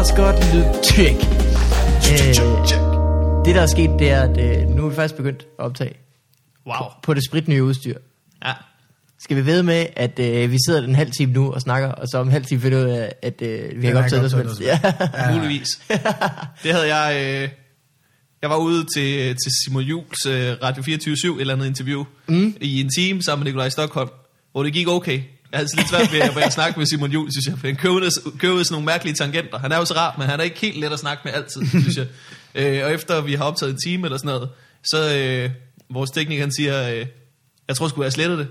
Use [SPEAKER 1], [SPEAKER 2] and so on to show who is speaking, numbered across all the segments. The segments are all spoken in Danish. [SPEAKER 1] os godt lydtjek. Øh, det, der er sket, det er, at øh, nu er vi faktisk begyndt at optage
[SPEAKER 2] Wow.
[SPEAKER 1] på, på det spritnye udstyr.
[SPEAKER 2] Ja.
[SPEAKER 1] Skal vi ved med, at øh, vi sidder en halv time nu og snakker, og så om en halv time finder vi ud af, at øh, vi har
[SPEAKER 3] ikke
[SPEAKER 1] ikke optaget noget som
[SPEAKER 3] optaget
[SPEAKER 1] helst. Ja.
[SPEAKER 2] ja. Muligvis. Det havde jeg... Øh, jeg var ude til, til Simon Jules øh, Radio 24 et eller andet interview mm. i en time sammen med Nikolaj Stockholm, hvor det gik okay. Jeg havde så lidt svært ved at, ved at snakke med Simon Juhl, synes jeg, for han køvede, køvede sådan nogle mærkelige tangenter. Han er jo så rar, men han er ikke helt let at snakke med altid, synes jeg. Øh, og efter vi har optaget en time eller sådan noget, så øh, vores tekniker han siger, øh, jeg tror sgu, jeg sletter det.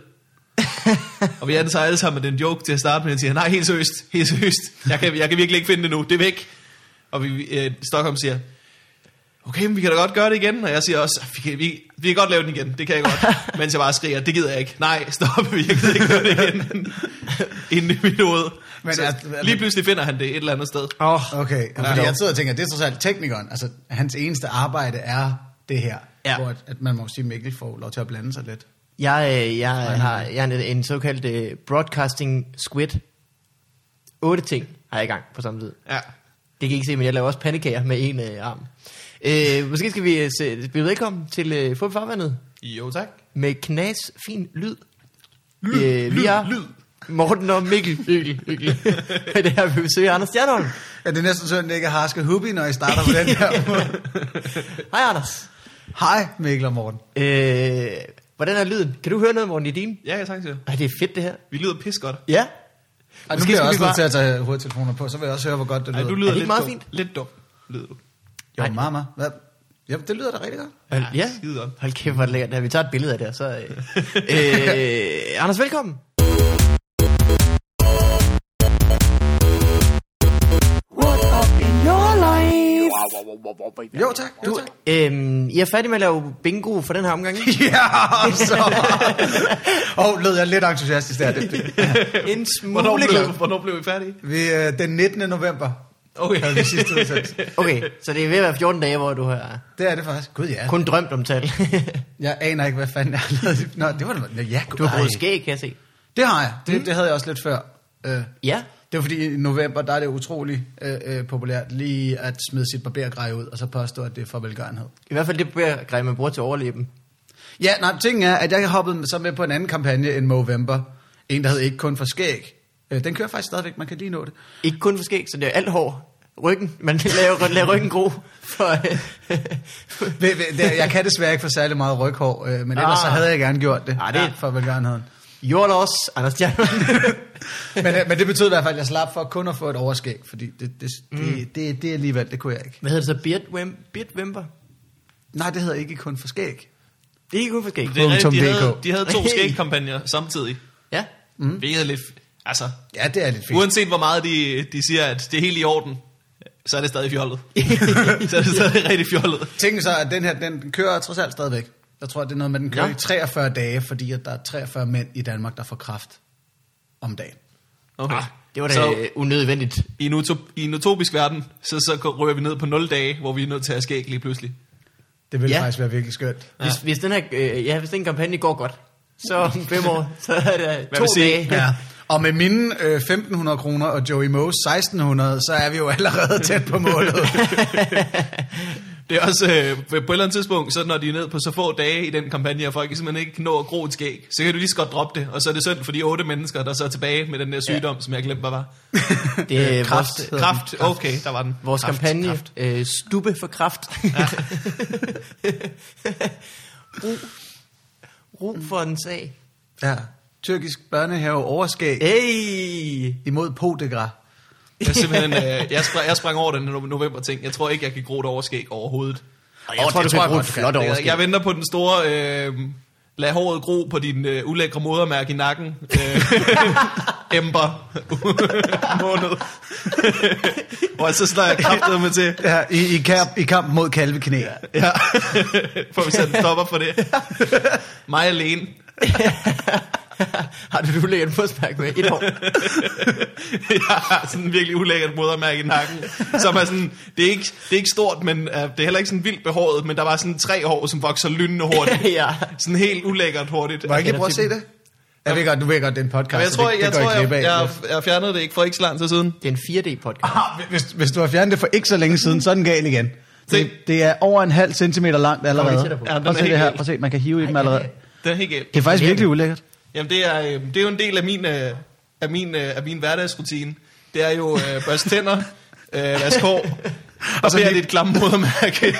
[SPEAKER 2] Og vi antager alle sammen, at det er en joke til at starte med, og siger, nej, helt seriøst, helt seriøst, jeg kan, jeg kan virkelig ikke finde det nu, det er væk. Og vi, øh, Stockholm siger, okay, men vi kan da godt gøre det igen, og jeg siger også, vi kan, vi, vi kan godt lave den igen, det kan jeg godt, mens jeg bare skriger, det gider jeg ikke, nej, stop, vi gider ikke gøre det igen, inden i mit hoved.
[SPEAKER 3] Men
[SPEAKER 2] Men, så,
[SPEAKER 3] altså, altså-
[SPEAKER 2] lige pludselig finder han det et eller andet sted.
[SPEAKER 1] Oh.
[SPEAKER 3] Okay, ja, fordi jeg sidder og tænker, det er trods alt teknikeren. Altså, hans eneste arbejde er det her.
[SPEAKER 1] Ja.
[SPEAKER 3] Hvor at, at man må sige, Mikkel får lov til at blande sig lidt.
[SPEAKER 1] Jeg, øh, jeg, har, jeg har en, en såkaldt øh, broadcasting squid. Otte ting har jeg i gang på samme tid.
[SPEAKER 2] Ja.
[SPEAKER 1] Det kan I ikke se, men jeg laver også pandekager med en øh, arm. Øh, måske skal vi øh, se, byde velkommen til øh, Fod Farvandet
[SPEAKER 2] Jo, tak.
[SPEAKER 1] med knas fin lyd. Øh,
[SPEAKER 2] Lyd,
[SPEAKER 1] vi
[SPEAKER 2] lyd,
[SPEAKER 1] er
[SPEAKER 2] lyd.
[SPEAKER 1] Morten og Mikkel. Mikkel, Mikkel. det her vi besøger Anders Stjernholm.
[SPEAKER 3] Ja, det er næsten sådan, det ikke er harske hubi, når I starter på den her måde.
[SPEAKER 1] Hej Anders.
[SPEAKER 3] Hej, Mikkel og Morten.
[SPEAKER 1] Øh, hvordan er lyden? Kan du høre noget, Morten, i din?
[SPEAKER 2] Ja, tak siger jeg.
[SPEAKER 1] Ej, det er fedt det her.
[SPEAKER 2] Vi lyder pis godt.
[SPEAKER 1] Ja.
[SPEAKER 3] Ej, nu
[SPEAKER 1] Måske
[SPEAKER 3] bliver jeg
[SPEAKER 1] skal vi
[SPEAKER 3] også nødt
[SPEAKER 1] bare-
[SPEAKER 3] til at tage hovedtelefoner på, så vil jeg også høre, hvor godt det lyder.
[SPEAKER 2] Ej, du
[SPEAKER 1] Er
[SPEAKER 2] lyder
[SPEAKER 1] det ikke
[SPEAKER 2] lidt,
[SPEAKER 1] meget
[SPEAKER 2] dum,
[SPEAKER 1] fint?
[SPEAKER 2] lidt dum. Lyder du.
[SPEAKER 3] Jo,
[SPEAKER 1] Ej.
[SPEAKER 3] meget, meget. Hvad? Ja, det lyder da rigtig godt.
[SPEAKER 1] Hold,
[SPEAKER 2] Ja,
[SPEAKER 1] ja,
[SPEAKER 2] skide godt.
[SPEAKER 1] hold kæft, hvor er det lækkert. Ja, vi tager et billede af det, og så... Øh, øh, Anders, velkommen.
[SPEAKER 4] What up in your life?
[SPEAKER 3] Jo, tak. Jo, tak.
[SPEAKER 1] Øhm, I er færdige med at lave bingo for den her omgang. ikke?
[SPEAKER 3] Ja, så. Åh, oh, lød jeg lidt entusiastisk der. Det, det.
[SPEAKER 1] en
[SPEAKER 2] Hvornår
[SPEAKER 1] smule glad.
[SPEAKER 2] blev, hvornår blev vi færdige?
[SPEAKER 3] Vi, øh, den 19. november
[SPEAKER 1] Oh,
[SPEAKER 2] Okay.
[SPEAKER 3] havde vi sidste udsendelse.
[SPEAKER 1] Okay, så det er ved at være 14 dage, hvor du har
[SPEAKER 3] Det er det faktisk. Gud, ja.
[SPEAKER 1] kun drømt om tal.
[SPEAKER 3] Jeg aner ikke, hvad fanden jeg har lavet. Nå, det var det. Nå, ja, gud,
[SPEAKER 1] Du har brugt
[SPEAKER 3] ej.
[SPEAKER 1] skæg, kan jeg se.
[SPEAKER 3] Det har jeg. Det, mm. det havde jeg også lidt før. Øh,
[SPEAKER 1] Ja.
[SPEAKER 3] det var fordi i november, der er det utrolig øh, øh, populært lige at smide sit barbergrej ud, og så påstå, at det er for velgørenhed.
[SPEAKER 1] I hvert fald det barbergrej, man bruger til overleben.
[SPEAKER 3] Ja, nej, tingen er, at jeg hoppede så med på en anden kampagne end Movember. En, der hed Ikke Kun For Skæg. Øh, den kører faktisk stadigvæk, man kan lige nå det.
[SPEAKER 1] Ikke kun for skæg, så det er alt hår. Ryggen. Man laver, laver ryggen gro. For, øh,
[SPEAKER 3] Ved- ved- det- Jeg kan desværre ikke få særlig meget ryghår, øh, men ellers
[SPEAKER 1] Ah.
[SPEAKER 3] så havde jeg gerne gjort det,
[SPEAKER 1] Ah, det-
[SPEAKER 3] Ja, for velgørenheden.
[SPEAKER 1] Your loss, Anders Stjernholm.
[SPEAKER 3] Men, øh, men det betød i hvert fald, at jeg slap for kun at få et overskæg, fordi det, det, mm. det, det, det alligevel, det kunne jeg ikke.
[SPEAKER 1] Hvad hedder det så? Beardwim, Beardwimper?
[SPEAKER 3] Nej, det hedder Ikke Kun For Skæg.
[SPEAKER 1] Det er ikke kun for skæg.
[SPEAKER 2] Det er rigtigt, de,
[SPEAKER 3] Punktum
[SPEAKER 2] havde,
[SPEAKER 3] DK.
[SPEAKER 2] de havde to
[SPEAKER 1] Hey.
[SPEAKER 2] skægkampagner samtidig.
[SPEAKER 1] Ja.
[SPEAKER 2] Mm. Hvilket er lidt... Altså,
[SPEAKER 3] Ja, det er lidt fint.
[SPEAKER 2] uanset hvor meget de, de siger, at det er helt i orden, så er det stadig fjollet. så er det stadig rigtig fjollet.
[SPEAKER 3] Tænk så, at den her, den kører trods alt stadigvæk. Jeg tror, det er noget med, at den kører
[SPEAKER 1] Ja.
[SPEAKER 3] ja. i 43 dage, fordi at der er 43 mænd i Danmark, der får kraft om dagen.
[SPEAKER 2] Okay.
[SPEAKER 1] Ah, det var da
[SPEAKER 2] Så
[SPEAKER 1] øh, unødvendigt.
[SPEAKER 2] i en, utop, i en utopisk verden, så, så rører vi ned på 0 dage, hvor vi er nødt til at have skæg lige pludselig.
[SPEAKER 3] Det ville
[SPEAKER 1] Ja.
[SPEAKER 3] ja. faktisk være virkelig skønt.
[SPEAKER 1] Hvis, ja. hvis, den her, øh, ja, hvis den kampagne går godt, så om fem år, så er det
[SPEAKER 2] Hvad
[SPEAKER 1] to
[SPEAKER 2] vil sige?
[SPEAKER 1] dage.
[SPEAKER 3] Ja. Og med mine øh, 1.500 kroner og Joey Moe's 1.600, så er vi jo allerede tæt på målet.
[SPEAKER 2] Det er også, øh, på et eller andet tidspunkt, så når de er ned på så få dage i den kampagne, og folk simpelthen ikke når at gro et skæg, så kan du lige så godt droppe det, og så er det synd for de otte mennesker, der så er tilbage med den der sygdom, ja. som jeg glemte, hvad var.
[SPEAKER 1] Det er
[SPEAKER 3] Øh, Kraft.
[SPEAKER 1] vores,
[SPEAKER 3] Hedder den.
[SPEAKER 2] Kraft, okay, der var den.
[SPEAKER 1] vores
[SPEAKER 2] kraft,
[SPEAKER 1] kampagne,
[SPEAKER 2] Kraft.
[SPEAKER 1] Øh, Stubbe for kraft. ro, ro for en sag.
[SPEAKER 3] ja. Tyrkisk børnehave overskæg Æ?
[SPEAKER 1] Hey!
[SPEAKER 3] imod podegra.
[SPEAKER 2] Jeg, er simpelthen, øh, jeg, sprang, jeg sprang over den no- november-ting. Jeg tror ikke, jeg kan gro et overskæg overhovedet.
[SPEAKER 1] Jeg tror, du kan bruge et
[SPEAKER 3] godt, du kan.
[SPEAKER 1] flot
[SPEAKER 2] Jeg,
[SPEAKER 1] overskæg.
[SPEAKER 2] jeg venter på den store... Øh, lad håret gro på din øh, ulækre modermærke i nakken. Øh, ember. Måned. Og så slår jeg kraftedet med til.
[SPEAKER 3] Ja, i, i, kamp, i kamp mod kalveknæ. Ja.
[SPEAKER 2] Ja. For vi sætter en stopper for det. Mig alene.
[SPEAKER 1] Har du lækkert brystmærke med et hår?
[SPEAKER 2] jeg har sådan en virkelig ulækkert modermærke i nakken, som er sådan, det er ikke, det er ikke stort, men uh, det er heller ikke sådan vildt behåret, men der var sådan tre hår, som vokser lynende hurtigt.
[SPEAKER 1] ja.
[SPEAKER 2] Sådan helt ulækkert hurtigt.
[SPEAKER 3] Må jeg ikke lige prøve at se
[SPEAKER 1] kender
[SPEAKER 3] det? Jeg ved godt, nu ved jeg godt, det er en podcast,
[SPEAKER 2] Men jeg tror,
[SPEAKER 3] så det,
[SPEAKER 2] jeg, jeg,
[SPEAKER 3] det går
[SPEAKER 2] tror,
[SPEAKER 3] jeg
[SPEAKER 2] jeg,
[SPEAKER 3] glip af.
[SPEAKER 2] jeg, jeg, jeg fjernede det ikke for ikke så lang tid siden.
[SPEAKER 1] Det er en 4D-podcast.
[SPEAKER 3] Ah, hvis, hvis du har fjernet det for ikke så længe siden, så er den gal igen. Det,
[SPEAKER 2] Se.
[SPEAKER 3] det er over en halv centimeter langt allerede.
[SPEAKER 1] tættere på.
[SPEAKER 2] Ja, den
[SPEAKER 3] Prøv
[SPEAKER 2] er
[SPEAKER 3] at se det
[SPEAKER 2] helt
[SPEAKER 3] her.
[SPEAKER 2] gal.
[SPEAKER 3] Prøv at se, man kan hive i dem allerede.
[SPEAKER 2] Det er helt galt.
[SPEAKER 3] Det er faktisk virkelig ulækkert.
[SPEAKER 2] Jamen, det er, øh, det er jo en del af min, øh, af min, øh, af min hverdagsrutine. Det er jo øh, børste tænder, øh, vask hår, og så
[SPEAKER 3] så
[SPEAKER 2] bliver
[SPEAKER 3] lige-
[SPEAKER 2] det et klamme modermærke.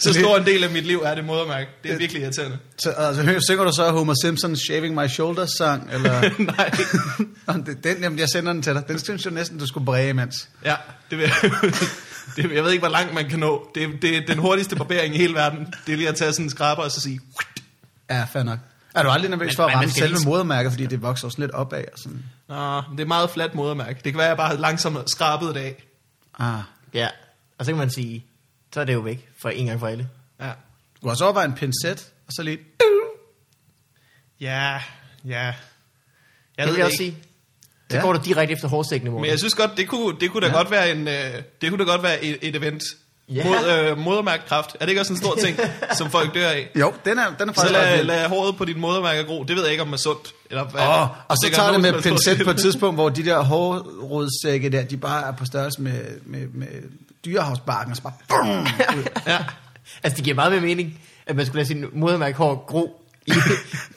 [SPEAKER 2] så
[SPEAKER 3] lige-
[SPEAKER 2] stor en del af mit liv er det modermærke. Det er virkelig irriterende.
[SPEAKER 3] Så, altså, hø- synger du så Homer Simpsons Shaving My Shoulders sang? Eller?
[SPEAKER 2] Nej.
[SPEAKER 3] Om det- den, jamen, jeg sender den til dig. Den synes jeg næsten, du skulle bræge imens.
[SPEAKER 2] Ja, det vil jeg. Det, jeg ved ikke, hvor langt man kan nå. Det, det er den hurtigste barbering i hele verden. Det er lige at tage sådan en skraber og så sige...
[SPEAKER 3] Ja, fair nok. Er du aldrig nervøs
[SPEAKER 2] Men-
[SPEAKER 3] for at
[SPEAKER 2] men man
[SPEAKER 3] ramme
[SPEAKER 2] skal
[SPEAKER 3] selve
[SPEAKER 2] lige-
[SPEAKER 3] modermærket, fordi det vokser også lidt opad? Og sådan.
[SPEAKER 2] Nå, det er meget fladt modermærke. Det kan være, at jeg bare har langsomt skrabet det af.
[SPEAKER 3] Ah.
[SPEAKER 1] Ja, og så kan man sige, så er det jo væk for en gang for alle.
[SPEAKER 2] Ja.
[SPEAKER 3] Du kan også overveje en pincet, og så lige...
[SPEAKER 2] Ja, ja.
[SPEAKER 1] Jeg det vil jeg også sige. Så
[SPEAKER 3] Ja.
[SPEAKER 1] ja. går du direkte efter hårsækkene, Morten.
[SPEAKER 2] Men jeg synes godt, det kunne, det kunne da ja. godt være en, øh, det kunne da godt være et, et event.
[SPEAKER 1] Ja.
[SPEAKER 2] Mod øh, modermærkekræft. Er det ikke også en stor ting, som folk dør af?
[SPEAKER 3] Jo, den er, den er
[SPEAKER 2] Så
[SPEAKER 3] faktisk... ret
[SPEAKER 2] lad,
[SPEAKER 3] vild.
[SPEAKER 2] lad håret på din modermærke gro. Det ved jeg ikke, om er sundt. Eller hvad.
[SPEAKER 3] Åh, og så
[SPEAKER 2] Det gør
[SPEAKER 3] tager det
[SPEAKER 2] nogen,
[SPEAKER 3] med
[SPEAKER 2] der står
[SPEAKER 3] pincet
[SPEAKER 2] til.
[SPEAKER 3] på et tidspunkt, hvor de der hårrodssække der, de bare er på størrelse med, med, med dyrehavsbarken, og så bare... Boom!
[SPEAKER 2] ja.
[SPEAKER 1] Altså, det giver meget mere mening, at man skulle lade sin modermærke hår gro i,
[SPEAKER 2] Det-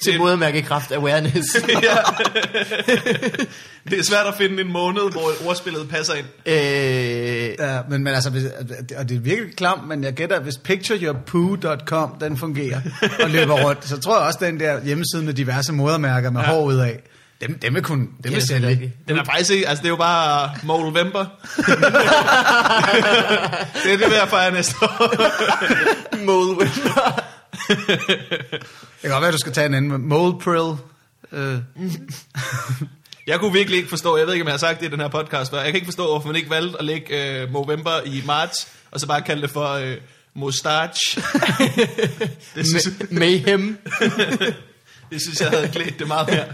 [SPEAKER 1] til modermærkekraft awareness.
[SPEAKER 2] ja. det er svært at finde en måned, hvor ordspillet passer ind.
[SPEAKER 1] øh,
[SPEAKER 3] Ja, men, men altså, hvis, og det er virkelig klamt, men jeg gætter, hvis pictureyourpoo.com, den fungerer og løber rundt, så tror jeg også, den der hjemmeside med diverse modermærker med
[SPEAKER 2] Ja.
[SPEAKER 3] ja. hår ud af, dem, dem vil kunne, dem
[SPEAKER 1] det
[SPEAKER 3] vil
[SPEAKER 1] er
[SPEAKER 3] sælge.
[SPEAKER 1] rigtigt.
[SPEAKER 2] Den er faktisk ikke, altså det er jo bare November. det er det, jeg fejrer næste år.
[SPEAKER 1] Mode
[SPEAKER 3] Det kan godt være, du skal tage en anden. Moleprill. Øh,
[SPEAKER 2] Jeg kunne virkelig ikke forstå, jeg ved ikke, om jeg har sagt det i den her podcast, men jeg kan ikke forstå, hvorfor man ikke valgte at lægge øh, Movember i marts, og så bare kalde det for øh, Mustache. det, synes,
[SPEAKER 1] Ma- mayhem.
[SPEAKER 2] det synes jeg havde klædt det meget mere.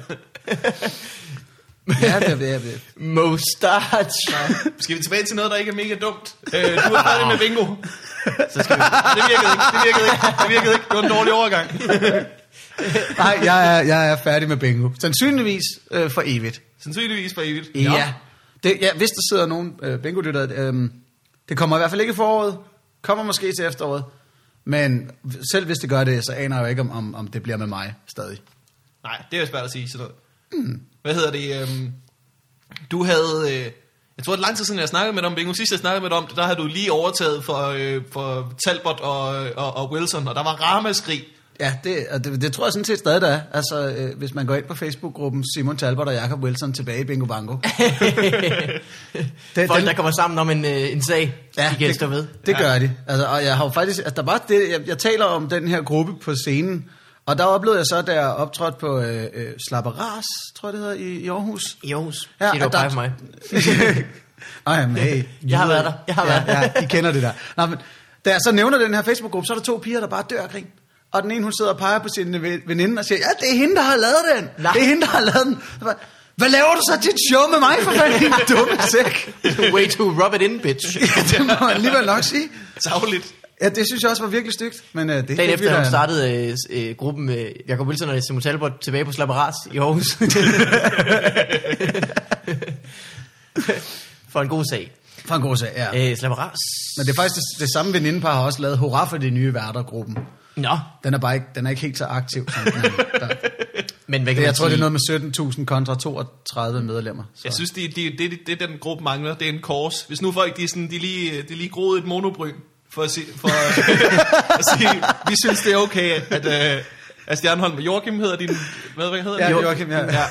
[SPEAKER 3] ja, det er det. Er, det. er.
[SPEAKER 1] Mustache.
[SPEAKER 2] Nå, Skal vi tilbage til noget, der ikke er mega dumt? Øh, du er færdig med bingo.
[SPEAKER 1] Så skal vi.
[SPEAKER 2] Det virkede ikke, det virkede ikke, det virkede ikke. Det var en dårlig overgang.
[SPEAKER 3] Nej, jeg er, jeg er færdig med bingo. Sandsynligvis øh, for evigt.
[SPEAKER 2] Sandsynligvis for evigt.
[SPEAKER 3] Ja. Det, ja hvis der sidder nogen øh, bingo øh, det kommer i hvert fald ikke i foråret, kommer måske til efteråret, men selv hvis det gør det, så aner jeg jo ikke, om, om, om det bliver med mig stadig.
[SPEAKER 2] Nej, det er jo svært at sige sådan noget. Hvad hedder det? Øhm, du havde... Øh, jeg tror, det er lang tid siden, jeg snakkede med dig om bingo. Sidst jeg snakkede med dig om det, der havde du lige overtaget for, øh, for Talbot og, øh, og, og Wilson, og der var ramaskrig.
[SPEAKER 3] Ja, det, og det, det tror jeg sådan set stadig, der er. Altså, øh, hvis man går ind på Facebook-gruppen Simon Talbot og Jacob Wilson tilbage i Bingo Bango. det,
[SPEAKER 1] Folk,
[SPEAKER 3] den-
[SPEAKER 1] der kommer sammen om en, øh, en sag, ja, de kan stå ved.
[SPEAKER 3] Det
[SPEAKER 2] Ja.
[SPEAKER 3] gør de. Altså, og jeg har jo faktisk, altså, der var det, jeg, jeg taler om den her gruppe på scenen, og der oplevede jeg så, da jeg optrådte på øh, øh, Slapperas, tror jeg det hedder, i, i Aarhus.
[SPEAKER 1] Jo, ja, det
[SPEAKER 3] og
[SPEAKER 1] var bare for mig.
[SPEAKER 3] Ej, men hey.
[SPEAKER 1] Jeg har været der. Jeg har været
[SPEAKER 3] ja,
[SPEAKER 1] der.
[SPEAKER 3] ja, I kender det der. Nå, men, da jeg så nævner den her Facebook-gruppe, så er der to piger, der bare dør af grin. Og den ene, hun sidder og peger på sin ve- veninde og siger, ja, det er hende, der har lavet den.
[SPEAKER 1] Nej.
[SPEAKER 3] Det er hende, der har lavet den. Så bare, Hvad laver du så til et show med mig, for fanden, din dumme sæk?
[SPEAKER 1] Way to rub it in, bitch.
[SPEAKER 3] Ja, det må man alligevel nok sige.
[SPEAKER 2] Savligt.
[SPEAKER 3] Ja, det synes jeg også var virkelig stygt. Men, øh, det er
[SPEAKER 1] Dagen
[SPEAKER 3] helt vildt,
[SPEAKER 1] efter, hun
[SPEAKER 3] at-
[SPEAKER 1] startede øh, s- øh, gruppen med Jacob Wilson og Simon Talbot tilbage på Slapperas i Aarhus. for en god sag.
[SPEAKER 3] Fra en god sag, ja.
[SPEAKER 1] Øh, Slapperas.
[SPEAKER 3] Men det er faktisk det, det samme venindepar har også lavet Hurra for de nye værter-gruppen.
[SPEAKER 1] Nå,
[SPEAKER 3] Den er bare ikke, den er ikke helt så aktiv. Som den er. Der,
[SPEAKER 1] men hvad kan
[SPEAKER 3] det,
[SPEAKER 1] man
[SPEAKER 3] jeg tror, det
[SPEAKER 1] sige?
[SPEAKER 3] er noget med 17.000 kontra 32 medlemmer. Så.
[SPEAKER 2] Jeg synes, det de, de, de, den gruppe mangler. Det er en kors. Hvis nu folk de, er sådan, de, lige, de lige groede et monobryn, for at, se, for at sige, vi synes, det er okay, at, øh, at Stjernholm og Joachim hedder din... Hvad, hvad hedder
[SPEAKER 3] Ja,
[SPEAKER 2] de?
[SPEAKER 3] Joachim, ja.
[SPEAKER 2] ja,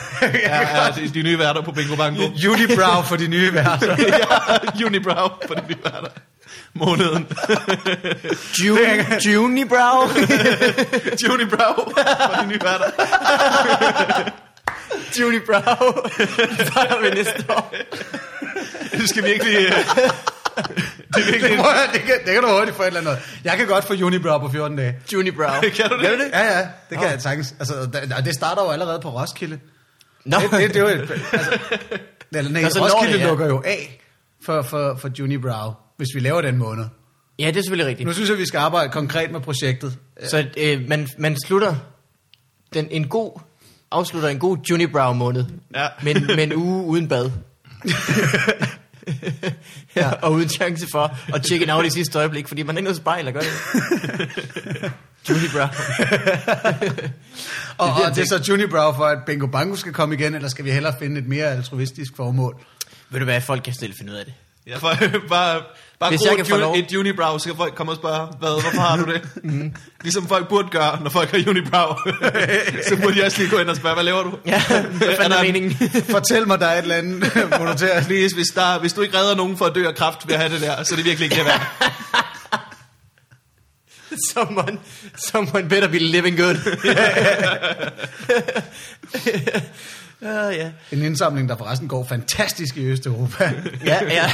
[SPEAKER 2] ja, ja de, de nye værter på Bingo Bango.
[SPEAKER 3] Unibrow for de nye værter.
[SPEAKER 2] ja, unibrow på den nye hverdag. Måneden.
[SPEAKER 1] June, Junibrow.
[SPEAKER 2] unibrow på den nye hverdag.
[SPEAKER 1] Junibrow. Bare med næste år.
[SPEAKER 2] Det skal virkelig... øh, det er virkelig...
[SPEAKER 3] det, må jeg, det, kan, det kan du hurtigt få et eller andet. Jeg kan godt få Unibrow på 14 dage.
[SPEAKER 1] Junibrow.
[SPEAKER 2] Kan du det?
[SPEAKER 1] Kan du det?
[SPEAKER 3] Ja, ja, det kan jeg sagtens. Altså, der, og det starter jo allerede på Roskilde.
[SPEAKER 1] Nå,
[SPEAKER 3] Det, det, det er jo et, altså, eller, nej,
[SPEAKER 1] Nå, så når
[SPEAKER 3] Roskilde
[SPEAKER 1] det, ja.
[SPEAKER 3] lukker jo af for, for, for Unibrow, hvis vi laver den måned.
[SPEAKER 1] ja, det er selvfølgelig rigtigt.
[SPEAKER 3] Nu synes jeg, vi skal arbejde konkret med projektet.
[SPEAKER 1] Så øh, man, man slutter den, en god afslutter en god Junibrow måned.
[SPEAKER 2] Ja.
[SPEAKER 1] Men, men uge uden bad. ja. Og uden chance for at tjekke en out i sidste øjeblik, fordi man har ikke noget spejl at gøre det. Junibrow.
[SPEAKER 3] Og, og det er så Junibrow for, at Bingo Bango skal komme igen, eller skal vi hellere finde et mere altruistisk formål?
[SPEAKER 1] Ved du hvad, folk kan stille finde ud af det.
[SPEAKER 2] Ja, for, øh, bare bare
[SPEAKER 1] Hvis
[SPEAKER 2] Hvis gro
[SPEAKER 1] jeg kan få
[SPEAKER 2] et,
[SPEAKER 1] lov.
[SPEAKER 2] uni, et unibrow, så kan folk komme og spørge, hvad, hvorfor har du det? mm. Ligesom folk burde gøre, når folk har unibrow. så burde de også lige gå ind og spørge, hvad laver du?
[SPEAKER 1] Ja, hvad
[SPEAKER 2] Er
[SPEAKER 1] fanden
[SPEAKER 2] der
[SPEAKER 1] er
[SPEAKER 2] en-
[SPEAKER 1] meningen?
[SPEAKER 3] Fortæl mig, der er et eller andet, hvor du til at...
[SPEAKER 2] Please, hvis, der, hvis du ikke redder nogen for at dø af kræft ved at have det der, så er det virkelig ikke det værd.
[SPEAKER 1] someone, someone better be living good. uh, ja.
[SPEAKER 3] En indsamling, der forresten går fantastisk i Østeuropa.
[SPEAKER 1] Ja, ja.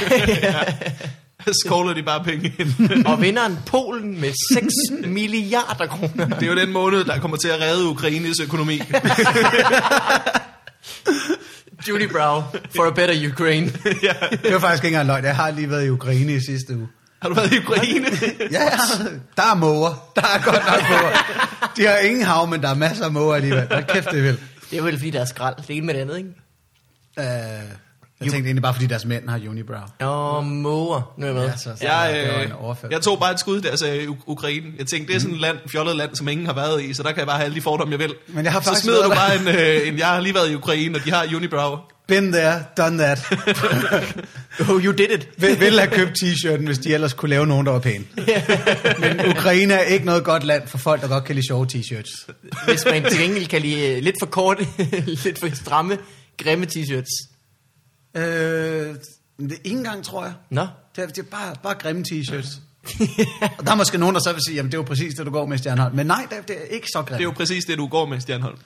[SPEAKER 2] Skåler de bare penge ind.
[SPEAKER 1] Og vinderen Polen med 6 milliarder kroner.
[SPEAKER 2] Det er jo den måned, der kommer til at redde Ukraines økonomi.
[SPEAKER 1] Judy Brow for a better Ukraine.
[SPEAKER 3] Det var faktisk ikke engang løgn. Jeg har lige været i Ukraine i sidste uge.
[SPEAKER 2] Har du været i Ukraine?
[SPEAKER 3] Ja, der er måger. Der er godt nok måger. De har ingen hav, men der er masser af måger alligevel. Hold kæft, det er vel.
[SPEAKER 1] Det er vel fordi, der er skrald. Det ene med det andet, ikke?
[SPEAKER 3] Øh, jeg tænkte egentlig bare, fordi deres mænd har unibrow.
[SPEAKER 1] Åh, måger. Nu er jeg med.
[SPEAKER 3] Ja, så, så
[SPEAKER 2] Jeg,
[SPEAKER 3] det var en
[SPEAKER 2] øh,
[SPEAKER 3] overfald. Mm.
[SPEAKER 2] jeg tog bare et skud, da jeg sagde U- Ukraine. Jeg tænkte, det er sådan et land, fjollet land, som ingen har været i, så der kan jeg bare have alle de fordomme, jeg vil.
[SPEAKER 3] Men jeg har
[SPEAKER 2] så
[SPEAKER 3] faktisk
[SPEAKER 2] smider du bare
[SPEAKER 3] været
[SPEAKER 2] en, øh, en, jeg har lige været i Ukraine, og de har Unibrow.
[SPEAKER 3] Been there, done that.
[SPEAKER 1] Oh, you did it.
[SPEAKER 3] Vil, ville have købt t-shirten, hvis de ellers kunne lave nogen, der var pæne. Men Ukraine er ikke noget godt land for folk, der godt kan lide sjove t-shirts.
[SPEAKER 1] Hvis man til gengæld kan lide øh, lidt for korte, lidt for stramme, grimme t-shirts.
[SPEAKER 3] Øh, det er ikke engang, tror jeg.
[SPEAKER 1] Nå.
[SPEAKER 3] Det er, det er bare, bare grimme t-shirts. Og der er måske nogen, der så vil sige, jamen det er jo præcis det, du går med, Stjernholm. Men nej, det er, det er ikke så grimt.
[SPEAKER 2] Det er jo præcis det, du går med, Stjernholm.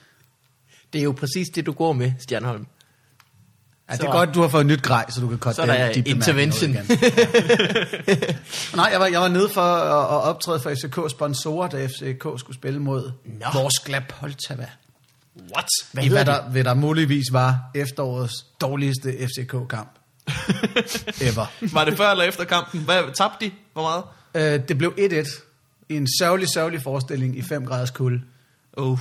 [SPEAKER 1] det er jo præcis det, du går med, Stjernholm.
[SPEAKER 3] Ja, det
[SPEAKER 1] Så-
[SPEAKER 3] er godt, du har fået nyt grej, så du kan cutte
[SPEAKER 1] Så er der
[SPEAKER 3] den- de bemærkninger
[SPEAKER 1] intervention.
[SPEAKER 3] ud igen. Nej, jeg var, jeg var nede for at, at optræde for FCK's sponsorer, da FCK skulle spille mod
[SPEAKER 1] Nå.
[SPEAKER 3] vores Glap Poltava.
[SPEAKER 2] What?
[SPEAKER 1] Hvad
[SPEAKER 3] I
[SPEAKER 1] hedder
[SPEAKER 3] hvad
[SPEAKER 1] det?
[SPEAKER 3] der, hvad der muligvis var efterårets dårligste FCK-kamp ever.
[SPEAKER 2] Var det før eller efter kampen? Hvad, tabte de? Hvor meget?
[SPEAKER 3] øh, det blev 1-1 i en sørgelig, sørgelig forestilling i 5 graders kulde.
[SPEAKER 2] Uh.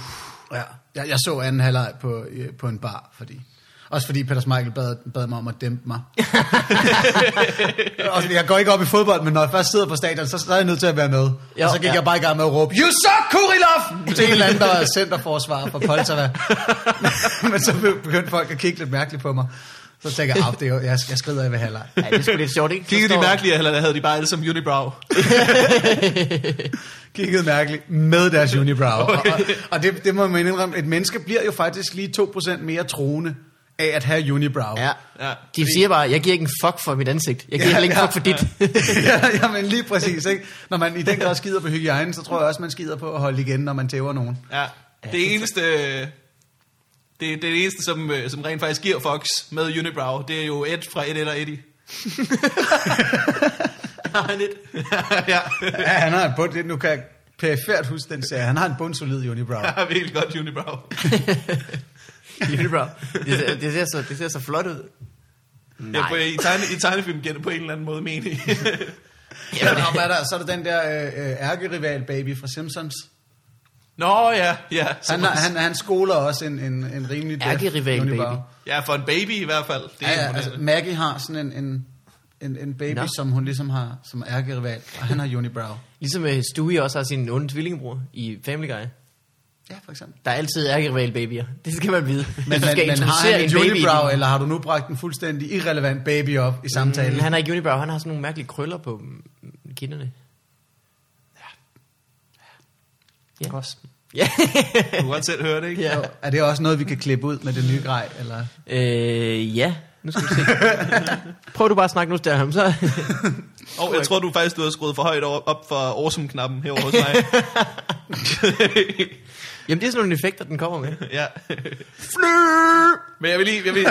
[SPEAKER 3] Ja. Jeg, jeg så anden halvleg på, øh, på en bar, fordi... Også fordi Peter Schmeichel bad, bad mig om at dæmpe mig. Også, fordi jeg går ikke op i fodbold, men når jeg først sidder på stadion, så, så er jeg nødt til at være med.
[SPEAKER 1] Jo,
[SPEAKER 3] Jo, og så gik
[SPEAKER 1] ja.
[SPEAKER 3] ja. jeg bare i gang med at råbe, You suck, Kurilov! Til en eller anden, der var centerforsvarer for Poltava. men så be- begyndte folk at kigge lidt mærkeligt på mig. Så tænker jeg, "Au, det er jo, jeg, jeg skrider af ved halvleg.
[SPEAKER 1] Ej, det er sgu lidt sjovt, ikke? Så
[SPEAKER 2] Kiggede de
[SPEAKER 1] står-
[SPEAKER 2] mærkeligt, eller havde de bare alle som Unibrow?
[SPEAKER 3] Kiggede mærkeligt med deres unibrow. Okay. Og, og, og det, det må man indrømme, et menneske bliver jo faktisk lige 2% mere troende af at have unibrow.
[SPEAKER 1] Ja.
[SPEAKER 2] Ja.
[SPEAKER 1] De siger bare, jeg giver ikke en fuck for mit ansigt. Jeg giver
[SPEAKER 3] Ja,
[SPEAKER 1] heller ikke en
[SPEAKER 3] ja,
[SPEAKER 1] fuck for dit.
[SPEAKER 3] ja, jamen lige præcis, ikke? Når man i den grad skider på hygiejnen, så tror jeg også, man skider på at holde igen, når man tæver nogen.
[SPEAKER 2] Ja. Det eneste... Det, det, er det eneste, som, øh, som rent faktisk giver Fox med Unibrow, det er jo Ed fra Ed eller Eddie. ja,
[SPEAKER 3] Ja, han har en bund, det- nu kan jeg perifært huske den serie. Han har en bundsolid unibrow.
[SPEAKER 2] jeg har virkelig godt Unibrow.
[SPEAKER 1] Unibrow. Det, ser- det, ser så, det ser så flot ud.
[SPEAKER 2] Ja,
[SPEAKER 1] Nej.
[SPEAKER 2] på, i, tegne, I tegnefilm giver det på en eller anden måde mening.
[SPEAKER 3] Ja, og hvad er der, så er der den der øh, øh, ærkerival baby fra Simpsons.
[SPEAKER 2] Nå ja, ja. så-
[SPEAKER 3] Han, har- han, han skoler også en, en, en rimelig def
[SPEAKER 1] Ærkerival
[SPEAKER 3] unibrow.
[SPEAKER 1] baby.
[SPEAKER 2] Ja, for en baby i hvert fald. Det
[SPEAKER 3] Ja,
[SPEAKER 2] er
[SPEAKER 3] ja,
[SPEAKER 2] imponerende.
[SPEAKER 3] altså, Maggie har sådan en, en, en, en baby,
[SPEAKER 1] Nå.
[SPEAKER 3] no. som hun ligesom har som ærkerival, og han har unibrow.
[SPEAKER 1] Ligesom øh, Stewie også har sin onde tvillingebror i Family Guy.
[SPEAKER 3] Ja, for eksempel.
[SPEAKER 1] Der er altid ærkerival babyer. Det skal man vide.
[SPEAKER 3] Men,
[SPEAKER 1] Du
[SPEAKER 3] men,
[SPEAKER 1] skal
[SPEAKER 3] men har
[SPEAKER 1] introducere
[SPEAKER 3] han en
[SPEAKER 1] baby i
[SPEAKER 3] unibrow,
[SPEAKER 1] din-
[SPEAKER 3] eller har du nu bragt en fuldstændig irrelevant baby op i samtalen?
[SPEAKER 1] Mm, han har ikke unibrow, han har sådan nogle mærkelige krøller på mm, kinderne. Ja.
[SPEAKER 3] Også.
[SPEAKER 1] Ja.
[SPEAKER 2] Du kan godt selv høre det, ikke?
[SPEAKER 1] Ja.
[SPEAKER 3] Jo, Er det også noget, vi kan klippe ud med det nye grej? Eller?
[SPEAKER 1] øh, ja. Nu skal vi se. Prøv du bare at snakke nu til ham, så...
[SPEAKER 2] Og jeg tror du faktisk, du har skruet for højt over- op for awesome-knappen herovre hos mig.
[SPEAKER 1] Jamen, det er sådan nogle effekter, den kommer med.
[SPEAKER 2] ja. Men jeg vil lige... Jeg vil,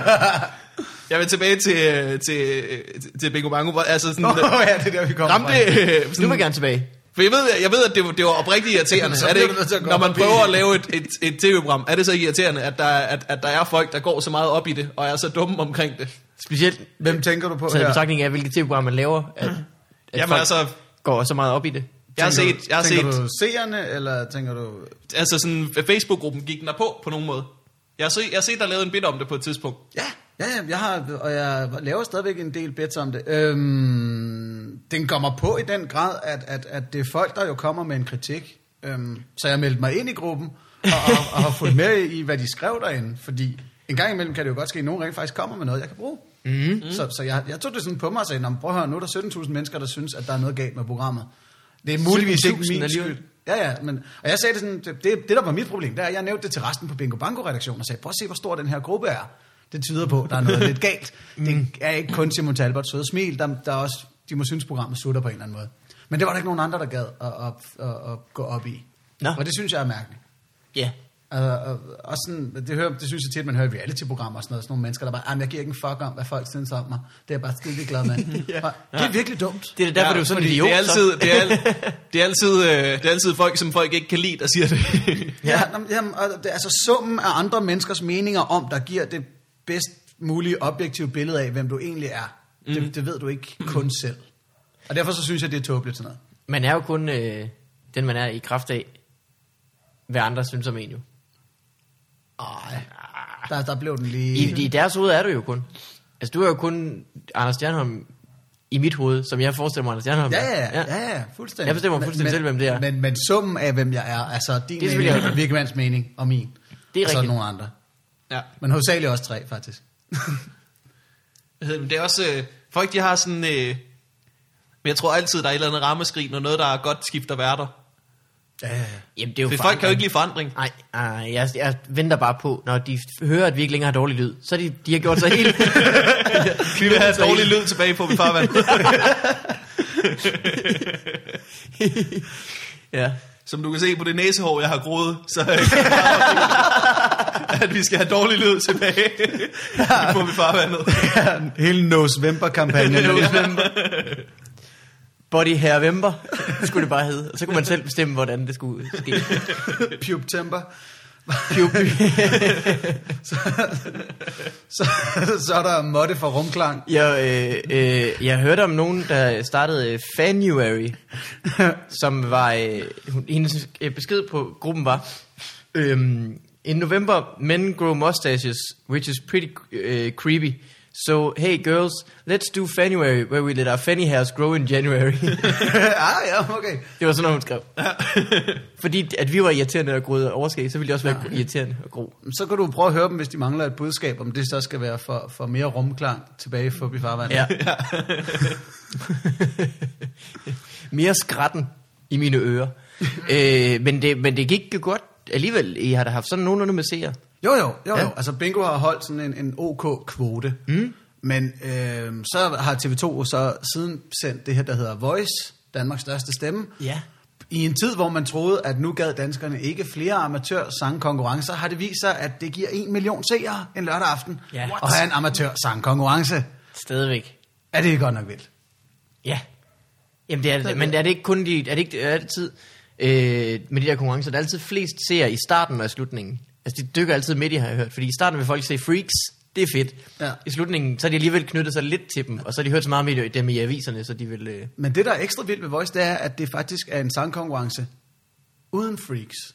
[SPEAKER 2] jeg vil tilbage til, øh, til, øh, til- til Bingo Bango. hvor- Altså sådan...
[SPEAKER 3] Nå,
[SPEAKER 2] Oh,
[SPEAKER 3] ja, det er der, vi kommer
[SPEAKER 2] ramte,
[SPEAKER 3] fra.
[SPEAKER 2] øh,
[SPEAKER 1] Nu vil
[SPEAKER 2] sådan,
[SPEAKER 1] jeg gerne tilbage.
[SPEAKER 2] for jeg ved, jeg ved at det, var- det var oprigtigt irriterende.
[SPEAKER 3] Så
[SPEAKER 2] er det
[SPEAKER 3] bliver
[SPEAKER 2] ikke,
[SPEAKER 3] du nødt til at gå
[SPEAKER 2] når man
[SPEAKER 3] op i-
[SPEAKER 2] prøver at lave et, et, et tv-program, er det så irriterende, at der, er- at, at der er folk, der går så meget op i det, og er så dumme omkring det?
[SPEAKER 1] Specielt
[SPEAKER 3] Hvem tænker du på
[SPEAKER 1] taget i
[SPEAKER 3] her?
[SPEAKER 1] betragtning af, hvilket tv-program man laver, at, at
[SPEAKER 2] Jamen
[SPEAKER 1] folk
[SPEAKER 2] altså,
[SPEAKER 1] går så meget op i det.
[SPEAKER 2] jeg har
[SPEAKER 3] Tænker
[SPEAKER 2] set...
[SPEAKER 3] du-
[SPEAKER 2] Jeg har
[SPEAKER 3] tænker
[SPEAKER 2] set
[SPEAKER 3] du seerne, eller tænker du...
[SPEAKER 2] altså sådan, Facebook-gruppen gik den der på, på nogen måde. Jeg har, set, jeg har set, der er lavet en bit om det på et tidspunkt.
[SPEAKER 3] Ja, ja, ja, jeg har, og jeg laver stadigvæk en del bets om det. Øhm, den kommer på i den grad, at, at, at det er folk, der jo kommer med en kritik. Øhm, så jeg meldte mig ind i gruppen, og, og, og har fulgt med i, hvad de skrev derinde. Fordi en gang imellem kan det jo godt ske, at nogen rent faktisk kommer med noget, jeg kan bruge. Mm. Så, så jeg, jeg tog det sådan på mig og sagde, "Nå, men prøv at høre, nu er der 17.000 mennesker, der synes, at der er noget galt med programmet. Det er muligvis ikke
[SPEAKER 1] 17.000
[SPEAKER 3] min
[SPEAKER 1] alligevel.
[SPEAKER 3] skyld. Ja, ja, men, og jeg sagde det sådan, det, det det, der var mit problem, det er, at jeg nævnte det til resten på Bingo Banko-redaktionen og sagde, prøv at se, hvor stor den her gruppe er. Det tyder på, at der er noget lidt galt.
[SPEAKER 1] Mm.
[SPEAKER 3] Det er ikke kun Simon Talbots søde smil, der, der er også, de må synes, programmet sutter på en eller anden måde. Men det var der ikke nogen andre, der gad at, at, at, at gå op i.
[SPEAKER 1] Nå.
[SPEAKER 3] Og det synes jeg er mærkeligt.
[SPEAKER 1] Ja.
[SPEAKER 3] Og, og, og sådan, det, hører, det synes jeg tit, man hører i reality-programmer og sådan noget. Sådan nogle mennesker, der bare, "Jamen, jeg giver ikke en fuck om, hvad folk synes om mig. Det er jeg bare skide glad med. ja. og, det er virkelig dumt.
[SPEAKER 1] Det er da derfor, ja, det er jo sådan en
[SPEAKER 2] fordi
[SPEAKER 1] idiot.
[SPEAKER 2] Det er
[SPEAKER 1] så.
[SPEAKER 2] altid, det er, al- det, er altid, øh, det er altid folk, som folk ikke kan lide, der siger det.
[SPEAKER 3] Ja, nå, men jamen, og det, er altså summen af andre menneskers meninger om, der giver det bedst mulige objektive billede af, hvem du egentlig er. Mm. Det, det ved du ikke kun selv. Og derfor så synes jeg, det er tåbeligt sådan noget.
[SPEAKER 1] Man er jo kun øh, den, man er i kraft af, hvad andre synes om en jo.
[SPEAKER 3] Ej, der, der blev den lige...
[SPEAKER 1] I, I deres hoved er du jo kun. Altså, du er jo kun Anders Stjernholm i mit hoved, som jeg forestiller mig, Anders Stjernholm
[SPEAKER 3] Ja,
[SPEAKER 1] er.
[SPEAKER 3] ja, ja, ja, ja, fuldstændig.
[SPEAKER 1] Jeg bestemmer
[SPEAKER 3] Men-
[SPEAKER 1] fuldstændig
[SPEAKER 3] men-
[SPEAKER 1] selv, hvem det er.
[SPEAKER 3] Men, men summen af, hvem jeg er, altså din
[SPEAKER 1] Det er
[SPEAKER 3] det
[SPEAKER 1] selvfølgelig
[SPEAKER 3] mening,
[SPEAKER 1] rigtigt.
[SPEAKER 3] Virkemands mening og min.
[SPEAKER 1] Det er
[SPEAKER 3] og så
[SPEAKER 1] rigtigt.
[SPEAKER 3] nogle andre.
[SPEAKER 2] ja.
[SPEAKER 3] Men hovedsageligt også tre, faktisk.
[SPEAKER 2] Hvad hedder det, men det er også, øh, folk de har sådan, øh, men jeg tror altid, der er et eller andet rammeskrig, når noget, der er godt, skifter værter.
[SPEAKER 3] Ja, ja, ja.
[SPEAKER 1] Jamen, det er jo
[SPEAKER 2] Det folk kan jo ikke lide forandring.
[SPEAKER 1] Nej, nej, jeg, jeg venter bare på, når de f- hører, at vi ikke længere har dårlig lyd, så de, de har gjort sig helt...
[SPEAKER 2] Vi vil have dårlig lyd tilbage på mit farvand.
[SPEAKER 1] ja.
[SPEAKER 2] Som du kan se på det næsehår, jeg har groet, så øh, at vi skal have dårlig lyd tilbage på mit farvandet.
[SPEAKER 3] Hele November-kampagnen.
[SPEAKER 1] Body Hair Vember, skulle det bare hedde. Og så kunne man selv bestemme, hvordan det skulle ske.
[SPEAKER 3] Pubtemper.
[SPEAKER 1] Pup-
[SPEAKER 3] så, så, så er der måtte for rumklang.
[SPEAKER 1] Jeg, øh, øh, jeg hørte om nogen, der startede øh, Fanuary, som var, øh, hun- hendes øh, besked på gruppen var, øhm, In November, men grow mustaches, which is pretty øh, creepy. So, hey girls, let's do Fanuary, where we let our fanny hairs grow in January.
[SPEAKER 3] ah, ja, okay.
[SPEAKER 1] det var sådan, noget, hun skrev. Fordi at vi var irriterende og groede overskæg, så ville det også være irriterende og gro.
[SPEAKER 3] Så kan du prøve at høre dem, hvis de mangler et budskab, om det så skal være for, for mere rumklang tilbage for bifarvandet.
[SPEAKER 1] Ja. Mere skratten i mine ører. øh, men, det, men det gik jo godt alligevel. I har da haft sådan nogenlunde med seer.
[SPEAKER 3] Jo, jo, jo,
[SPEAKER 1] Ja.
[SPEAKER 3] jo. Altså, Bingo har holdt sådan en, en OK-kvote. Mm. Men øh, så har TV2 så siden sendt det her, der hedder Voice, Danmarks største stemme.
[SPEAKER 1] Ja.
[SPEAKER 3] I en tid, hvor man troede, at nu gad danskerne ikke flere amatør-sangkonkurrencer, har det vist sig, at det giver en million seere en lørdag aften
[SPEAKER 1] Ja.
[SPEAKER 3] yeah. at
[SPEAKER 1] What?
[SPEAKER 3] have en amatør-sangkonkurrence.
[SPEAKER 1] Stadigvæk.
[SPEAKER 3] Er det godt nok vildt?
[SPEAKER 1] Ja. Jamen det er det, men er det ikke kun de, er det ikke er det altid, øh, med de der konkurrencer, der er altid flest seer i starten og i slutningen. Altså de dykker altid midt i, har jeg hørt. Fordi i starten vil folk se freaks, det er fedt.
[SPEAKER 3] Ja.
[SPEAKER 1] I slutningen, så har de alligevel knyttet sig lidt til dem, og så har de hørt så meget om dem i aviserne, så de vil... Øh,
[SPEAKER 3] Men det, der er ekstra vildt ved Voice, det er, at det faktisk er en sangkonkurrence uden freaks.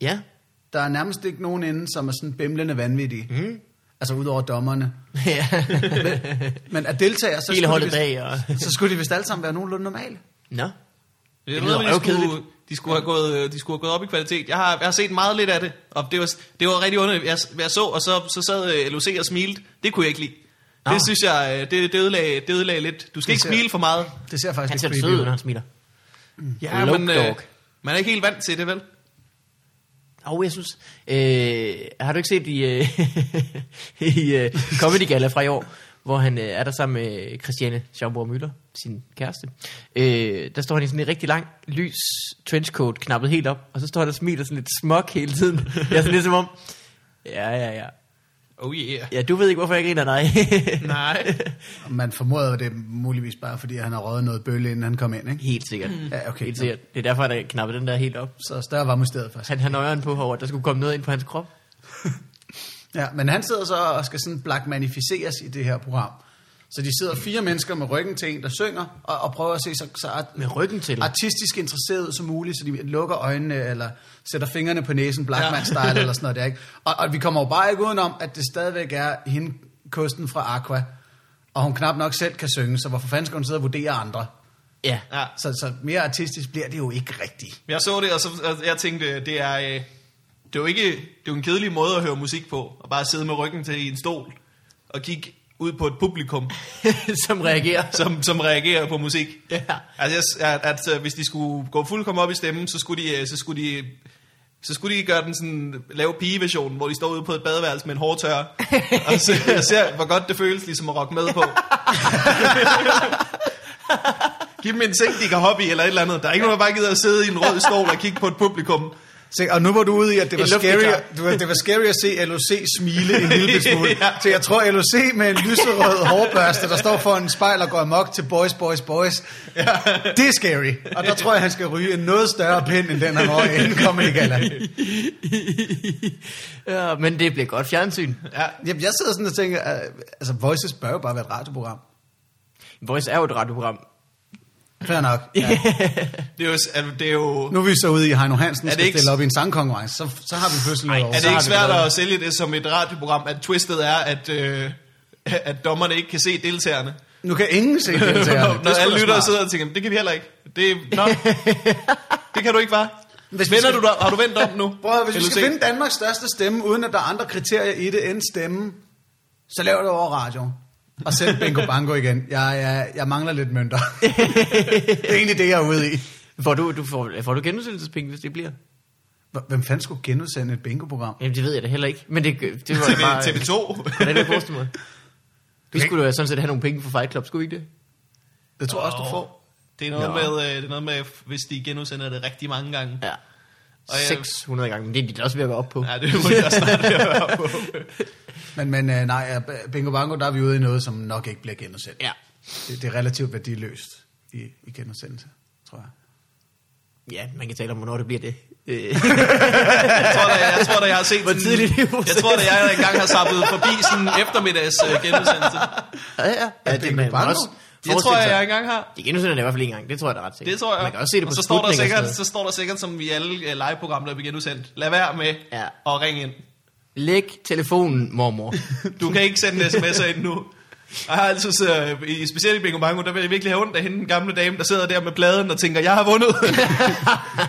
[SPEAKER 1] ja.
[SPEAKER 3] Der er nærmest ikke nogen inde, som er sådan bimlende vanvittige.
[SPEAKER 1] Mhm.
[SPEAKER 3] Mm. Altså udover dommerne.
[SPEAKER 1] ja.
[SPEAKER 3] Men at deltage, så
[SPEAKER 1] Hele
[SPEAKER 3] skulle, de
[SPEAKER 1] holdet
[SPEAKER 3] vist,
[SPEAKER 1] bag og...
[SPEAKER 3] så skulle de vist alle sammen være nogenlunde normale.
[SPEAKER 1] Nå.
[SPEAKER 2] Jeg
[SPEAKER 1] Det
[SPEAKER 2] ved,
[SPEAKER 1] lyder
[SPEAKER 2] men de skulle,
[SPEAKER 1] røvkedeligt.
[SPEAKER 2] de, skulle have gået, øh, de skulle have gået op i kvalitet. Jeg har, jeg har set meget lidt af det, og det var, det var rigtig underligt. Jeg, jeg så, og så, så sad øh, LOC og smilte. Det kunne jeg ikke lide.
[SPEAKER 1] Nå.
[SPEAKER 2] Det synes jeg, øh, det, det, ødelagde, det ødelagde lidt. Du skal
[SPEAKER 3] Det
[SPEAKER 2] ikke
[SPEAKER 3] ser-
[SPEAKER 2] smile for meget.
[SPEAKER 1] Mm.
[SPEAKER 3] Det ser
[SPEAKER 1] Han
[SPEAKER 3] faktisk
[SPEAKER 1] ser
[SPEAKER 3] lidt
[SPEAKER 1] sød ud,
[SPEAKER 3] creepy
[SPEAKER 1] når
[SPEAKER 3] ud.
[SPEAKER 1] han smiler.
[SPEAKER 2] Ja,
[SPEAKER 1] Low
[SPEAKER 2] men øh,
[SPEAKER 1] dog.
[SPEAKER 2] man er ikke helt vant til det, vel?
[SPEAKER 1] Åh, oh, jeg synes... Øh, har du ikke set i, øh, i øh, Comedy Gala fra i år, hvor han øh, er der sammen med Christiane Schaumburg Møller, sin kæreste. Øh, der står han i sådan en rigtig lang, lys trenchcoat, knappet helt op, og så står han og smiler sådan lidt smuk hele tiden. Jeg er sådan lidt som om... Ja, ja, ja.
[SPEAKER 2] Oh yeah.
[SPEAKER 1] Ja, du ved ikke, hvorfor jeg griner, nej.
[SPEAKER 2] Nej.
[SPEAKER 3] Og Man formoder det er muligvis bare, fordi han har røget noget bølle, inden han kom ind. Ikke?
[SPEAKER 1] Helt sikkert.
[SPEAKER 3] Ja, okay.
[SPEAKER 1] Helt sikkert. Det er derfor, han knapper den der helt op.
[SPEAKER 3] Så større var mysteriet faktisk.
[SPEAKER 1] Han har nøjeren på herovre, der skulle komme noget ind på hans krop.
[SPEAKER 3] Ja, men han sidder så og skal sådan black manificeres i det her program. Så de sidder fire mennesker med ryggen til en, der synger, og, og prøver at se så, så art-
[SPEAKER 1] Med ryggen til.
[SPEAKER 3] artistisk interesseret ud som muligt, så de lukker øjnene, eller sætter fingrene på næsen, Blackman-style, ja. eller sådan noget der, ikke? Og, og vi kommer jo bare ikke udenom, at det stadigvæk er hende, kosten fra Aqua, og hun knap nok selv kan synge, så hvorfor fanden skal hun sidde og vurdere andre?
[SPEAKER 1] Ja.
[SPEAKER 2] Ja.
[SPEAKER 3] Så, så mere artistisk bliver det jo ikke rigtigt.
[SPEAKER 2] Jeg så det, og, så, og jeg tænkte, det er, øh, det er jo ikke det er jo en kedelig måde at høre musik på, og bare sidde med ryggen til i en stol og kigge ud på et publikum,
[SPEAKER 1] som reagerer.
[SPEAKER 2] som, som reagerer på musik.
[SPEAKER 1] Ja.
[SPEAKER 2] Altså, jeg, at, at, øh, hvis de skulle gå fuldkommen op i stemmen, så skulle de, øh, så skulle de, så skulle de gøre den sådan, lave pigeversionen, hvor de står ude på et badeværelse med en hårtørre, og så jeg ser, hvor godt det føles ligesom at rocke med på. Giv dem en seng, de kan hoppe i, eller et eller andet. Der er ikke nogen, der bare gider at sidde i en rød stol og kigge på et publikum.
[SPEAKER 3] Se, og nu var du ude i, at det var,
[SPEAKER 1] En luftgitar.
[SPEAKER 3] scary, at- du, det var scary at se LOC smile en lille bit smule.
[SPEAKER 2] Ja.
[SPEAKER 3] Så jeg tror, LOC med en lyserød hårbørste, der står foran en spejl og går amok til boys, boys, boys. Ja. Det er scary. Og der tror jeg, han skal ryge en noget større pind, end den han var inden kom i gala.
[SPEAKER 1] ja, men det bliver godt fjernsyn.
[SPEAKER 2] Ja,
[SPEAKER 3] Jamen, jeg sidder sådan og tænker, øh, altså Voices bør jo bare være et radioprogram.
[SPEAKER 1] Voice er jo et radioprogram.
[SPEAKER 3] Fair nok. Ja.
[SPEAKER 2] det er jo, s- altså, det er jo
[SPEAKER 3] Nu er vi så ude i Heino Hansen,
[SPEAKER 2] Er
[SPEAKER 3] er
[SPEAKER 2] det
[SPEAKER 3] skal
[SPEAKER 2] ikke-
[SPEAKER 3] ikke... stille op i en sangkonkurrence. Så, så har vi pludselig noget over.
[SPEAKER 2] er
[SPEAKER 1] så
[SPEAKER 2] det
[SPEAKER 1] har
[SPEAKER 2] ikke
[SPEAKER 1] vi
[SPEAKER 2] svært
[SPEAKER 1] noget.
[SPEAKER 2] at sælge det som et radioprogram, at twistet er, at, øh, at dommerne ikke kan se deltagerne?
[SPEAKER 3] Nu kan ingen se det til jer.
[SPEAKER 2] Når,
[SPEAKER 3] Det
[SPEAKER 2] når
[SPEAKER 3] er sgu
[SPEAKER 2] alle
[SPEAKER 3] da
[SPEAKER 2] lytter og
[SPEAKER 3] smart.
[SPEAKER 2] sidder og tænker, det kan vi heller ikke. Det, nå, det kan du ikke, var.
[SPEAKER 3] Hvis
[SPEAKER 2] Hvis
[SPEAKER 3] vi
[SPEAKER 2] Vender
[SPEAKER 3] skal-
[SPEAKER 2] du dig, har du vendt om nu?
[SPEAKER 3] Prøv at høre, hvis vi
[SPEAKER 2] Vil du
[SPEAKER 3] skal
[SPEAKER 2] se?
[SPEAKER 3] finde Danmarks største stemme, uden at der er andre kriterier i det end stemme, så lav det over radio. Og send Bingo Bango igen. Jeg, jeg, jeg mangler lidt mønter. det er egentlig det, jeg er ude i.
[SPEAKER 1] Får du, du, får, får du genudsendelsespenge, hvis det bliver?
[SPEAKER 3] H- Hvem fanden skulle genudsende et bingo-program?
[SPEAKER 1] Jamen, det ved jeg da heller ikke. Men det, det var
[SPEAKER 2] TV,
[SPEAKER 1] bare...
[SPEAKER 2] TV2.
[SPEAKER 1] Hvordan er det forestille mig? Vi
[SPEAKER 3] kan
[SPEAKER 1] skulle jo sådan set have nogle penge for Fight Club, skulle vi ikke det?
[SPEAKER 3] Det tror jeg også, du
[SPEAKER 2] Åh,
[SPEAKER 3] får.
[SPEAKER 2] Det er, noget
[SPEAKER 1] Nå.
[SPEAKER 2] med, øh, det er noget med, hvis de genudsender det rigtig mange gange.
[SPEAKER 1] Ja.
[SPEAKER 2] Og jeg-
[SPEAKER 1] 600 gange, men det er de da også ved at være oppe på.
[SPEAKER 2] Ja, det må jeg snart høre på.
[SPEAKER 3] Men, men øh, nej, øh, B- Bingo Bango, der er vi ude i noget, som nok ikke bliver genudsendt.
[SPEAKER 1] Ja.
[SPEAKER 3] Det, det er relativt værdiløst i, i genudsendelse, tror jeg.
[SPEAKER 1] ja, man kan tale om, hvornår det bliver det. Øh,
[SPEAKER 2] Jeg tror, da, jeg, tror da, jeg har set
[SPEAKER 1] Hvor tidligt i
[SPEAKER 2] Jeg tror da, jeg engang har sappet forbi sådan en eftermiddags øh, genudsendelse.
[SPEAKER 1] ja, ja. ja det,
[SPEAKER 3] Bingo
[SPEAKER 1] man, man
[SPEAKER 3] Bango?
[SPEAKER 1] også
[SPEAKER 2] Det tror jeg, jeg engang har.
[SPEAKER 1] De genudsender det i hvert fald en gang, det tror jeg da ret sikkert.
[SPEAKER 2] Det tror jeg.
[SPEAKER 1] Man kan også se det på
[SPEAKER 2] og så står, der
[SPEAKER 1] Sputnik og
[SPEAKER 2] sikkert,
[SPEAKER 1] sådan
[SPEAKER 2] så står der sikkert, som vi alle øh, liveprogrammer, der bliver genudsendt. Lad være med
[SPEAKER 1] Ja.
[SPEAKER 2] at ringe ind.
[SPEAKER 1] noget. Læg telefonen, mormor.
[SPEAKER 2] Du kan ikke sende sms'er ind nu. Og jeg har altid siddet, øh, i specielt i Bingo Mango, der vil jeg virkelig have ondt af hende, den gamle dame, der sidder der med pladen og tænker, jeg har vundet.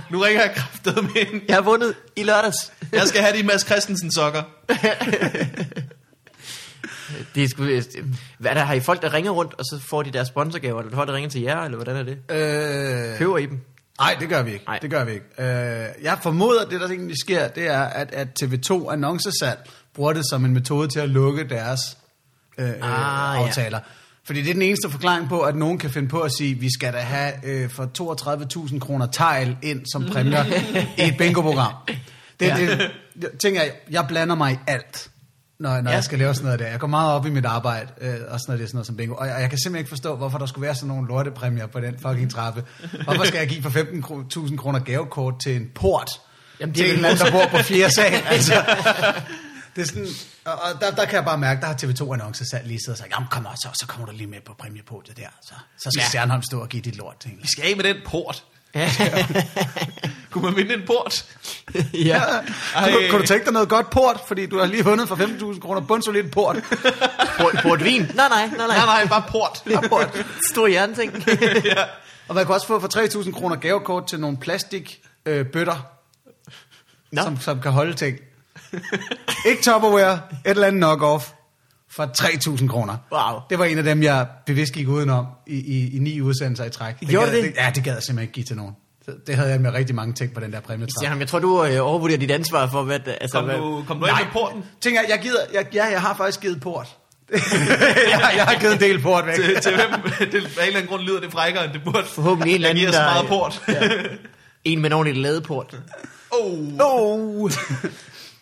[SPEAKER 2] nu ringer jeg kraftet med hende.
[SPEAKER 1] jeg har vundet i lørdags.
[SPEAKER 2] Jeg skal have de Mads Christensen sokker.
[SPEAKER 1] Det er sgu, øh, hvad er der, har I folk, der ringer rundt, og så får de deres sponsorgaver, eller er der folk, der ringer til jer, eller hvordan er det?
[SPEAKER 3] Øh,
[SPEAKER 1] Køber I dem?
[SPEAKER 3] Nej, det gør vi ikke.
[SPEAKER 1] Nej.
[SPEAKER 3] Det gør vi ikke. Øh, jeg formoder, det der egentlig sker, det er, at, at TV2 annoncesalg bruger det som en metode til at lukke deres øh, ah,
[SPEAKER 1] Ah, ja.
[SPEAKER 3] aftaler. Ja. Fordi det er den eneste forklaring på, at nogen kan finde på at sige, vi skal da have øh, for 32.000 kroner tegl ind som præmier i et bingo-program. Det, ja.
[SPEAKER 1] Ja.
[SPEAKER 3] det, jeg tænker, jeg, jeg blander mig i alt, når, når ja.
[SPEAKER 1] Ja.
[SPEAKER 3] jeg skal lave sådan noget der. Jeg går meget op i mit arbejde, øh, og sådan noget, det er sådan noget som bingo. Og jeg, jeg kan simpelthen ikke forstå, hvorfor der skulle være sådan nogle lortepræmier på den fucking trappe. Hvorfor skal jeg give for 15.000 kroner gavekort til en port?
[SPEAKER 1] Jamen,
[SPEAKER 3] Jamen, det
[SPEAKER 1] det
[SPEAKER 3] til
[SPEAKER 1] er
[SPEAKER 3] en eller anden, der bor på fjerde sal. Altså, det er sådan, og, og der, der kan jeg bare mærke, der har TV2 annoncer sat lige siddet og sagt, jamen kom også, så kommer du lige med på præmiepodiet der. Så, så skal ja.
[SPEAKER 1] Ja.
[SPEAKER 3] Stjernholm stå og give dit lort til en.
[SPEAKER 2] Vi skal af med den port.
[SPEAKER 1] Ja.
[SPEAKER 2] Kunne man vinde en port?
[SPEAKER 1] ja.
[SPEAKER 3] Kunne, du-
[SPEAKER 2] Ej.
[SPEAKER 3] kunne du tænke dig noget godt port? Fordi du har lige vundet for 15.000 kroner bundsolidt port.
[SPEAKER 1] Port, port vin? Nej, nej, nej, nej.
[SPEAKER 2] Nej, nej, bare port.
[SPEAKER 3] Ja, port.
[SPEAKER 1] Stor jernting.
[SPEAKER 2] ja.
[SPEAKER 3] Og man kan også få for 3.000 kroner gavekort til nogle plastik øh, bøtter,
[SPEAKER 1] Nå.
[SPEAKER 3] som, som kan holde ting. Ikke Tupperware, et eller andet knock-off for 3.000 kroner.
[SPEAKER 1] Wow.
[SPEAKER 3] Det var en af dem, jeg bevidst gik udenom i, i, i ni udsendelser i træk.
[SPEAKER 1] Gjorde
[SPEAKER 3] gad,
[SPEAKER 1] det?
[SPEAKER 3] Ja, det gad jeg simpelthen ikke give til nogen. Så Det havde jeg med rigtig mange ting på den der præmietrap.
[SPEAKER 1] Jamen, jeg tror, du øh, overvurderer dit ansvar for, hvad... det- Altså,
[SPEAKER 2] Kom
[SPEAKER 1] hvad,
[SPEAKER 2] du, kom du af med porten
[SPEAKER 3] Tænker jeg, jeg gider, jeg, ja, jeg har faktisk givet port. jeg, jeg har givet en del port væk.
[SPEAKER 2] til, til hvem? Det, af en eller anden grund lyder det frækkere, end det burde.
[SPEAKER 1] Forhåbentlig en eller
[SPEAKER 2] Jeg
[SPEAKER 1] anden,
[SPEAKER 2] giver så
[SPEAKER 1] der-
[SPEAKER 2] meget port.
[SPEAKER 1] En med en ordentlig ladeport.
[SPEAKER 2] oh.
[SPEAKER 3] Oh. Nej,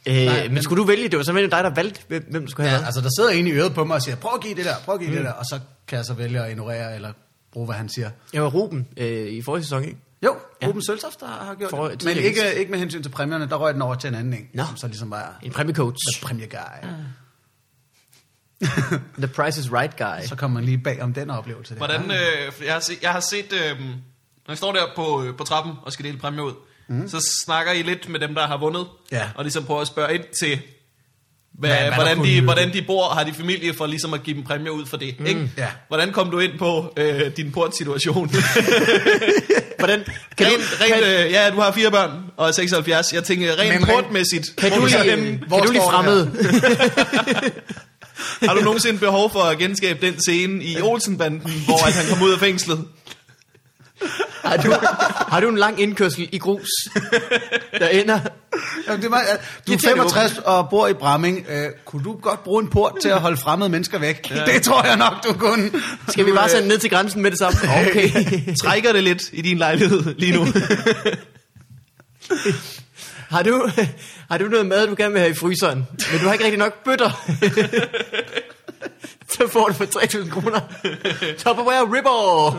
[SPEAKER 1] Øh,
[SPEAKER 3] men-
[SPEAKER 1] men skulle du vælge, det var simpelthen dig, der valgte, hvem, hvem du skulle have
[SPEAKER 3] Ja,
[SPEAKER 1] ja,
[SPEAKER 3] altså der sidder en i øret på mig og siger, prøv at give det der, prøv at give mm. det der, og så kan jeg så vælge at ignorere eller bruge, hvad han siger.
[SPEAKER 1] Jeg var Ruben øh, i forrige sæson, ikke?
[SPEAKER 3] Jo,
[SPEAKER 1] Ja.
[SPEAKER 3] Ruben Søltoft der har gjort
[SPEAKER 1] For-
[SPEAKER 3] det. Men
[SPEAKER 1] tidligere.
[SPEAKER 3] ikke, ikke med hensyn til præmierne, der røg den over til en anden en,
[SPEAKER 1] Nå. Ah.
[SPEAKER 3] som så ligesom var
[SPEAKER 1] En præmiecoach.
[SPEAKER 3] the premier guy.
[SPEAKER 1] The Price is Right Guy.
[SPEAKER 3] Så kommer man lige bag om den oplevelse. Der.
[SPEAKER 2] Hvordan, øh, for jeg, har set, jeg har set, øh, når I står der på, øh, på trappen og skal dele præmie ud, mm. så snakker I lidt med dem, der har vundet,
[SPEAKER 3] Ja.
[SPEAKER 2] og ligesom prøver at spørge ind til, hvad,
[SPEAKER 3] Hvad- hvad
[SPEAKER 2] hvad
[SPEAKER 3] der
[SPEAKER 2] hvordan,
[SPEAKER 3] kunne
[SPEAKER 2] de,
[SPEAKER 3] nyde
[SPEAKER 2] hvordan de bor, har de familie for ligesom at give dem præmie ud for det. Mm. Ikke?
[SPEAKER 3] Ja.
[SPEAKER 2] Hvordan kom du ind på øh, din portsituation?
[SPEAKER 1] Hvordan, kan, du,
[SPEAKER 2] rent, rent, øh, ja, du har fire børn og er 76. Jeg tænker
[SPEAKER 3] Men
[SPEAKER 2] rent
[SPEAKER 3] rent-
[SPEAKER 2] portmæssigt.
[SPEAKER 1] kan, kan,
[SPEAKER 2] hvor
[SPEAKER 1] du
[SPEAKER 2] er
[SPEAKER 1] lige,
[SPEAKER 2] den-
[SPEAKER 1] kan du lige
[SPEAKER 3] står det her?
[SPEAKER 1] fremmede?
[SPEAKER 2] Har du nogensinde behov for at genskabe den scene i Olsenbanden, hvor at han kom ud af fængslet?
[SPEAKER 1] Har du, har du en lang indkørsel i grus, der ender?
[SPEAKER 3] Jamen, det er meget, ja, du er
[SPEAKER 1] Irriterende
[SPEAKER 3] 65 og bor i Bramming. Øh, kunne du godt bruge en port til at holde fremmede mennesker væk? Ja. Det tror jeg nok, du kunne. øh,
[SPEAKER 1] Skal vi bare sende ned til grænsen med det samme? øh, Okay.
[SPEAKER 2] Trækker det lidt i din lejlighed lige nu?
[SPEAKER 1] Har du, har du noget mad, du gerne vil have i fryseren, men du har ikke rigtig nok bøtter? Så får du for 3.000 kroner. Tupperware ripper!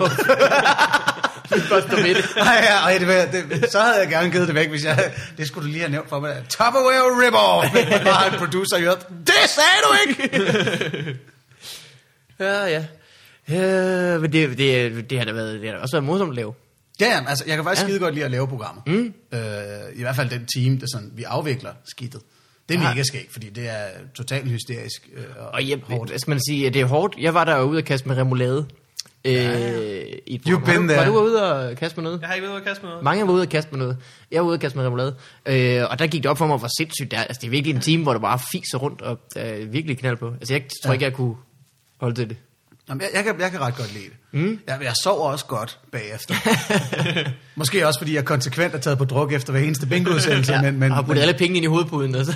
[SPEAKER 1] Vi bare står ved det.
[SPEAKER 3] Ej, ja, ej, det, var- det, så havde jeg gerne givet det væk, hvis jeg... Det skulle du lige have nævnt for mig. Tupperware Ripper! Hvis man Bare en producer i øret. Det sagde du ikke!
[SPEAKER 1] Ja, ja. Ja, men det, det, det, har da været, det har da også været morsomt at lave.
[SPEAKER 3] Ja, jamen, altså, jeg kan faktisk ja. skide godt lide at lave programmer. Mm. Øh, I hvert fald den time, der sådan, vi afvikler skidtet. Det er
[SPEAKER 1] Ja.
[SPEAKER 3] ja. mega skægt, fordi det er totalt hysterisk øh, og,
[SPEAKER 1] Og jeg,
[SPEAKER 3] hårdt.
[SPEAKER 1] hvad skal man sige, det er hårdt. Jeg var der ude og kaste med remoulade. Øh, i et
[SPEAKER 3] You've
[SPEAKER 1] program. Var du-
[SPEAKER 3] been
[SPEAKER 1] Var
[SPEAKER 3] there.
[SPEAKER 1] du ude og kaste med noget?
[SPEAKER 2] Jeg har ikke ved, hvad Kasper noget.
[SPEAKER 1] Mange var ude at kaste med noget. Jeg var ude at kaste med remoulade. Øh, og der gik det op for mig, hvor sindssygt det er. Altså, det er virkelig en time, hvor du bare fiser rundt og øh, virkelig knald på. Altså, jeg tror
[SPEAKER 3] Ja.
[SPEAKER 1] ikke, jeg kunne holde til det.
[SPEAKER 3] Jamen, jeg, jeg, kan, jeg kan ret godt lide det. Mm. Jeg, jeg sover også godt bagefter. Måske også, fordi jeg konsekvent er taget på druk efter hver eneste bingo-udsendelse. ja. Altså, men, men,
[SPEAKER 1] og har puttet alle pengene ind i hovedpuden. Altså.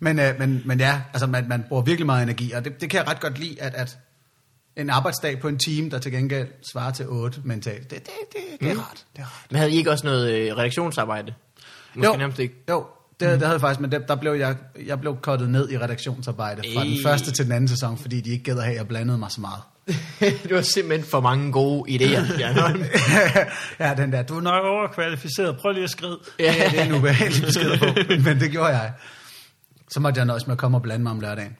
[SPEAKER 3] men, øh, men, men ja, altså man, man bruger virkelig meget energi, og det, det kan jeg ret godt lide, at, at en arbejdsdag på en time, der til gengæld svarer til 8 mentalt, det, det, det, det er
[SPEAKER 1] Mm.
[SPEAKER 3] rart. Det er rart.
[SPEAKER 1] Men havde I ikke også noget øh, redaktionsarbejde? Måske nærmest ikke.
[SPEAKER 3] Jo, det, det havde jeg faktisk, men det, der blev jeg, jeg blev kottet ned i redaktionsarbejde fra den
[SPEAKER 1] Ej.
[SPEAKER 3] første til den anden sæson, fordi de ikke gad at have, at jeg blandede mig så meget.
[SPEAKER 1] det var simpelthen for mange gode idéer. Bjarne.
[SPEAKER 3] ja, den der, du er nok overkvalificeret, prøv lige at skride.
[SPEAKER 1] Ja.
[SPEAKER 3] Ja, det er en ubehagelig besked at få, men det gjorde jeg. Så måtte jeg nøjes med at komme og blande mig om lørdagen.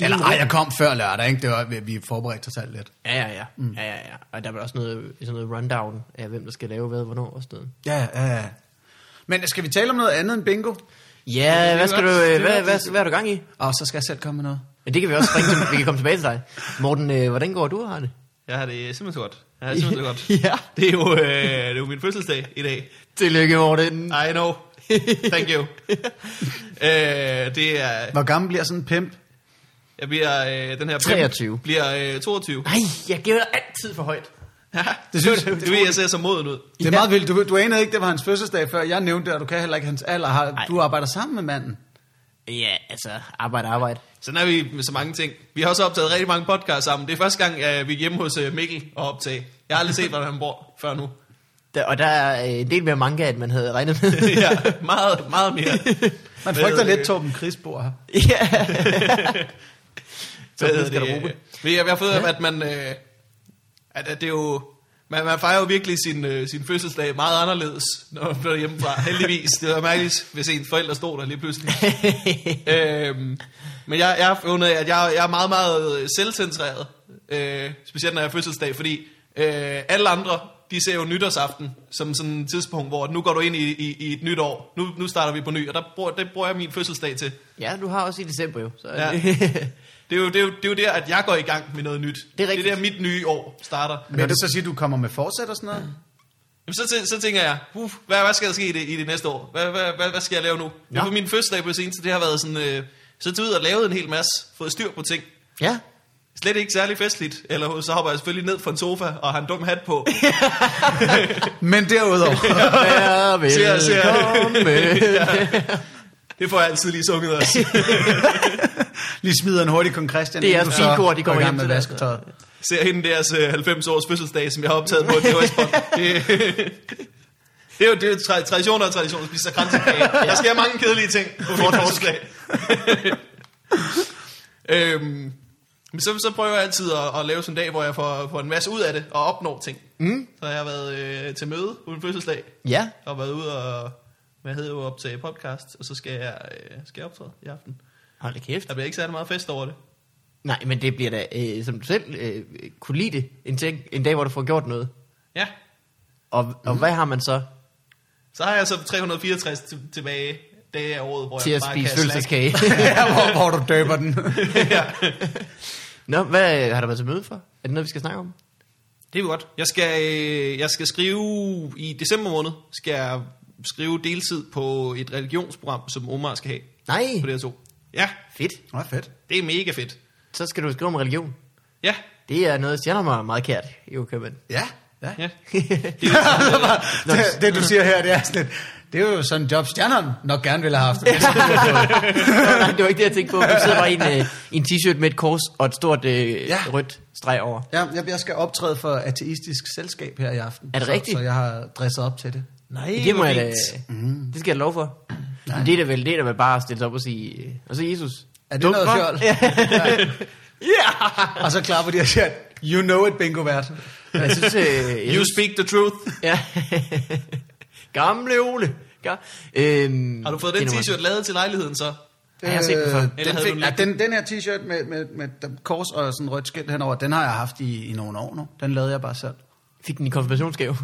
[SPEAKER 3] Eller ej, jeg kom før lørdag, ikke? Det var, vi- vi forberedte os alt lidt.
[SPEAKER 1] ja, ja, ja. Mm. ja, ja, ja. Og der var også noget, sådan noget rundown af, hvem der skal lave hvad, hvornår og sådan noget.
[SPEAKER 3] Ja, ja, ja. Men skal vi tale om noget andet end bingo?
[SPEAKER 1] Ja, hvad, skal du, øh, hvad, hvad, hvad er du gang i?
[SPEAKER 3] Og så skal jeg selv komme med noget.
[SPEAKER 1] Men det kan vi også springe til, vi kan komme tilbage til dig. Morten, øh, hvordan går du og har det?
[SPEAKER 2] Jeg har det simpelthen så godt. Jeg har det simpelthen så godt.
[SPEAKER 1] ja.
[SPEAKER 2] Det er, jo, øh, det er jo min fødselsdag i dag.
[SPEAKER 1] Tillykke, Morten.
[SPEAKER 2] I know. Thank you. øh, det er...
[SPEAKER 3] Hvor gammel bliver sådan en pimp?
[SPEAKER 2] Jeg bliver... Øh, den her pimp
[SPEAKER 1] 23.
[SPEAKER 2] Bliver øh, 22.
[SPEAKER 1] Nej, jeg giver dig altid for højt.
[SPEAKER 2] det
[SPEAKER 3] synes
[SPEAKER 2] du, du ved, jeg ser så moden ud.
[SPEAKER 3] Det er meget vildt. Du, du anede ikke, det var hans fødselsdag før. Jeg nævnte det, og du kan heller ikke hans alder. Har, du arbejder sammen med manden.
[SPEAKER 1] Ja, altså, arbejde, arbejde.
[SPEAKER 2] Sådan er vi med så mange ting. Vi har også optaget rigtig mange podcasts sammen. Det er første gang, øh, vi er hjemme hos øh, Mikkel og optage. Jeg har aldrig set, hvordan han bor før nu.
[SPEAKER 1] Der, og der er øh, en del mere manga, end man havde regnet med.
[SPEAKER 2] ja, meget, meget mere.
[SPEAKER 3] Man
[SPEAKER 2] Hvad hedder
[SPEAKER 3] frygter
[SPEAKER 2] det?
[SPEAKER 3] lidt Torben Chris bor her.
[SPEAKER 1] ja. Så
[SPEAKER 2] Hvad hedder
[SPEAKER 1] skal
[SPEAKER 2] det?
[SPEAKER 1] det?
[SPEAKER 2] Ved jeg, jeg har fået, ja. at man... Øh, at, at det er jo... Man, man fejrer jo virkelig sin, øh, sin fødselsdag meget anderledes, når man flytter hjemmefra. Heldigvis. Det var mærkeligt, hvis ens forældre stod der lige pludselig.
[SPEAKER 1] øh,
[SPEAKER 2] øhm, men jeg, jeg har fundet, at jeg, jeg er meget, meget selvcentreret. Øh, specielt når jeg har fødselsdag, fordi øh, alle andre, de ser jo nytårsaften som sådan et tidspunkt, hvor nu går du ind i, i, i et nyt år. Nu, nu starter vi på ny, og der bruger, det bruger jeg min fødselsdag til.
[SPEAKER 1] ja, du har også i december jo. Så
[SPEAKER 2] Ja.
[SPEAKER 1] ja.
[SPEAKER 2] Det er, jo, det, er jo, det er jo der, at jeg går i gang med noget nyt. Det er, det
[SPEAKER 1] rigtigt.
[SPEAKER 2] er der, mit nye år starter.
[SPEAKER 3] Men det så sige, at du kommer med forsæt og sådan noget?
[SPEAKER 2] Jamen, så, tæ- så tænker jeg, uh, hvad, hvad skal der ske i det, i det næste år? Hvad, hvad, hvad, hvad skal jeg lave nu? Ja.
[SPEAKER 1] Ja.
[SPEAKER 2] På min fødselsdag på det seneste, det har været sådan... Øh, så taget ud og lavet en hel masse, fået styr på ting.
[SPEAKER 1] ja.
[SPEAKER 2] Slet ikke særlig festligt, eller så hopper jeg selvfølgelig ned fra en sofa og har en dum hat på.
[SPEAKER 3] Men derudover,
[SPEAKER 1] Vær
[SPEAKER 2] Ser- ser-
[SPEAKER 1] velkommen.
[SPEAKER 2] Det får jeg altid lige sunget også.
[SPEAKER 3] lige smider en hurtig kong Christian.
[SPEAKER 1] Det er
[SPEAKER 3] inden du
[SPEAKER 1] også
[SPEAKER 3] så
[SPEAKER 1] fint kor, de
[SPEAKER 3] går i
[SPEAKER 1] kommer hjem
[SPEAKER 3] gang med
[SPEAKER 1] til der.
[SPEAKER 3] vasketøjet.
[SPEAKER 2] Ser hende deres øh, 90 års fødselsdag, som jeg har optaget på et VHS-bånd. Det, det er jo det er jo tra- traditioner og traditioner, spiser kransekage. Der sker mange kedelige ting på min fødselsdag. øhm, men så, så prøver jeg altid at, at lave sådan en dag, hvor jeg får, får en masse ud af det og opnår ting. Mm. Så jeg har været øh, til møde på min fødselsdag
[SPEAKER 1] ja.
[SPEAKER 2] og været ude og hvad hedder jo optage podcast, og så skal jeg, øh, skal jeg optræde i aften.
[SPEAKER 1] Hold da kæft.
[SPEAKER 2] Der bliver ikke særlig meget fest over det.
[SPEAKER 1] Nej, men det bliver da, øh, som du selv øh, kunne lide det, en, ting, en dag, hvor du får gjort noget.
[SPEAKER 2] Ja,
[SPEAKER 1] Og, mm. og hvad har man så
[SPEAKER 2] så har jeg så 364 til- tilbage dage af året, hvor
[SPEAKER 1] til
[SPEAKER 2] jeg
[SPEAKER 1] at
[SPEAKER 2] bare kan
[SPEAKER 1] spise
[SPEAKER 2] slack.
[SPEAKER 1] følelseskage?
[SPEAKER 3] ja, hvor, hvor du døber den.
[SPEAKER 1] Nå, hvad øh, har der været til møde for? Er det noget, vi skal snakke om?
[SPEAKER 2] Det er jo godt. Jeg skal, øh, jeg skal skrive, i december måned skal jeg skrive deltid på et religionsprogram, som Omar skal have
[SPEAKER 1] Nej,
[SPEAKER 2] på DR2. Ja,
[SPEAKER 1] fedt.
[SPEAKER 3] Nå, fedt.
[SPEAKER 2] det er mega fedt.
[SPEAKER 1] Så skal du skrive om religion.
[SPEAKER 2] Ja,
[SPEAKER 1] Det er noget, jeg har mig meget kært, jo, kan man.
[SPEAKER 3] Ja, ja.
[SPEAKER 2] ja.
[SPEAKER 3] det, det, du siger her, det er sådan lidt, det er jo sådan en job, stjerneren nok gerne ville have haft.
[SPEAKER 1] Nej, det var ikke det, jeg tænkte på. Du sidder bare i en, øh, i en t-shirt med et kors og et stort øh, ja.
[SPEAKER 3] Ja.
[SPEAKER 1] rødt streg over.
[SPEAKER 3] Ja, jeg, jeg skal optræde for ateistisk selskab her i aften.
[SPEAKER 1] Er det
[SPEAKER 3] så,
[SPEAKER 1] rigtigt?
[SPEAKER 3] Så jeg har dresset op til det.
[SPEAKER 2] Nej,
[SPEAKER 1] det må
[SPEAKER 2] hvor
[SPEAKER 1] jeg da,
[SPEAKER 2] fint.
[SPEAKER 1] Det skal jeg love for. Men det er da vel, det er da vel bare at stille sig op og sige, øh, og så Jesus.
[SPEAKER 3] Er det
[SPEAKER 1] Dum
[SPEAKER 3] noget
[SPEAKER 1] nok.
[SPEAKER 3] fjol?
[SPEAKER 1] Ja.
[SPEAKER 3] Og så klapper de og siger, you know it, bingo vært.
[SPEAKER 1] Jeg synes, øh, jeg
[SPEAKER 2] You
[SPEAKER 1] synes,
[SPEAKER 2] speak the truth.
[SPEAKER 1] ja. Gamle Ole. Ja. Øhm,
[SPEAKER 2] Har du fået den
[SPEAKER 1] det er nummer-
[SPEAKER 2] t-shirt lavet til lejligheden så?
[SPEAKER 1] Ja, jeg har set den før.
[SPEAKER 2] Eller
[SPEAKER 3] Øh, den,
[SPEAKER 2] havde du
[SPEAKER 3] fik,
[SPEAKER 2] den
[SPEAKER 3] ja,
[SPEAKER 2] lidt?
[SPEAKER 3] den, den her t-shirt med, med, med dem- kors og sådan rødt skilt henover, den har jeg haft i, i nogle år nu. Den lavede jeg bare selv.
[SPEAKER 1] Fik den i konfirmationsgave.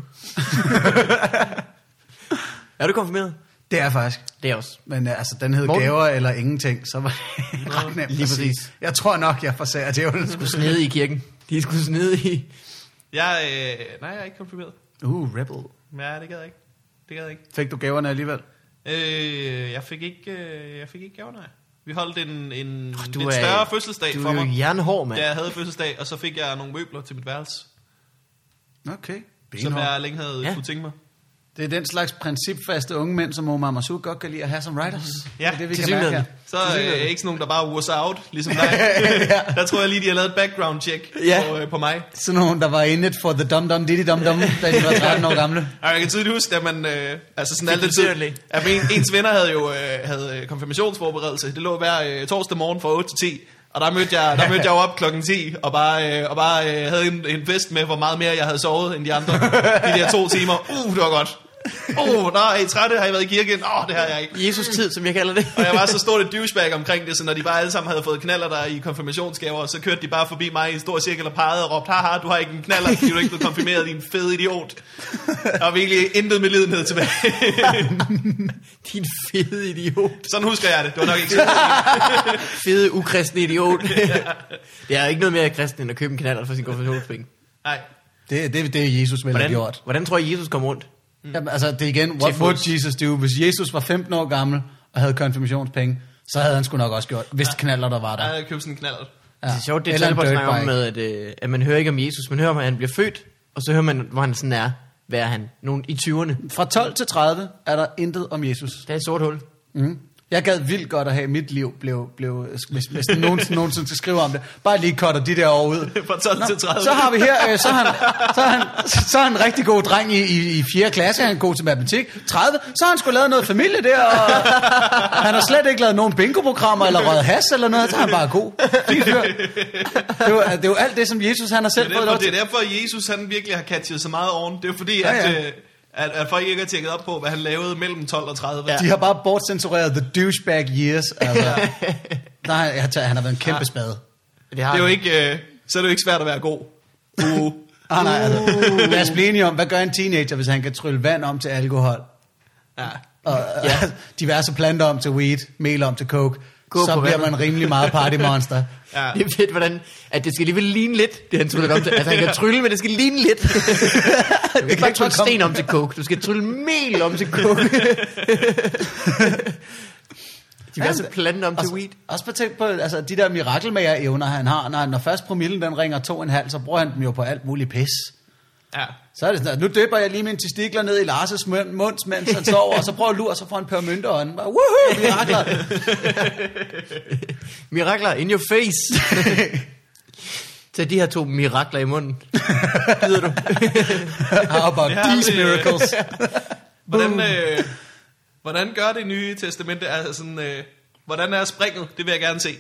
[SPEAKER 1] er du konfirmeret?
[SPEAKER 3] Det er jeg faktisk.
[SPEAKER 1] Det er jeg også.
[SPEAKER 3] Men øh, altså, den hed
[SPEAKER 1] Morten?
[SPEAKER 3] Morten. gaver eller ingenting, så var det ret nemt
[SPEAKER 1] lige
[SPEAKER 3] at sige.
[SPEAKER 1] præcis.
[SPEAKER 3] Jeg tror nok, jeg forsager djævlen.
[SPEAKER 1] Snede i kirken. De skulle snede i...
[SPEAKER 2] Jeg, øh, nej, jeg er ikke konfirmeret.
[SPEAKER 3] Uh, rebel.
[SPEAKER 2] Ja, det gad jeg ikke. Det gad jeg ikke.
[SPEAKER 3] Fik du gaverne alligevel?
[SPEAKER 2] Øh, jeg fik ikke, øh, jeg fik ikke gaver, nej. Vi holdt en, en
[SPEAKER 1] Åh,
[SPEAKER 2] oh, lidt større fødselsdag
[SPEAKER 1] du
[SPEAKER 2] for
[SPEAKER 1] er jo
[SPEAKER 2] mig,
[SPEAKER 1] jernhård, mand.
[SPEAKER 2] da jeg havde fødselsdag, og så fik jeg nogle møbler til mit værelse,
[SPEAKER 3] Okay.
[SPEAKER 2] som
[SPEAKER 3] Benhård.
[SPEAKER 2] jeg længe havde
[SPEAKER 1] Ja.
[SPEAKER 2] ja. kunne tænke mig.
[SPEAKER 3] Det er den slags principfaste unge mænd, som Omar Massoud godt kan lide at have som writers.
[SPEAKER 2] Ja,
[SPEAKER 3] det er det, vi kan mærke
[SPEAKER 1] tilsyneladende.
[SPEAKER 3] her.
[SPEAKER 2] Så øh, er ikke sådan nogen, der bare was out, ligesom dig. Der tror jeg lige, de har lavet et background check
[SPEAKER 1] Ja.
[SPEAKER 2] på, øh, på mig.
[SPEAKER 3] Sådan nogen, der var in it for the dum dum diddy dum dum, da de var 13 år gamle.
[SPEAKER 2] Og jeg kan tydeligt huske, at man, øh, altså sådan alt det tid,
[SPEAKER 1] Sincerely.
[SPEAKER 2] at men, ens venner havde jo øh, havde øh, konfirmationsforberedelse. Det lå hver øh, torsdag morgen fra 8 til 10. Og der mødte jeg, der mødte jeg jo op klokken 10, og bare, øh, og bare øh, havde en, en fest med, hvor meget mere jeg havde sovet end de andre. De der to timer. Uh, det var godt. Uh, nå, er I trætte? Har I været i kirke? Åh, det har jeg ikke.
[SPEAKER 1] Jesus-tid, som jeg kalder det.
[SPEAKER 2] Og jeg var så stort et douchebag omkring det, så når de bare alle sammen havde fået knaller der i konfirmationsgaver, så kørte de bare forbi mig i en stor cirkel og pegede og råbte, haha, du har ikke en knaller, fordi du er ikke blevet konfirmeret, din fede idiot. Der var virkelig intet med lidenhed tilbage.
[SPEAKER 1] Din fede idiot.
[SPEAKER 2] Sådan husker jeg det. Det var nok ikke sådan.
[SPEAKER 1] Fede, ukristne idiot. det er ikke noget mere kristen, end at købe en knaller for sin konfirmationspenge.
[SPEAKER 2] Nej.
[SPEAKER 3] Det, det, det er Jesus vel har
[SPEAKER 1] Hvordan,
[SPEAKER 3] gjort.
[SPEAKER 1] hvordan tror I, Jesus kom rundt?
[SPEAKER 3] Mm. Jamen, altså, det er igen, what
[SPEAKER 1] Til
[SPEAKER 3] would
[SPEAKER 1] fods.
[SPEAKER 3] Jesus do? Hvis Jesus var 15 år gammel og havde konfirmationspenge, så havde han sgu nok også gjort, hvis knaller der var der.
[SPEAKER 2] Jeg købte sådan en knaller.
[SPEAKER 1] Ja. Det er sjovt, det er
[SPEAKER 3] Eller en
[SPEAKER 1] Talbot snakker om
[SPEAKER 3] dirtbike.
[SPEAKER 1] med, at, øh, at man hører ikke om Jesus. Man hører om, at han bliver født, og så hører man, hvor han sådan er. Hvad er han? Nogen i 20'erne.
[SPEAKER 3] Fra 12 til 30 er der intet om Jesus.
[SPEAKER 1] Der er et sort hul.
[SPEAKER 3] Mm. Jeg gad vildt godt at have, at mit liv blev, blev hvis, hvis der nogensinde, nogensinde skal skrive om det. Bare lige cutter de der år ud.
[SPEAKER 2] Fra 12 til 30.
[SPEAKER 3] Så har vi her, øh, så er han, så er han, så er han en rigtig god dreng i, i, i 4. klasse, han er god til matematik. 30, så har han skulle lavet noget familie der, og han har slet ikke lavet nogen bingo-programmer, eller røget has eller noget, så er han bare god. Fin fyr. Det var, det var alt det, som Jesus han har selv
[SPEAKER 2] Det er,
[SPEAKER 3] fået lov
[SPEAKER 2] derfor,
[SPEAKER 3] til.
[SPEAKER 2] det er derfor, at Jesus han virkelig har catchet så meget oven. Det er jo fordi,
[SPEAKER 3] Ja,
[SPEAKER 2] at,
[SPEAKER 3] ja.
[SPEAKER 2] øh, at, at folk ikke har tjekket op på, hvad han lavede mellem 12 og 30.
[SPEAKER 3] De har bare bortcensureret the douchebag years. Altså. Der, har- jeg tager, han har været en kæmpe spade.
[SPEAKER 1] har
[SPEAKER 2] Det er jo
[SPEAKER 1] han.
[SPEAKER 2] ikke, øh, så er det jo ikke svært at være god. Uh.
[SPEAKER 3] Ah, nej,
[SPEAKER 1] Uh.
[SPEAKER 3] altså. Lad os blive enige om, hvad gør en teenager, hvis han kan trylle vand om til alkohol?
[SPEAKER 2] Ja.
[SPEAKER 3] Og ja.
[SPEAKER 1] Ja.
[SPEAKER 3] diverse planter om til weed, mel om til coke.
[SPEAKER 1] Gå på
[SPEAKER 3] så bliver
[SPEAKER 1] vandet.
[SPEAKER 3] man rimelig meget partymonster.
[SPEAKER 2] Ja.
[SPEAKER 1] Det er fedt, hvordan, at det skal alligevel ligne lidt, det han tryller om til. Altså, han kan trylle, men det skal ligne lidt. Du kan
[SPEAKER 3] kan
[SPEAKER 1] ikke bare
[SPEAKER 3] ikke
[SPEAKER 1] trylle
[SPEAKER 3] komme-
[SPEAKER 1] sten om til coke. Du skal trylle mel om til coke. Diverse
[SPEAKER 3] Jamen,
[SPEAKER 1] planter altså om til
[SPEAKER 3] Også,
[SPEAKER 1] weed.
[SPEAKER 3] også på tænk på altså, de der mirakelmager-evner, han har. Når, når først promillen den ringer to og en halv, så bruger han dem jo på alt muligt pis.
[SPEAKER 2] ja.
[SPEAKER 3] Så er det sådan, at nu døber jeg lige mine testikler ned i Lars' mund, munds, mens han sover, og så prøver at lure, og så får han per mønter, og han bare, woohoo, mirakler.
[SPEAKER 1] Mirakler in your face. Tag de her to mirakler i munden. Gider du?
[SPEAKER 3] How about
[SPEAKER 2] Det har
[SPEAKER 3] these
[SPEAKER 2] vi, øh,
[SPEAKER 3] miracles?
[SPEAKER 2] Hvordan, øh, hvordan gør det nye testamente? Altså sådan, øh, hvordan er springet? Det vil jeg gerne se.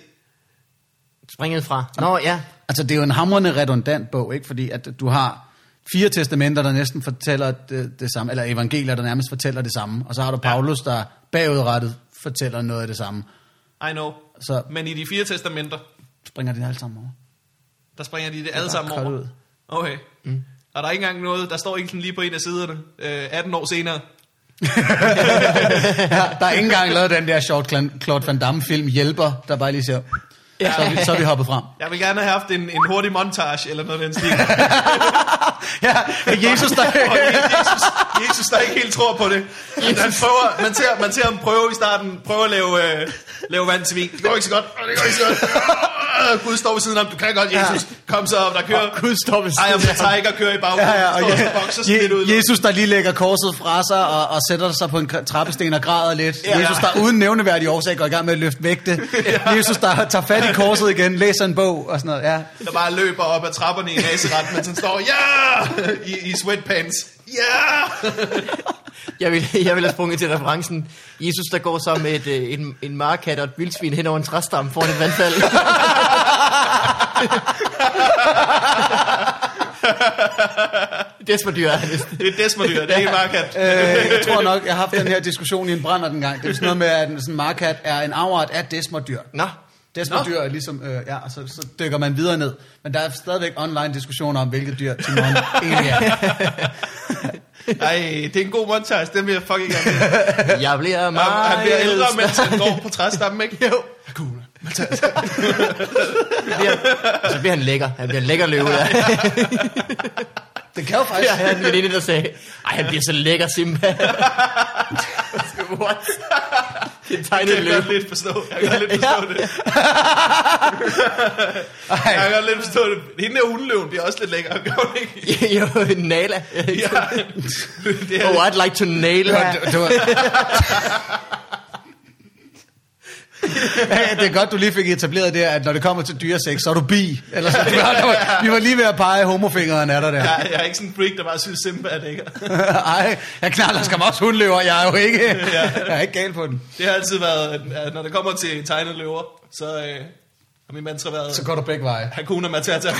[SPEAKER 1] Springet fra. Nå ja.
[SPEAKER 3] Altså, det er jo en hamrende redundant bog, ikke? Fordi at du har fire testamenter, der næsten fortæller det, det samme, eller evangelier, der nærmest fortæller det samme, og så har du Paulus, der bagudrettet fortæller noget af det samme.
[SPEAKER 2] I know.
[SPEAKER 3] Så-
[SPEAKER 2] Men i de fire testamenter,
[SPEAKER 3] Springer de alle sammen over.
[SPEAKER 2] der springer de det alle
[SPEAKER 3] bare
[SPEAKER 2] sammen
[SPEAKER 3] cut
[SPEAKER 2] over.
[SPEAKER 3] ud.
[SPEAKER 2] Okay. Mm. Og der er ikke engang noget, der står ikke sådan lige på en af siderne, øh, 18 år senere.
[SPEAKER 3] Ja, der er ikke engang lavet den der short Claude Van Damme film Hjælper, der bare lige siger, ja. så, er vi, så er vi hoppet frem.
[SPEAKER 2] Jeg vil gerne have haft en, en hurtig montage eller noget af den stil. Og
[SPEAKER 3] Ja, Jesus, der...
[SPEAKER 2] Jesus, Jesus, der ikke helt tror på det. Men han prøver, man, ser, man ser ham prøve i starten, prøve at lave, øh, lave vand til vin. Det går ikke så godt, Åh, det går ikke så godt. Åh, Gud står ved siden af ham, du kan godt, Jesus. Kom så op, der kører.
[SPEAKER 3] Gud, stop ved
[SPEAKER 2] Ej, jeg
[SPEAKER 3] siden af ham.
[SPEAKER 2] tiger kører i baggrunden.
[SPEAKER 3] Ja, ja, og
[SPEAKER 2] Står og
[SPEAKER 3] ja,
[SPEAKER 2] bokser sådan lidt ud.
[SPEAKER 3] Je, Jesus, der lige lægger korset fra sig og, og sætter sig på en k- trappesten og græder lidt.
[SPEAKER 2] Ja.
[SPEAKER 3] Ja. Jesus, der uden nævneværdig årsag går i gang med at løfte vægte. Ja. Jesus, der tager fat i korset igen, læser en bog og sådan noget. Ja.
[SPEAKER 2] der bare løber op ad trapperne i Nazareth, mens han står, ja, yeah! I, i sweatpants. Ja! Yeah!
[SPEAKER 1] Jeg vil, jeg vil have sprunget til referencen. Jesus, der går sammen med et, øh, en, en markat og et vildsvin hen over en træstamme foran et vandfald. Desper dyr er han vist.
[SPEAKER 2] Det er desmodyr, det er ikke markant.
[SPEAKER 3] Øh, jeg tror nok, jeg har haft den her diskussion i en brænder den gang. Det er sådan noget med, at en sådan markat er en afart af desmodyr.
[SPEAKER 1] Nå,
[SPEAKER 3] Desmodyr er ligesom, øh, ja, og så, så dykker man videre ned. Men der er stadigvæk online diskussioner om, hvilket dyr Timon egentlig er.
[SPEAKER 2] Ej, det er en god montage, den vil jeg fucking gerne have.
[SPEAKER 1] jeg bliver meget...
[SPEAKER 2] Han, han bliver ældre, mens han går på træstammen, ikke? Jo.
[SPEAKER 1] Og så bliver han lækker. Han bliver en lækker løve, ja.
[SPEAKER 3] Det kan jo faktisk
[SPEAKER 1] Jeg havde en veninde, der sagde, ej, han bliver så lækker, Simba. What? Det er
[SPEAKER 2] Jeg
[SPEAKER 1] tegnet
[SPEAKER 2] kan
[SPEAKER 1] løve.
[SPEAKER 2] godt lidt forstå, jeg kan godt lidt forstå det. Jeg kan godt lidt forstå det. Hende der hundeløven bliver også lidt lækker, gør hun ikke?
[SPEAKER 1] jo, Nala.
[SPEAKER 2] Ja. Det er,
[SPEAKER 1] Oh, I'd like to nail her.
[SPEAKER 3] Ja, det, det var... ja, det er godt, du lige fik etableret der, at når det kommer til dyresex, så er du bi. Eller så, du var, der var, vi var lige ved at pege homofingeren af dig der.
[SPEAKER 2] jeg, jeg er ikke sådan en freak, der bare synes Simba er lækker.
[SPEAKER 3] Ej, jeg knaller skam også hundløver, jeg er jo ikke, jeg er ikke gal på den.
[SPEAKER 2] Det har altid været, at- at når det kommer til tegnede løver, så øh, har min mantra været...
[SPEAKER 3] Så går du begge veje.
[SPEAKER 2] Hakuna Matata.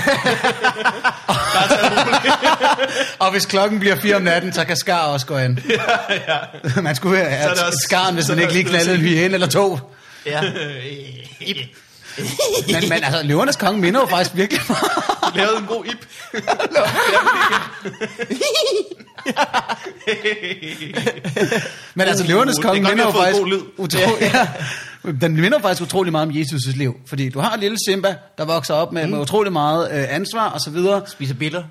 [SPEAKER 3] Og hvis klokken bliver 4 om natten, så kan skar også gå ind. Man skulle være
[SPEAKER 2] er det
[SPEAKER 3] at
[SPEAKER 2] også-
[SPEAKER 3] skaren, hvis
[SPEAKER 2] så er
[SPEAKER 3] den
[SPEAKER 2] det
[SPEAKER 3] ikke lige
[SPEAKER 2] også blevet
[SPEAKER 3] knaldede en hyæne eller to.
[SPEAKER 1] Ja.
[SPEAKER 3] Men, men altså, løvernes konge minder jo faktisk virkelig meget.
[SPEAKER 2] Du lavede en god ip.
[SPEAKER 3] Men altså,
[SPEAKER 2] Uh,
[SPEAKER 3] løvernes
[SPEAKER 2] det er
[SPEAKER 3] konge
[SPEAKER 2] godt, vi
[SPEAKER 3] minder
[SPEAKER 2] har
[SPEAKER 3] jo
[SPEAKER 2] fået
[SPEAKER 3] faktisk...
[SPEAKER 2] god lyd.
[SPEAKER 3] Utro, ja. Den minder jo faktisk utrolig meget om Jesus' liv. Fordi du har lille Simba, der vokser op med, mm. med utrolig meget øh, ansvar og så videre.
[SPEAKER 1] Spiser biller.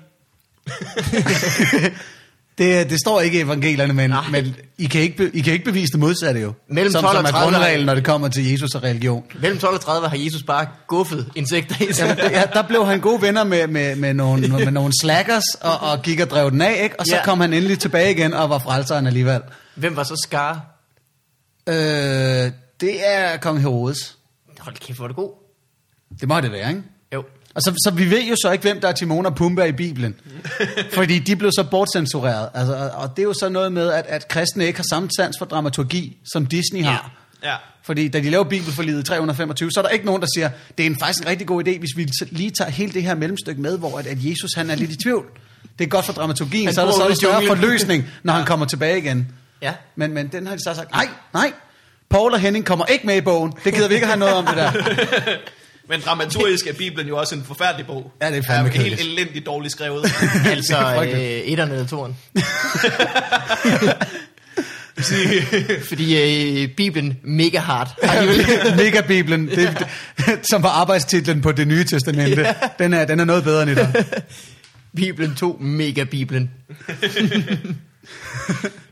[SPEAKER 3] Det, det står ikke i evangelierne, men,
[SPEAKER 1] Nej.
[SPEAKER 3] men I, kan ikke be, I kan ikke bevise det modsatte jo.
[SPEAKER 1] Mellem
[SPEAKER 3] som,
[SPEAKER 1] 12
[SPEAKER 3] som
[SPEAKER 1] og
[SPEAKER 3] er
[SPEAKER 1] 30.
[SPEAKER 3] grundreglen, når det kommer til Jesus og religion.
[SPEAKER 1] Mellem 12 og 30 har Jesus bare guffet insekter i sig.
[SPEAKER 3] Jamen, det- ja, der blev han gode venner med, med, med, nogle, med nogle slackers, og, og gik og drev den af, ikke? Og så
[SPEAKER 1] Ja.
[SPEAKER 3] kom han endelig tilbage igen, og var frelseren alligevel.
[SPEAKER 1] Hvem var så Scar?
[SPEAKER 3] Øh, det er kong Herodes.
[SPEAKER 1] Hold kæft, hvor er det god.
[SPEAKER 3] Det må det være, ikke?
[SPEAKER 1] Jo.
[SPEAKER 3] Og så, så vi ved jo så ikke, hvem der er Timon og Pumba i Bibelen. Fordi de blev så bortcensureret. Altså, og, og det er jo så noget med, at, at kristne ikke har samme sans for dramaturgi, som Disney har.
[SPEAKER 2] Ja.
[SPEAKER 3] Fordi da de laver Bibelforliget i 325, så er der ikke nogen, der siger, det er en, faktisk en rigtig god idé, hvis vi t- lige tager hele det her mellemstykke med, hvor at, at Jesus han er lidt i tvivl. Det er godt for dramaturgien,
[SPEAKER 1] Han
[SPEAKER 3] så er der
[SPEAKER 1] bor
[SPEAKER 3] så
[SPEAKER 1] ude
[SPEAKER 3] en
[SPEAKER 1] i
[SPEAKER 3] større
[SPEAKER 1] junglen.
[SPEAKER 3] forløsning, når han kommer tilbage igen.
[SPEAKER 1] Ja.
[SPEAKER 3] Men, men den har de så sagt, nej, nej, Paul og Henning kommer ikke med i bogen. Det gider vi ikke have noget om det der.
[SPEAKER 2] Men dramaturgisk er Bibelen jo også en forfærdelig bog.
[SPEAKER 3] Ja, det er fandme
[SPEAKER 2] helt
[SPEAKER 3] kedeligt.
[SPEAKER 2] elendigt dårligt skrevet.
[SPEAKER 1] Altså,
[SPEAKER 3] frygteligt.
[SPEAKER 1] øh, etterne eller toren.
[SPEAKER 2] Sige,
[SPEAKER 1] Fordi øh, Bibelen mega hard. Har de vel?
[SPEAKER 3] Megabibelen, det, det, som var arbejdstitlen på det nye testamente, den er, den er noget bedre end i dag.
[SPEAKER 1] Bibelen 2, mega Bibelen.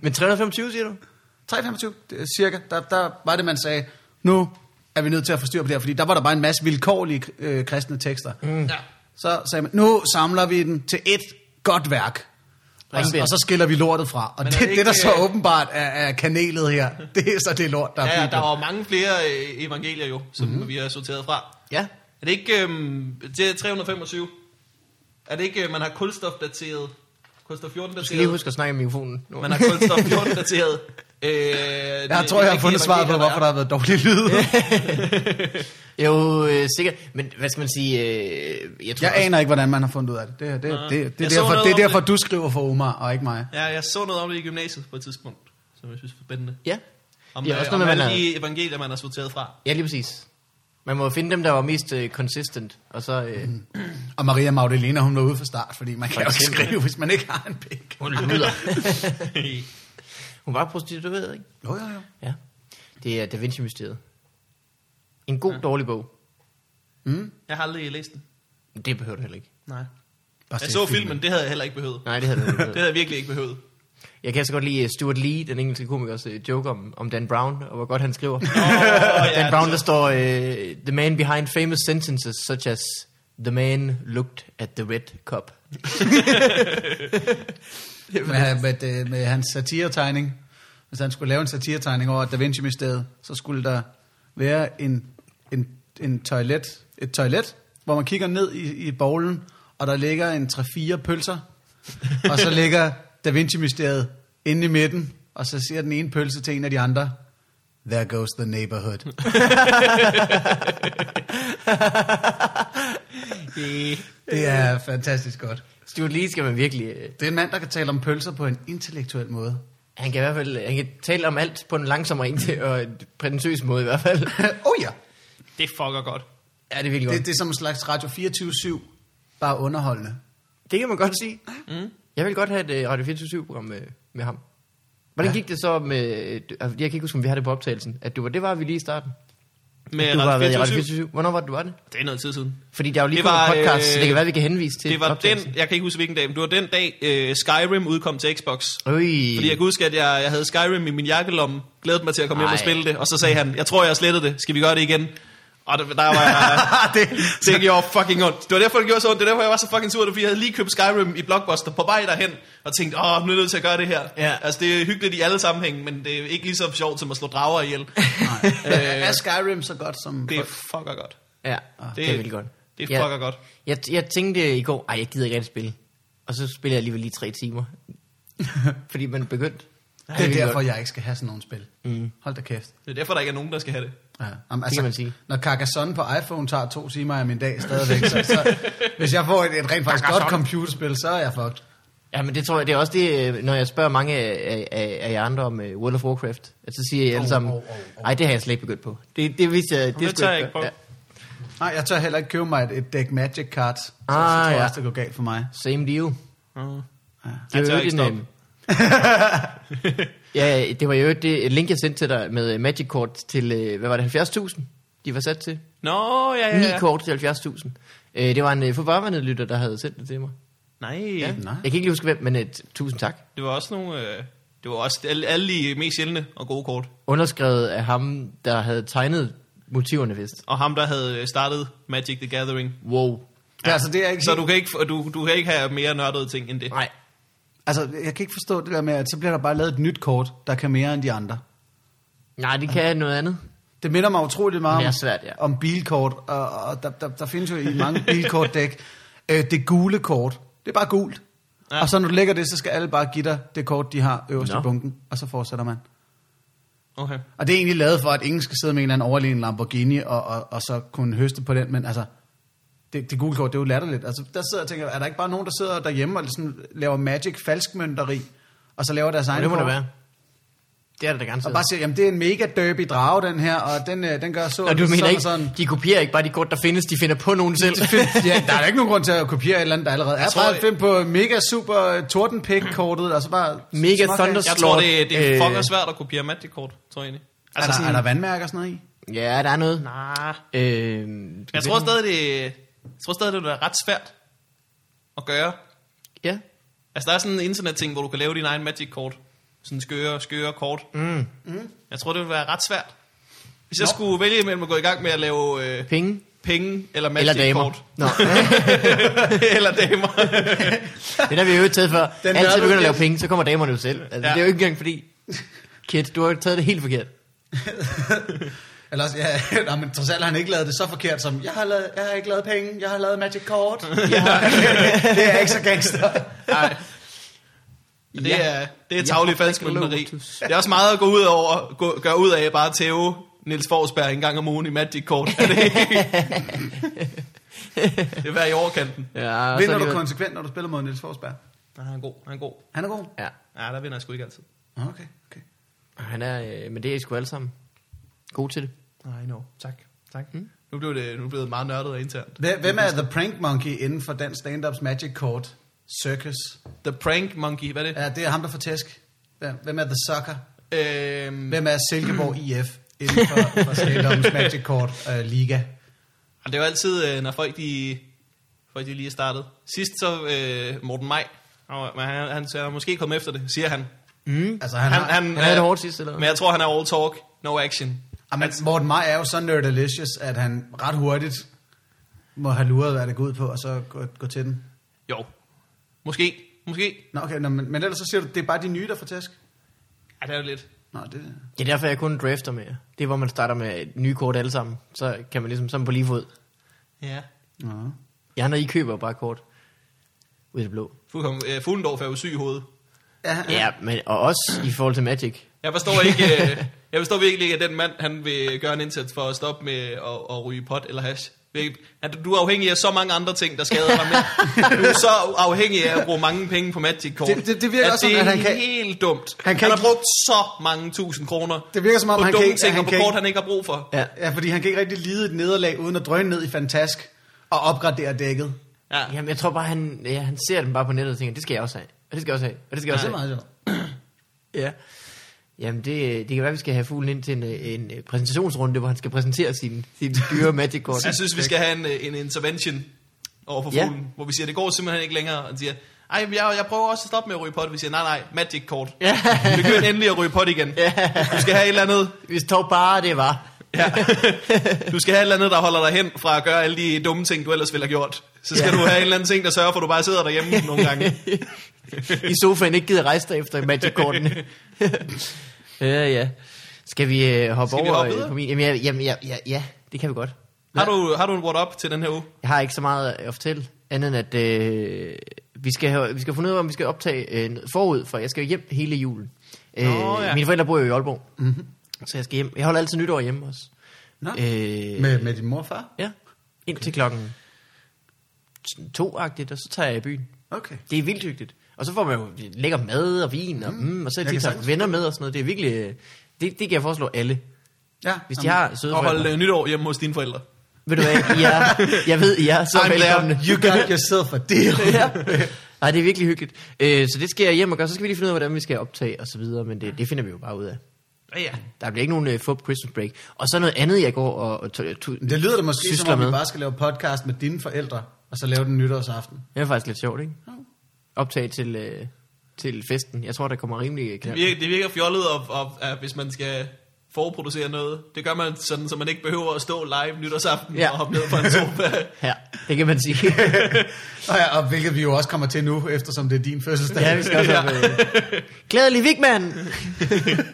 [SPEAKER 1] Men 325, siger du?
[SPEAKER 3] 325 det er cirka, der, der var det, man sagde, nu er vi nødt til at få styr på det her, fordi der var der bare en masse vilkårlige øh, kristne tekster. Mm.
[SPEAKER 2] ja.
[SPEAKER 3] Så sagde man, nu samler vi den til et godt værk, og,
[SPEAKER 1] Ringbind.
[SPEAKER 3] og så skiller vi lortet fra. Og
[SPEAKER 2] Men
[SPEAKER 3] det,
[SPEAKER 2] er
[SPEAKER 3] det,
[SPEAKER 2] det
[SPEAKER 3] det, der
[SPEAKER 2] ikke,
[SPEAKER 3] så
[SPEAKER 2] øh,
[SPEAKER 3] åbenbart er, er kanelet her, det er så det lort, der er
[SPEAKER 2] ja, ja,
[SPEAKER 3] Bibelen. Mhm.
[SPEAKER 2] der er jo mange flere øh, evangelier jo, som mm-hmm. vi har sorteret fra.
[SPEAKER 1] Ja.
[SPEAKER 2] Er det ikke, øhm, det er 325, er det ikke, øh, man har kulstofdateret, kulstof 14
[SPEAKER 1] Du skal lige
[SPEAKER 2] dateret,
[SPEAKER 1] huske at snakke i mikrofonen. Nu.
[SPEAKER 2] man har kulstof 14 dateret. Øh, det-
[SPEAKER 3] jeg tror, jeg har
[SPEAKER 2] det-
[SPEAKER 3] fundet svaret på,
[SPEAKER 2] evangelier,
[SPEAKER 3] hvorfor der har været dårlig lyd.
[SPEAKER 1] Jo, øh, sikkert. Men hvad skal man sige? Øh, jeg tror
[SPEAKER 3] Jeg aner ikke, hvordan man har fundet ud af det. Det, det, det, det, det,
[SPEAKER 2] Jeg
[SPEAKER 3] er
[SPEAKER 2] så
[SPEAKER 3] derfor,
[SPEAKER 2] noget
[SPEAKER 3] det er
[SPEAKER 2] om det.
[SPEAKER 3] derfor, du skriver for Omar, og ikke mig.
[SPEAKER 2] er. Ja, jeg så noget om det i gymnasiet på et tidspunkt, som jeg synes var spændende.
[SPEAKER 1] Ja.
[SPEAKER 2] Om,
[SPEAKER 1] Ja,
[SPEAKER 2] ja,
[SPEAKER 1] også
[SPEAKER 2] også
[SPEAKER 1] noget
[SPEAKER 2] om
[SPEAKER 1] med,
[SPEAKER 2] alle
[SPEAKER 1] man er-
[SPEAKER 2] de evangelier, man har sorteret fra.
[SPEAKER 1] Ja, lige præcis. Man må jo finde dem, der var mest øh, consistent, og så... Øh, mm.
[SPEAKER 3] Og Maria Magdalena, hun var ude fra start, fordi man
[SPEAKER 1] For
[SPEAKER 3] kan jo ikke
[SPEAKER 1] eksempel.
[SPEAKER 3] skrive, hvis man ikke har en pik.
[SPEAKER 1] Hun luder. Hun var prostitueret, ikke?
[SPEAKER 3] Jo, jo, jo.
[SPEAKER 1] Ja. Det er Da Vinci-mysteriet. En god, ja. dårlig bog.
[SPEAKER 3] Mm.
[SPEAKER 2] jeg har aldrig læst den.
[SPEAKER 1] Men Det behøver du heller ikke.
[SPEAKER 2] Nej.
[SPEAKER 3] Bare
[SPEAKER 2] Jeg
[SPEAKER 3] se
[SPEAKER 2] så filmen, det havde jeg heller ikke behøvet.
[SPEAKER 1] Nej, det havde du ikke.
[SPEAKER 2] Det havde jeg virkelig ikke behøvet.
[SPEAKER 1] Jeg kan så godt lide øh, Stuart Lee, den engelske komikers øh, joke om, om Dan Brown, og hvor godt han skriver.
[SPEAKER 2] Åh,
[SPEAKER 1] Dan
[SPEAKER 2] ja,
[SPEAKER 1] Brown,
[SPEAKER 2] det
[SPEAKER 1] der
[SPEAKER 2] er
[SPEAKER 1] står, øh, the man behind famous sentences, such as, the man looked at the red cup.
[SPEAKER 3] Med, med, med, med hans satiretegning. Hvis han skulle lave en satiretegning over Da Vinci-mysteriet, så skulle der være en, en, en toilet, et toilet, hvor man kigger ned i, i bowlen, og der ligger en 3-4 pølser, og så ligger Da Vinci-mysteriet inde i midten, og så siger den ene pølse til en af de andre, There goes the neighborhood. Det er fantastisk godt.
[SPEAKER 1] Stuart Lee skal man virkelig... Øh,
[SPEAKER 3] Det er en mand, der kan tale om pølser på en intellektuel måde.
[SPEAKER 1] han kan i hvert fald øh, han kan tale om alt på en langsommere en og en prætentiøs måde i hvert fald.
[SPEAKER 3] oh ja!
[SPEAKER 2] Det fucker godt.
[SPEAKER 1] ja, det er virkelig godt.
[SPEAKER 3] Det,
[SPEAKER 1] Det,
[SPEAKER 3] det er som en slags Radio 24-7, bare underholdende.
[SPEAKER 1] det, det kan man godt sige.
[SPEAKER 2] Mm.
[SPEAKER 1] Jeg vil godt have et øh, Radio 24-7-program med, med ham. Hvordan
[SPEAKER 3] Ja.
[SPEAKER 1] gik det så med... øh, du- Jeg kan ikke huske, om vi har det på optagelsen. At du var, det var vi lige i starten.
[SPEAKER 2] Med
[SPEAKER 1] du var
[SPEAKER 2] Radio
[SPEAKER 1] været i Radio
[SPEAKER 2] 24.
[SPEAKER 1] 24 Hvornår var det, du var det?
[SPEAKER 2] Det er noget tid siden.
[SPEAKER 1] Fordi der er jo lige
[SPEAKER 2] Det
[SPEAKER 1] kommet
[SPEAKER 2] var,
[SPEAKER 1] en podcast, øh, så
[SPEAKER 2] øh,
[SPEAKER 1] det kan være, vi kan henvise til
[SPEAKER 2] Det var den,
[SPEAKER 1] optagelsen.
[SPEAKER 2] jeg kan ikke huske hvilken dag, men det var den dag, øh, Skyrim udkom til Xbox.
[SPEAKER 1] Øj.
[SPEAKER 2] Fordi jeg kan huske, at jeg, jeg havde Skyrim i min jakkelomme, glædede mig til at komme hjem og
[SPEAKER 1] Ej.
[SPEAKER 2] spille det, og så sagde han, jeg tror, jeg har slettet det, skal vi gøre det igen? Og der, der var jeg, det, det gjorde fucking ondt. Det var derfor, det gjorde så ondt, det var derfor, jeg var så fucking sur, det var, fordi jeg havde lige købt Skyrim i Blockbuster på vej derhen, og tænkte, åh, nu er jeg nødt til at gøre det her.
[SPEAKER 1] Ja.
[SPEAKER 2] Altså, det er hyggeligt i alle sammenhænge, men det er ikke lige så sjovt som at slå drager ihjel. Øh,
[SPEAKER 3] Nej. er Skyrim så godt som...
[SPEAKER 2] Det er fucker godt.
[SPEAKER 1] Ja, det, det er virkelig godt.
[SPEAKER 2] Det
[SPEAKER 1] Ja.
[SPEAKER 2] fucker godt.
[SPEAKER 1] Jeg, jeg tænkte i går, ej, jeg gider ikke rigtig spille. Og så spiller jeg alligevel lige tre timer. Fordi man begyndte.
[SPEAKER 3] det er derfor, jeg ikke skal have sådan nogle spil. Mm. Hold da kæft.
[SPEAKER 2] Det er derfor, der ikke er nogen, der skal have det.
[SPEAKER 3] Ja. Jamen, altså,
[SPEAKER 1] kan man sige.
[SPEAKER 3] Når Carcassonne på iPhone tager to timer af min dag stadigvæk, så, så hvis jeg får et, et rent faktisk godt computerspil, så er jeg fucked.
[SPEAKER 1] Ja, men det tror jeg, det er også det, øh, når jeg spørger mange af, af, af, af jer andre om uh, World of Warcraft, at så siger jeg alle
[SPEAKER 3] Oh,
[SPEAKER 1] sammen,
[SPEAKER 3] oh, oh, oh.
[SPEAKER 1] nej, det har jeg slet ikke begyndt på. Det, det vidste jeg, det,
[SPEAKER 2] det
[SPEAKER 1] skulle
[SPEAKER 2] tager jeg ikke
[SPEAKER 1] gøre.
[SPEAKER 2] på.
[SPEAKER 1] Ja,
[SPEAKER 3] Nej, jeg tør heller ikke købe mig et, et deck Magic Card, så, ah, så tror
[SPEAKER 1] Ah,
[SPEAKER 3] jeg
[SPEAKER 1] ja.
[SPEAKER 3] også, det går galt for mig.
[SPEAKER 1] same deal.
[SPEAKER 2] Uh.
[SPEAKER 1] Det
[SPEAKER 2] Jeg
[SPEAKER 1] var
[SPEAKER 2] tør
[SPEAKER 1] jo
[SPEAKER 2] ikke
[SPEAKER 1] ikke en, øhm, ja, det var jo det link, jeg sendte til dig med øh, Magic Kort til, øh, hvad var det, 70.000, de var sat til?
[SPEAKER 2] Nå, ja, ja,
[SPEAKER 1] Ni
[SPEAKER 2] ja.
[SPEAKER 1] kort til 70.000. Øh, det var en forvarvandet lytter, der havde sendt det til mig.
[SPEAKER 2] Nej.
[SPEAKER 1] Ja.
[SPEAKER 2] Ja.
[SPEAKER 3] Ah.
[SPEAKER 1] Jeg kan ikke lige huske hvem, men et, tusind tak.
[SPEAKER 2] Det var også nogle... Øh, det var også alle, alle de mest sjældne og gode kort.
[SPEAKER 1] Underskrevet af ham, der havde tegnet motiverne vist.
[SPEAKER 2] Og ham, der havde øh, startet Magic the Gathering.
[SPEAKER 1] Wow.
[SPEAKER 3] Ja. Altså, det er ikke
[SPEAKER 2] Så du kan ikke, få- du, du kan ikke have mere nørdede ting end det.
[SPEAKER 1] Nej,
[SPEAKER 3] altså, jeg kan ikke forstå det der med, at så bliver der bare lavet et nyt kort, der kan mere end de andre.
[SPEAKER 1] nej, det kan noget andet.
[SPEAKER 3] Det minder mig utroligt meget
[SPEAKER 1] Det er
[SPEAKER 3] om,
[SPEAKER 1] svært, ja.
[SPEAKER 3] om bilkort, og, og der, der, der findes jo i mange bilkortdæk øh, det gule kort. Det er bare gult. Ja.
[SPEAKER 2] Ja.
[SPEAKER 3] Og så når du lægger det, så skal alle bare give dig det kort, de har øverst
[SPEAKER 1] Nå.
[SPEAKER 3] i bunken, og så fortsætter man.
[SPEAKER 2] Okay.
[SPEAKER 3] Og det er egentlig lavet for, at ingen skal sidde med en eller anden overlegen Lamborghini, og, og, og så kunne høste på den, men altså, det, det gule kort, det er jo latterligt. Altså, der sidder jeg og tænker, er der ikke bare nogen, der sidder derhjemme og sådan, laver magic falskmønteri, og så laver deres egen
[SPEAKER 1] Men det må
[SPEAKER 3] kort?
[SPEAKER 1] der være. Det er der da
[SPEAKER 3] Og
[SPEAKER 1] garanteret.
[SPEAKER 3] bare siger, jamen det er en mega derby drage, den her, og den, øh, den gør så
[SPEAKER 1] og du
[SPEAKER 3] sådan
[SPEAKER 1] mener
[SPEAKER 3] og
[SPEAKER 1] ikke,
[SPEAKER 3] sådan.
[SPEAKER 1] de kopierer ikke bare de kort, der findes, de finder på nogen selv.
[SPEAKER 3] ja, der er da ikke nogen grund til at kopiere et eller andet, der allerede er.
[SPEAKER 2] tror,
[SPEAKER 3] Bare
[SPEAKER 2] jeg-
[SPEAKER 3] find på mega super øh, tordenpik-kortet, og så bare...
[SPEAKER 1] Mega
[SPEAKER 3] småkage.
[SPEAKER 1] Thunder-
[SPEAKER 2] Jeg tror,
[SPEAKER 1] Slot,
[SPEAKER 2] det, det er
[SPEAKER 1] øh,
[SPEAKER 2] fucking svært at kopiere Magic-kort, tror jeg egentlig.
[SPEAKER 1] Altså
[SPEAKER 2] Altså
[SPEAKER 3] Er der, er der vandmærker og sådan noget i?
[SPEAKER 1] ja, der er noget.
[SPEAKER 2] nah.
[SPEAKER 1] Øh,
[SPEAKER 2] Jeg tror stadig, det, jeg tror stadig, det er ret svært at gøre.
[SPEAKER 1] Ja.
[SPEAKER 2] Altså, der er sådan en internetting, hvor du kan lave din egen Magic-kort. Sådan skøre, skøre kort.
[SPEAKER 1] Mm.
[SPEAKER 2] Jeg tror, det vil være ret svært. Hvis jeg skulle vælge mellem at gå i gang med at lave øh,
[SPEAKER 1] Penge
[SPEAKER 2] penge eller
[SPEAKER 1] eller damer.
[SPEAKER 2] Magic-kort.
[SPEAKER 1] Nå,
[SPEAKER 2] eller damer.
[SPEAKER 1] det er vi jo taget før.
[SPEAKER 3] Den
[SPEAKER 1] Altid
[SPEAKER 3] nørdede
[SPEAKER 1] begynder at lave
[SPEAKER 3] del.
[SPEAKER 1] penge, så kommer damerne jo selv. Altså, ja.
[SPEAKER 2] Ja.
[SPEAKER 1] Det er jo ikke engang fordi... Kit, du har taget det helt forkert.
[SPEAKER 3] Eller også, ja, nå, men trods alt har han ikke lavet det så forkert som, jeg har, lavet, jeg har ikke lavet penge, jeg har lavet magic kort. det er ikke så gangster.
[SPEAKER 2] Nej. Men det,
[SPEAKER 1] Ja.
[SPEAKER 2] er, det er
[SPEAKER 1] Jeg
[SPEAKER 2] taglig
[SPEAKER 1] har
[SPEAKER 2] falsk
[SPEAKER 1] ikke lov
[SPEAKER 2] mønteri.
[SPEAKER 1] til-
[SPEAKER 2] Det er også meget at gå ud over, gå, gøre ud af bare at tæve Niels Forsberg en gang om ugen i Magic-kort. Er det ikke? det er hver i overkanten.
[SPEAKER 1] Ja, og så
[SPEAKER 3] Vinder du
[SPEAKER 1] alligevel-
[SPEAKER 3] konsekvent, når du spiller mod Niels Forsberg?
[SPEAKER 2] Nej, han er god. Han er god.
[SPEAKER 3] Han er god.
[SPEAKER 1] Ja.
[SPEAKER 2] Ja, der vinder jeg sgu ikke altid.
[SPEAKER 3] Nå, Okay, okay.
[SPEAKER 1] Han er, øh, men det er I sgu alle sammen. God til det.
[SPEAKER 2] Nej, no. Tak. Tak. Mm. Nu blev det nu blev det meget nørdet og internt.
[SPEAKER 3] Hvem hvem er The Prank Monkey inden for den stand-ups magic court? Circus.
[SPEAKER 2] The Prank Monkey, hvad er det?
[SPEAKER 3] Ja, det er ham, der får tæsk. Hvem, hvem er The Sucker?
[SPEAKER 2] Ja. Øhm,
[SPEAKER 3] Hvem er Silkeborg IF inden for, for stand-ups magic court uh, liga?
[SPEAKER 2] og det er jo altid, øh, når folk de, folk de lige er startet. Sidst så øh, Morten Maj, og, men han, han, han er måske kommet efter det, siger han.
[SPEAKER 1] Mm.
[SPEAKER 3] Altså, han,
[SPEAKER 2] Han,
[SPEAKER 3] har,
[SPEAKER 2] han,
[SPEAKER 1] Han havde
[SPEAKER 2] øh,
[SPEAKER 1] det hårdt sidst, eller
[SPEAKER 2] Men
[SPEAKER 1] hvad?
[SPEAKER 2] jeg tror, han er all talk, no action.
[SPEAKER 3] Jamen, Morten Maj er jo så nerdalicious, at han ret hurtigt må have luret, hvad det går ud på, og så gå, gå til den.
[SPEAKER 2] Jo. Måske. Måske.
[SPEAKER 3] Nå, okay, nå, men, men ellers så siger du, det er bare de nye, der får tæsk?
[SPEAKER 2] Ja, det er jo lidt.
[SPEAKER 3] Nå, det,
[SPEAKER 1] Det er derfor, jeg kun drafter med jer. Det er, hvor man starter med nye kort alle sammen. Så kan man ligesom sådan på lige fod.
[SPEAKER 2] Ja.
[SPEAKER 3] nå.
[SPEAKER 1] Jeg andre, I køber jo bare kort. Ud i det blå.
[SPEAKER 2] Fuldkommen. Øh, Fuglendorf er jo syg i hovedet.
[SPEAKER 3] Ja,
[SPEAKER 1] Ja, men, og også i forhold til Magic.
[SPEAKER 2] Jeg forstår ikke, øh, jeg forstår virkelig ikke, at den mand, han vil gøre en indsats for at stoppe med at, at ryge pot eller hash. Virkelig. Han- Du er afhængig af så mange andre ting, der skader dig mere. Du er så afhængig af at bruge mange penge på Magic-kort.
[SPEAKER 3] Det- det- det virker også
[SPEAKER 2] det
[SPEAKER 3] som,
[SPEAKER 2] er
[SPEAKER 3] at han kan-
[SPEAKER 2] helt dumt.
[SPEAKER 3] Han
[SPEAKER 2] Han,
[SPEAKER 3] kan
[SPEAKER 2] kan han har
[SPEAKER 3] ikke-
[SPEAKER 2] brugt så mange tusind kroner
[SPEAKER 3] Det virker som om,
[SPEAKER 2] på
[SPEAKER 3] han
[SPEAKER 2] dumme
[SPEAKER 3] kan ikke-
[SPEAKER 2] ting
[SPEAKER 3] han
[SPEAKER 2] og på
[SPEAKER 3] kan
[SPEAKER 2] kort,
[SPEAKER 3] ikke-
[SPEAKER 2] han ikke har brug for.
[SPEAKER 1] Ja.
[SPEAKER 3] Ja, fordi han kan ikke rigtig lide et nederlag, uden at drøne ned i fantask og opgradere dækket.
[SPEAKER 2] Ja.
[SPEAKER 1] Jamen, jeg tror bare, han, ja, han ser den bare på nettet og tænker, det skal jeg også have. Og det skal jeg også have. Og det skal jeg
[SPEAKER 3] Det
[SPEAKER 1] også
[SPEAKER 3] er
[SPEAKER 1] have.
[SPEAKER 3] meget sjovt.
[SPEAKER 1] Ja. Jamen, det, det kan være, vi skal have fuglen ind til en, øh, en øh, præsentationsrunde, hvor han skal præsentere sin, sin dyre magic kort.
[SPEAKER 2] Jeg synes, vi skal have en, øh, en intervention over for
[SPEAKER 1] Ja.
[SPEAKER 2] fuglen, hvor vi siger, det går simpelthen ikke længere. Og de siger, ej, men jeg, jeg prøver også at stoppe med at ryge pot. Vi siger, nej, nej, magic kort.
[SPEAKER 1] Ja.
[SPEAKER 2] Begynd endelig at ryge pot igen. Du skal have et eller andet,
[SPEAKER 1] Hvis dog bare det var.
[SPEAKER 2] ja. du skal have et eller andet, der holder dig hen fra at gøre alle de dumme ting, du ellers ville have gjort. Så skal
[SPEAKER 1] Ja.
[SPEAKER 2] ja. du have en eller anden ting, der sørger for, at du bare sidder derhjemme nogle gange.
[SPEAKER 1] I sofaen ikke givet rejse dig efter Magic-kortene. ja, ja. Skal vi øh, hoppe
[SPEAKER 2] Skal vi
[SPEAKER 1] over
[SPEAKER 2] hoppe
[SPEAKER 1] øh,
[SPEAKER 2] videre?
[SPEAKER 1] på min? Jamen, ja, jamen ja, ja, ja, det kan vi godt.
[SPEAKER 2] Har du, har du en what up til den her uge?
[SPEAKER 1] Jeg har ikke så meget at fortælle, andet end at øh, vi, skal have, vi skal finde ud af, om vi skal optage øh, forud, for jeg skal jo hjem hele julen. Øh,
[SPEAKER 2] Nå, ja.
[SPEAKER 1] Mine forældre bor jo i Aalborg, mm-hmm. så jeg skal hjem. Jeg holder altid nytår hjemme også.
[SPEAKER 3] Mhm. Nå.
[SPEAKER 1] Øh,
[SPEAKER 3] Med, med din morfar?
[SPEAKER 1] Ja, indtil klokken to-agtigt, og så tager jeg i byen.
[SPEAKER 3] Okay.
[SPEAKER 1] Det er vildt hyggeligt. Og så får man jo lækker mad og vin, og, mm, og så
[SPEAKER 3] Jeg
[SPEAKER 1] de
[SPEAKER 3] kan
[SPEAKER 1] tager
[SPEAKER 3] sagtens
[SPEAKER 1] venner med og sådan noget. Det er virkelig... øh, Det, det kan jeg foreslå alle.
[SPEAKER 3] Ja,
[SPEAKER 1] Hvis de
[SPEAKER 3] jamen,
[SPEAKER 1] har søde
[SPEAKER 2] Og holde
[SPEAKER 1] forældre.
[SPEAKER 2] øh, nytår hjemme hos dine forældre.
[SPEAKER 1] Ved du hvad, I er, jeg ved, I er så
[SPEAKER 2] I'm there.
[SPEAKER 1] velkomne.
[SPEAKER 3] You got yourself a deal.
[SPEAKER 1] ja. Nej, det er virkelig hyggeligt. Øh, så det skal jeg hjem og gøre. Så skal vi lige finde ud af, hvordan vi skal optage og så videre. Men det, det finder vi jo bare ud af.
[SPEAKER 2] Ja, ja.
[SPEAKER 1] Der bliver ikke nogen uh, fup Christmas break. Og så noget andet, jeg går og... øh, og to, to,
[SPEAKER 3] Det lyder da måske,
[SPEAKER 1] Sysler
[SPEAKER 3] som om vi
[SPEAKER 1] med.
[SPEAKER 3] bare skal lave podcast med dine forældre, og så lave den nytårsaften.
[SPEAKER 1] det er faktisk lidt sjovt, ikke? Optage til, øh, til festen. Jeg tror, der kommer rimelig
[SPEAKER 2] Det
[SPEAKER 1] knap.
[SPEAKER 2] virker, det virker fjollet, og, og, og, hvis man skal forproducere noget. Det gør man sådan, så man ikke behøver at stå live nytårsaften
[SPEAKER 1] Ja.
[SPEAKER 2] ja. og hoppe ned på en sofa.
[SPEAKER 1] Ja, det kan man sige.
[SPEAKER 3] Og, ja, og hvilket vi jo også kommer til nu, eftersom det er din fødselsdag.
[SPEAKER 1] Ja, vi skal også op. Øh. Glædelig Vigman!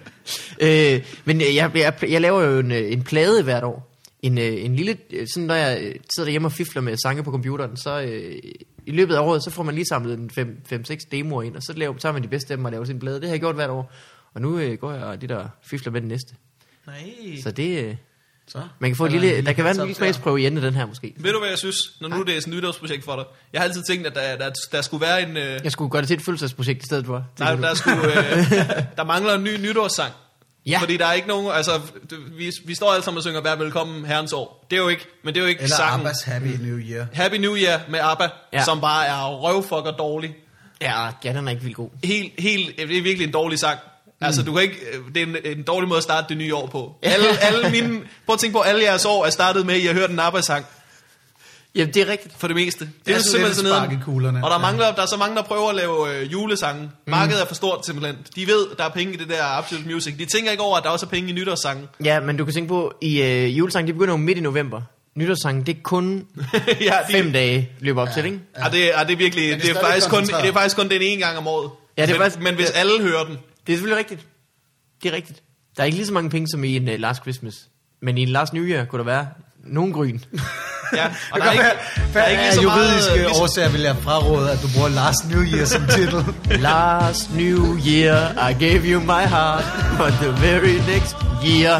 [SPEAKER 1] øh, men øh, jeg, jeg, jeg laver jo en, øh, en plade hvert år. En, øh, en lille, øh, sådan når jeg øh, sidder derhjemme og fifler med sange på computeren, så øh, i løbet af året, så får man lige samlet en 5-6 demoer ind, og så laver, tager man de bedste af dem og laver sin plade. Det har jeg gjort hvert år. Og nu øh, går jeg og det der fifler med den næste.
[SPEAKER 2] Nej.
[SPEAKER 1] Så det, øh,
[SPEAKER 3] Så.
[SPEAKER 1] man kan få en lille, der kan være en lille
[SPEAKER 3] heads up
[SPEAKER 1] smagsprøve i enden af den her måske.
[SPEAKER 2] Ved du, hvad jeg synes, når nu det er sådan et nytårsprojekt for dig? Jeg har altid tænkt, at der, der, der skulle være en... Øh,
[SPEAKER 1] Jeg skulle gøre det til et følelsesprojekt i stedet for.
[SPEAKER 2] der,
[SPEAKER 1] tænker du?
[SPEAKER 2] der, skulle, øh, der mangler en ny nytårssang.
[SPEAKER 1] Ja.
[SPEAKER 2] Fordi der er ikke nogen... Altså, du- vi, vi står alle sammen og synger Vær velkommen herrens år. Det er jo ikke... Men det er jo ikke
[SPEAKER 3] Eller
[SPEAKER 2] sangen.
[SPEAKER 3] Abbas Happy New Year.
[SPEAKER 2] Happy New Year med ABBA,
[SPEAKER 1] Ja.
[SPEAKER 2] ja. som bare er røvfucker dårlig.
[SPEAKER 1] Ja, ja, den er ikke vildt god.
[SPEAKER 2] Helt, helt, øh, det er virkelig en dårlig sang. Altså, du kan ikke, øh, det er en, en dårlig måde at starte det nye år på. Alle, alle mine, prøv at tænke på, alle jeres år er startet med, at I har hørt en ABBA-sang.
[SPEAKER 1] Jamen, det er rigtigt.
[SPEAKER 2] For det meste. Det,
[SPEAKER 3] er
[SPEAKER 2] er
[SPEAKER 3] sådan lidt
[SPEAKER 2] simpelthen sådan
[SPEAKER 3] sparkekuglerne.
[SPEAKER 2] noget. Og der,
[SPEAKER 3] Ja.
[SPEAKER 2] mangler, der er så mange, der prøver at lave øh, julesange. Markedet er for stort simpelthen. De ved, der er penge i det der Absolute Music. De tænker ikke over, at der også er penge i nytårssange.
[SPEAKER 1] Ja, men du kan tænke på, i øh, julesangen, det begynder jo midt i november. Nytårssangen, det er kun
[SPEAKER 2] ja, de,
[SPEAKER 1] fem dage løber op ja. til, ikke?
[SPEAKER 2] Ja. det, ja, det er virkelig,
[SPEAKER 3] Men det er
[SPEAKER 2] det, er
[SPEAKER 3] stadig
[SPEAKER 2] faktisk kun,
[SPEAKER 3] koncentreret.
[SPEAKER 2] det er faktisk kun den ene gang om året.
[SPEAKER 1] Ja, det er
[SPEAKER 2] men,
[SPEAKER 1] faktisk-
[SPEAKER 2] men hvis
[SPEAKER 1] ja.
[SPEAKER 2] alle hører den,
[SPEAKER 1] Det er selvfølgelig rigtigt. Det er rigtigt. Der er ikke lige så mange penge som i en uh, Last Christmas. Men i en Last New Year kunne der være nogen gryn.
[SPEAKER 2] ja, og der er ikke, der er ikke lige
[SPEAKER 3] Af
[SPEAKER 2] så meget...
[SPEAKER 3] juridiske
[SPEAKER 2] øh, lige så-
[SPEAKER 3] årsager vil jeg fraråde, at du bruger Last New Year som titel.
[SPEAKER 1] last New Year, I gave you my heart, but the very next year.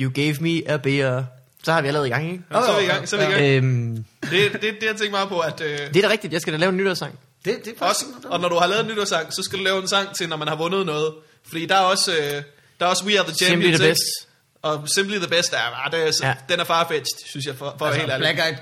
[SPEAKER 1] you gave me a beer. Så har vi allerede i gang, ikke?
[SPEAKER 2] Jamen, Så er vi i gang, så er vi i gang.
[SPEAKER 1] Øhm,
[SPEAKER 2] Det, det, det har jeg tænkt meget på, at... Øh,
[SPEAKER 1] det er da rigtigt, jeg skal da lave en nytårssang.
[SPEAKER 3] Det, det er
[SPEAKER 2] Også,
[SPEAKER 3] faktisk... Også,
[SPEAKER 2] og når du har lavet en nytårssang, så skal du lave en sang til, når man har vundet noget. Fordi der er også, øh, der er også We Are The Champions.
[SPEAKER 1] Simply the
[SPEAKER 2] ikke?
[SPEAKER 1] best.
[SPEAKER 2] Og Simply the Best, er, ah, det er, ja.
[SPEAKER 1] Ja.
[SPEAKER 2] den er farfetched, synes jeg, for, for altså, helt
[SPEAKER 3] altså,
[SPEAKER 2] ærligt.
[SPEAKER 3] Black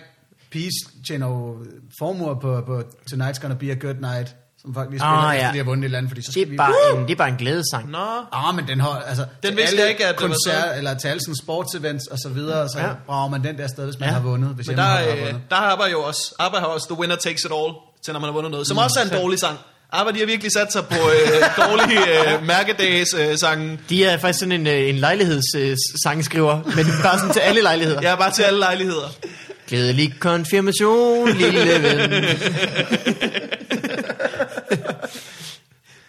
[SPEAKER 3] Eyed Peas tjener jo formuer på, på Tonight's Gonna Be A Good Night, som folk lige spiller,
[SPEAKER 1] Ah,
[SPEAKER 3] oh, ja.
[SPEAKER 1] ja.
[SPEAKER 3] fordi de har vundet et eller andet, fordi så
[SPEAKER 1] Det
[SPEAKER 3] skal
[SPEAKER 1] er
[SPEAKER 3] vi...
[SPEAKER 1] bare en, det er bare en glædesang.
[SPEAKER 2] Nå,
[SPEAKER 3] Ah, men den har, altså, den til
[SPEAKER 2] vidste
[SPEAKER 3] alle
[SPEAKER 2] jeg ikke, at det var
[SPEAKER 3] koncerter, eller til alle sådan sportsevents og så videre, så ja.
[SPEAKER 1] Ja.
[SPEAKER 3] brager man den der sted, hvis man ja.
[SPEAKER 1] Ja.
[SPEAKER 3] har vundet, hvis
[SPEAKER 2] men
[SPEAKER 3] jeg
[SPEAKER 2] der,
[SPEAKER 3] har
[SPEAKER 2] øh,
[SPEAKER 3] vundet.
[SPEAKER 2] der har ABBA jo også, ABBA har også The Winner Takes It All, til når man har vundet noget, som
[SPEAKER 3] Mm,
[SPEAKER 2] også er en dårlig sang. ABBA, de har virkelig sat sig på øh, dårlige øh, mærkedags-sangen.
[SPEAKER 1] De er faktisk sådan en, øh, en lejlighedssangskriver, men bare sådan til alle lejligheder.
[SPEAKER 2] ja, bare til alle lejligheder.
[SPEAKER 1] Glædelig konfirmation, lille ven.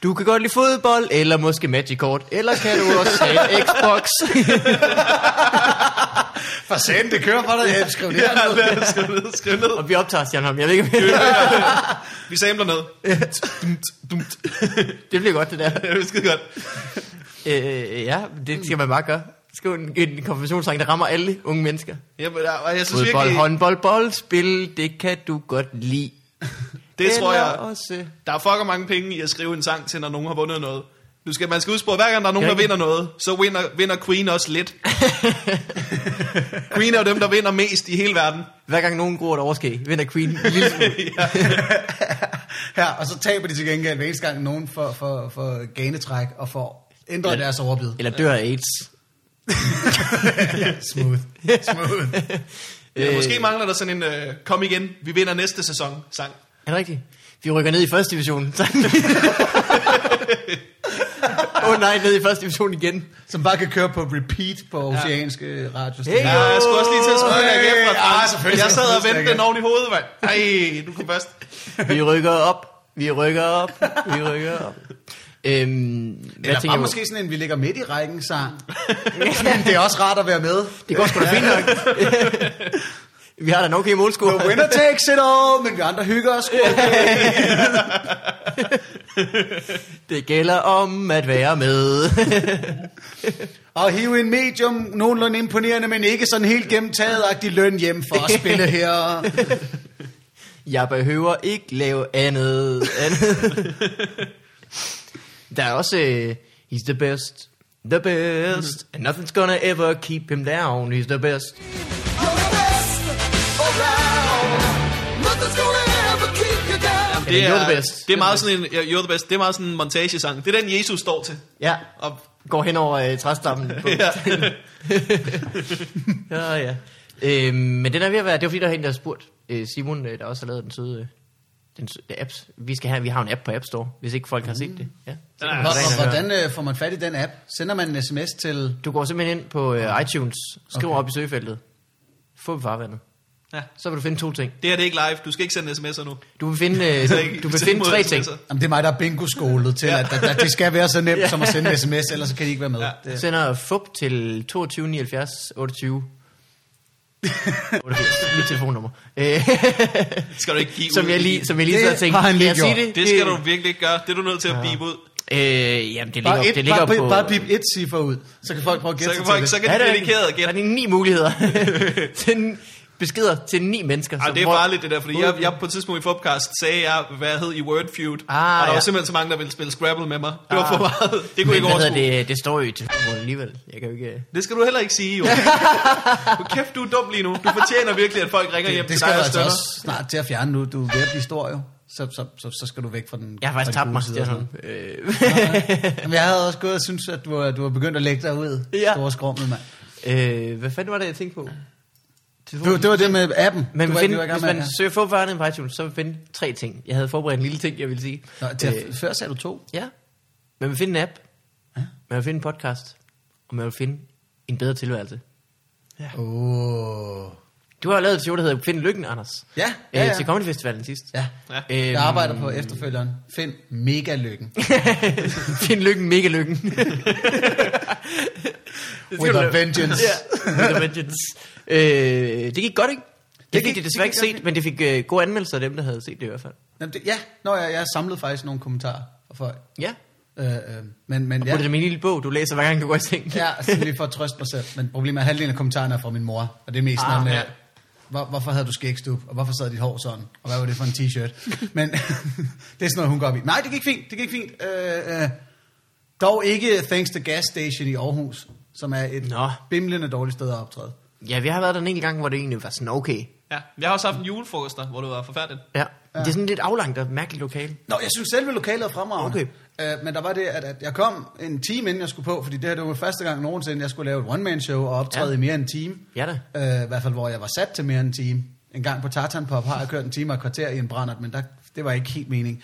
[SPEAKER 1] Du kan godt lide fodbold, eller måske Magicort, eller kan du også have en Xbox.
[SPEAKER 3] For sand, det kører for dig, jeg skriv det her.
[SPEAKER 2] Ja, lad os skrive ned, skrive ned.
[SPEAKER 1] Og vi optager Stjern Holm, jeg ved ikke, om-
[SPEAKER 2] Vi samler noget. Dumt, dumt.
[SPEAKER 1] det bliver godt det der.
[SPEAKER 2] Det er skide godt.
[SPEAKER 1] Øh, ja, det skal man bare gøre. Skriv en, en konfirmationssang, der rammer alle unge mennesker.
[SPEAKER 2] Jamen, der- og jeg synes
[SPEAKER 1] Fodbold,
[SPEAKER 2] virkelig,
[SPEAKER 1] håndbold, boldspil, det kan du godt lide.
[SPEAKER 2] det tror
[SPEAKER 1] Eller
[SPEAKER 2] jeg,
[SPEAKER 1] Også,
[SPEAKER 2] der er fucking mange penge i at skrive en sang til, når nogen har vundet noget. Du skal, man skal huske på, at hver gang der er nogen,
[SPEAKER 1] Ja,
[SPEAKER 2] der
[SPEAKER 1] ikke?
[SPEAKER 2] vinder noget, så vinder, vinder Queen også lidt. Queen er jo dem, der vinder mest i hele verden.
[SPEAKER 1] hver gang nogen gror et overskæg, vinder Queen. en lille smule.
[SPEAKER 3] Ja, og så taber de til gengæld hver eneste gang nogen for, for, for ganetræk og får ændret ja.
[SPEAKER 1] Ja.
[SPEAKER 3] deres overbid.
[SPEAKER 1] Eller dør af AIDS.
[SPEAKER 3] Smooth. Smooth.
[SPEAKER 2] Ja, måske mangler der sådan en, øh, kom igen, vi vinder næste sæson sang.
[SPEAKER 1] Er det rigtigt? Vi rykker ned i første division. Så- Åh oh, nej, ned i første division igen.
[SPEAKER 3] Som bare kan køre på repeat på oceanske ja. radiostationer.
[SPEAKER 1] Hey,
[SPEAKER 2] Ja, jeg skulle også lige til at spørge dig
[SPEAKER 3] Hey,
[SPEAKER 2] igen.
[SPEAKER 3] ah, selvfølgelig.
[SPEAKER 2] Jeg sad og
[SPEAKER 3] Selvfølgelig.
[SPEAKER 2] vendte den oven i hovedet, mand. Ej, du kom først.
[SPEAKER 1] Vi rykker op, vi rykker op, vi rykker op. Øhm, hvad
[SPEAKER 3] Eller
[SPEAKER 1] tænker
[SPEAKER 3] bare
[SPEAKER 1] du?
[SPEAKER 3] måske sådan en, vi ligger midt i rækken sang. Men det er også rart at være med.
[SPEAKER 1] Det går sgu da fint nok. vi har da en okay målscore.
[SPEAKER 3] The winner takes it all, men vi andre hygger os. sgu.
[SPEAKER 1] Det gælder om at være med.
[SPEAKER 3] Og hive en medium, nogenlunde imponerende, men ikke sådan helt gennemtaget-agtig løn hjem for at spille her.
[SPEAKER 1] Jeg behøver ikke lave andet. andet. Der er også, øh, he's the best, the best,
[SPEAKER 2] Mm-hmm.
[SPEAKER 1] and nothing's gonna ever keep him down, he's the best.
[SPEAKER 5] You're the best around. Nothing's gonna ever keep you down.
[SPEAKER 1] Eller you're the best.
[SPEAKER 2] Det er meget sådan en, ja, you're the best. Det er meget sådan en montagesang. Det er den, Jesus står til.
[SPEAKER 1] Ja,
[SPEAKER 2] Og
[SPEAKER 1] går hen over øh, træstammen. På.
[SPEAKER 2] Ja.
[SPEAKER 1] ja, ja. Øh, men den er ved at være, det var fordi, der er en, der har spurgt øh, Simon, øh, der også har lavet den søde, øh, den søde apps. Vi, skal have, vi har en app på App Store, hvis ikke folk har set det. Ja.
[SPEAKER 2] Mm. den er,
[SPEAKER 3] Og, og hvordan øh, får man fat i den app? Sender man en sms til...
[SPEAKER 1] Du går simpelthen ind på øh, iTunes, skriver okay. op i søgefeltet, få farvandet.
[SPEAKER 2] Ja.
[SPEAKER 1] Så vil du finde to ting.
[SPEAKER 2] det her det er ikke live. Du skal ikke sende sms'er nu.
[SPEAKER 1] Du vil finde, øh,
[SPEAKER 2] Så ikke-
[SPEAKER 1] du, du vil
[SPEAKER 2] så altså,
[SPEAKER 1] finde
[SPEAKER 2] mod
[SPEAKER 1] tre ting.
[SPEAKER 2] sms'er.
[SPEAKER 3] Jamen, det er mig, der er bingo-skolet til,
[SPEAKER 2] Ja.
[SPEAKER 3] at, at, at det skal være så nemt som at sende en sms, ellers så kan de ikke være med.
[SPEAKER 2] Ja.
[SPEAKER 1] Du
[SPEAKER 3] Det.
[SPEAKER 1] sender fup til 22 79 28 88, mit telefonnummer. Øh,
[SPEAKER 2] Det skal du ikke give
[SPEAKER 1] som
[SPEAKER 2] ud.
[SPEAKER 1] jeg lige, som jeg lige
[SPEAKER 3] Det
[SPEAKER 1] sad og tænkte,
[SPEAKER 3] har han
[SPEAKER 1] kan
[SPEAKER 3] lige
[SPEAKER 1] jeg sige
[SPEAKER 3] gjort.
[SPEAKER 1] det?
[SPEAKER 2] Det skal du virkelig ikke gøre. Det er du nødt til at bibe ud.
[SPEAKER 1] Øh, jamen, det ligger,
[SPEAKER 3] Bare,
[SPEAKER 1] op-
[SPEAKER 3] et,
[SPEAKER 1] det ligger
[SPEAKER 3] bare,
[SPEAKER 1] på...
[SPEAKER 3] bare, bare pip et ciffer ud, så kan folk prøve at
[SPEAKER 2] Så
[SPEAKER 3] gætte
[SPEAKER 2] kan,
[SPEAKER 3] sig
[SPEAKER 2] folk,
[SPEAKER 3] til
[SPEAKER 2] så
[SPEAKER 3] det.
[SPEAKER 2] kan
[SPEAKER 1] Ja,
[SPEAKER 2] de
[SPEAKER 1] der,
[SPEAKER 2] blive
[SPEAKER 1] er,
[SPEAKER 2] dedikeret
[SPEAKER 1] der er
[SPEAKER 2] igen.
[SPEAKER 1] ni muligheder. til, beskeder til ni mennesker.
[SPEAKER 2] Ej,
[SPEAKER 1] som
[SPEAKER 2] det er
[SPEAKER 1] Altså, hvor-
[SPEAKER 2] farligt det der, fordi jeg, jeg på et tidspunkt i Fopcast sagde jeg, hvad jeg hed i Word
[SPEAKER 1] Ah,
[SPEAKER 2] Feud. og der var
[SPEAKER 1] ja.
[SPEAKER 2] simpelthen så mange, der ville spille Scrabble med mig. Det var
[SPEAKER 1] Ah.
[SPEAKER 2] for meget. Det kunne
[SPEAKER 1] Men
[SPEAKER 2] ikke
[SPEAKER 1] hvad hedder
[SPEAKER 2] overskue. Det?
[SPEAKER 1] det? Det står jo i telefonen alligevel. Jeg kan jo ikke...
[SPEAKER 2] det skal du heller ikke sige, jo. du kæft, du er dum lige nu. Du fortjener virkelig, at folk ringer hjem
[SPEAKER 3] Det
[SPEAKER 2] til
[SPEAKER 3] skal
[SPEAKER 2] dig
[SPEAKER 3] du
[SPEAKER 2] og
[SPEAKER 3] altså
[SPEAKER 2] støtter.
[SPEAKER 3] også snart til at fjerne nu. Du er ved at blive stor jo. Så, så, så, så skal du væk fra den
[SPEAKER 1] Jeg har faktisk
[SPEAKER 3] fra
[SPEAKER 1] tabt
[SPEAKER 3] den
[SPEAKER 1] mig.
[SPEAKER 3] gode
[SPEAKER 1] Det er
[SPEAKER 3] side og
[SPEAKER 1] sådan. Øh,
[SPEAKER 3] sådan. Jamen, jeg havde også gået og synes, at du, var- du var begyndt at lægge dig ud. Ja.
[SPEAKER 1] Ja.
[SPEAKER 3] Store skrummel, mand.
[SPEAKER 1] øh, hvad fanden var det, jeg tænkte på?
[SPEAKER 3] Du, det var det med appen.
[SPEAKER 1] Men
[SPEAKER 3] du var,
[SPEAKER 1] find,
[SPEAKER 3] du var i gang
[SPEAKER 1] hvis
[SPEAKER 3] med-
[SPEAKER 1] man søger få farvandet på iTunes, så vil finde tre ting. Jeg havde forberedt en lille ting, jeg ville sige.
[SPEAKER 3] ja. Nå, til at,
[SPEAKER 1] Øh,
[SPEAKER 3] før sagde du to.
[SPEAKER 1] ja. Man vil finde en app. Man vil finde en podcast. Og man vil finde en bedre tilværelse.
[SPEAKER 3] Åh.
[SPEAKER 1] Du har jo lavet et show, der hedder Find Lykken, Anders.
[SPEAKER 3] Ja,
[SPEAKER 1] Øh,
[SPEAKER 3] ja, ja.
[SPEAKER 1] Til Comedy Festivalen sidst.
[SPEAKER 3] Ja.
[SPEAKER 2] Ja.
[SPEAKER 1] Øhm,
[SPEAKER 3] Jeg arbejder på efterfølgeren. Find mega lykken.
[SPEAKER 1] Find lykken, mega lykken.
[SPEAKER 3] With a vengeance.
[SPEAKER 1] Ja, With a vengeance. Øh, det gik godt, ikke? Det, det
[SPEAKER 3] gik-
[SPEAKER 1] fik
[SPEAKER 3] det
[SPEAKER 1] det desværre
[SPEAKER 3] gik
[SPEAKER 1] ikke
[SPEAKER 3] godt,
[SPEAKER 1] set, men det fik øh, gode anmeldelser af dem, der havde set det i hvert fald.
[SPEAKER 3] Jamen, det, ja, Nå, jeg, jeg samlede faktisk nogle kommentarer fra folk.
[SPEAKER 1] Ja.
[SPEAKER 3] Øh, øh, men, men,
[SPEAKER 1] Og ja.
[SPEAKER 3] ja.
[SPEAKER 1] det er min lille bog, du læser hver gang du går i seng.
[SPEAKER 3] Ja, sådan lige for at trøste mig selv. Men problemet er, at halvdelen af kommentarerne er fra min mor, og det er mest ah,
[SPEAKER 1] Ah,
[SPEAKER 3] noget med,
[SPEAKER 2] ja.
[SPEAKER 3] hvor, hvorfor havde du skægstup, og hvorfor sad dit hår sådan, og hvad var det for en t-shirt? Men det er sådan noget, hun går op i. Nej, det gik fint, det gik fint. Øh, øh, dog ikke Thanks to Gas Station i Aarhus, som er et
[SPEAKER 1] Nå.
[SPEAKER 3] Nå. bimlende dårligt sted at optræde.
[SPEAKER 1] Ja, vi har været der en enkelt gang, hvor det egentlig var sådan okay.
[SPEAKER 2] Ja. Jeg har også haft en julefrokost der, hvor det var forfærdeligt.
[SPEAKER 1] Ja. ja. Det er sådan lidt aflangt og mærkeligt lokale.
[SPEAKER 3] Nå, jeg synes selve lokalet er fremragende.
[SPEAKER 1] Okay.
[SPEAKER 3] Øh, men der var det, at, at jeg kom en time inden jeg skulle på, fordi det her det var første gang nogensinde, jeg skulle lave et one-man-show og optræde
[SPEAKER 1] Ja.
[SPEAKER 3] ja. i mere end en time.
[SPEAKER 1] Ja da.
[SPEAKER 3] Øh, I hvert fald, hvor jeg var sat til mere end en time. En gang på Tartan Pop har jeg kørt en time og et kvarter i en brændert, men der, det var ikke helt mening.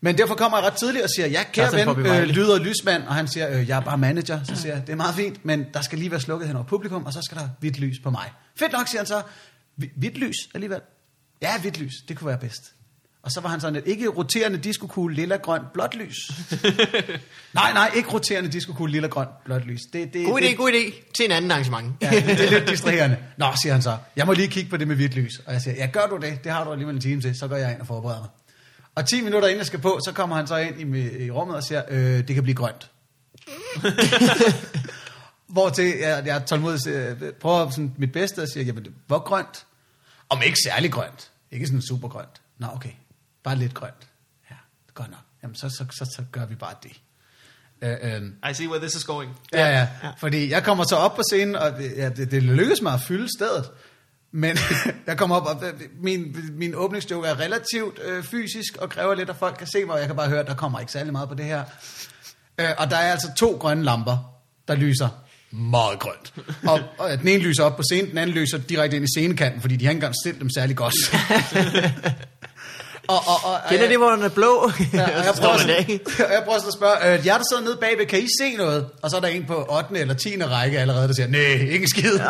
[SPEAKER 3] men derfor kommer jeg ret tidligt og siger, ja,
[SPEAKER 1] Tartan
[SPEAKER 3] kære
[SPEAKER 1] Pop i
[SPEAKER 3] ven, øh,
[SPEAKER 1] Vejle."
[SPEAKER 3] lyder lysmand, og han siger, øh, jeg er bare manager. Så siger jeg, det er meget fint, men der skal lige være slukket hen over publikum, og så skal der hvidt lys på mig. Fedt nok, siger han så. "Hvi- Hvidt lys alligevel? Ja, hvidt lys, det kunne være bedst. Og så var han sådan et ikke roterende diskokugle, lilla, grønt, blåt lys. nej, nej, ikke roterende diskokugle, lilla, grønt, blåt lys. Det, det,
[SPEAKER 1] God
[SPEAKER 3] det,
[SPEAKER 1] idé, god idé. Til en anden arrangement.
[SPEAKER 3] Ja, det, det er lidt distraherende. Nå, siger han så. Jeg må lige kigge på det med hvidt lys. Og jeg siger, ja, gør du det? Det har du alligevel en time til. Så går jeg ind og forbereder mig. Og 10 minutter inden jeg skal på, så kommer han så ind i, mi- i rummet og siger, øh, det kan blive grønt. Hvor til jeg, jeg tålmodig siger, prøver sådan mit bedste og siger, jamen, hvor grønt? Om ikke særlig grønt. Ikke sådan super grønt. Nå, okay. Bare lidt grønt. Ja, godt nok. Jamen, så, så, så, så gør vi bare det. Øh, øh,
[SPEAKER 2] I see where this is going.
[SPEAKER 3] Ja, ja, ja. Fordi jeg kommer så op på scenen, og det, ja, det, det lykkedes mig at fylde stedet. Men jeg kommer op, og min, min åbningsjoke er relativt øh, fysisk, og kræver lidt, at folk kan se mig, og jeg kan bare høre, at der kommer ikke særlig meget på det her. Øh, og der er altså to grønne lamper, der lyser meget grønt. Og, og den ene lyser op på scenen, den anden lyser direkte ind i scenekanten, fordi de har ikke engang stillet dem særlig godt. og, og, og,
[SPEAKER 1] Kender det, hvor den er blå?
[SPEAKER 3] Ja, og jeg
[SPEAKER 1] så
[SPEAKER 3] prøver,
[SPEAKER 1] står den
[SPEAKER 3] sådan,
[SPEAKER 1] af.
[SPEAKER 3] og jeg prøver sådan at spørge, øh, jer der sidder nede bagved, kan I se noget? Og så er der en på 8. eller 10. række allerede, der siger, nej, ikke en skid. Ja.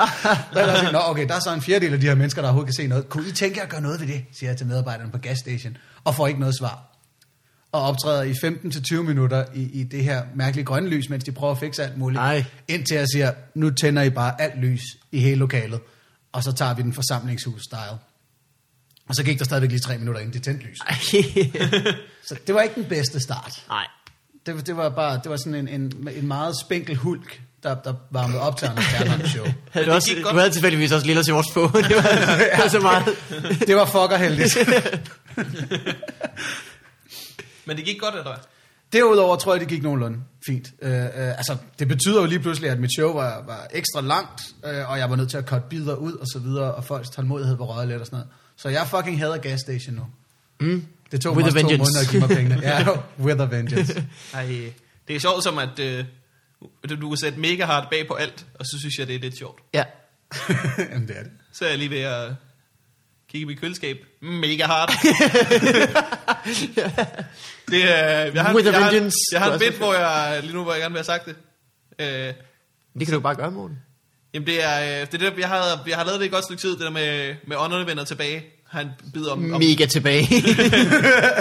[SPEAKER 3] Der siger, Nå, okay, der er så en fjerdedel af de her mennesker, der overhovedet kan se noget. Kunne I tænke jer at gøre noget ved det, siger jeg til medarbejderne på gasstation, og får ikke noget svar. Og optræder i 15-20 minutter i, i det her mærkelige grønne lys, mens de prøver at fikse alt muligt.
[SPEAKER 1] Nej.
[SPEAKER 3] Indtil jeg siger, nu tænder I bare alt lys i hele lokalet, og så tager vi den forsamlingshus-style. Og så gik der stadigvæk lige tre minutter, inden de tændte lys. Så det var ikke den bedste start.
[SPEAKER 1] Nej.
[SPEAKER 3] Det, det var bare det var sådan en, en, en meget spinkel hulk, der, der varmede op til Anders Tertons show.
[SPEAKER 1] Havde du,
[SPEAKER 2] det
[SPEAKER 1] også,
[SPEAKER 2] gik godt.
[SPEAKER 1] du havde tilfældigvis også lille shorts på. Det var, det var så meget.
[SPEAKER 3] Det var fuckerheldigt.
[SPEAKER 2] Men det gik godt, eller hvad?
[SPEAKER 3] Derudover tror jeg, det gik nogenlunde fint. Øh, øh, altså, det betyder jo lige pludselig, at mit show var, var ekstra langt, øh, og jeg var nødt til at cutte bidder ud og så videre, og folks tålmodighed var røget lidt og sådan noget. Så jeg fucking hader gas station nu.
[SPEAKER 1] Mm.
[SPEAKER 3] Det tog
[SPEAKER 1] With a
[SPEAKER 3] mig også to
[SPEAKER 1] vengeance.
[SPEAKER 3] måneder at give mig pengene. Ja, jo, with a vengeance.
[SPEAKER 2] Ej. Det er sjovt som, at øh, du du kan sætte mega hard bag på alt, og så synes jeg, det er lidt sjovt.
[SPEAKER 1] Ja.
[SPEAKER 3] Jamen, det er det.
[SPEAKER 2] Så er jeg lige ved at kigge i mit køleskab. Mega hard. det, er, jeg, har,
[SPEAKER 1] With a
[SPEAKER 2] jeg, har,
[SPEAKER 1] vengeance.
[SPEAKER 2] jeg har en bit, hvor jeg, lige nu, hvor jeg gerne vil have sagt det. Øh,
[SPEAKER 1] Det kan du jo bare gøre, Morten.
[SPEAKER 2] Jamen det er, øh, det er det, jeg har, jeg har lavet det et godt stykke tid, det der med, med ånderne vender tilbage. Han bider om, om,
[SPEAKER 1] Mega tilbage.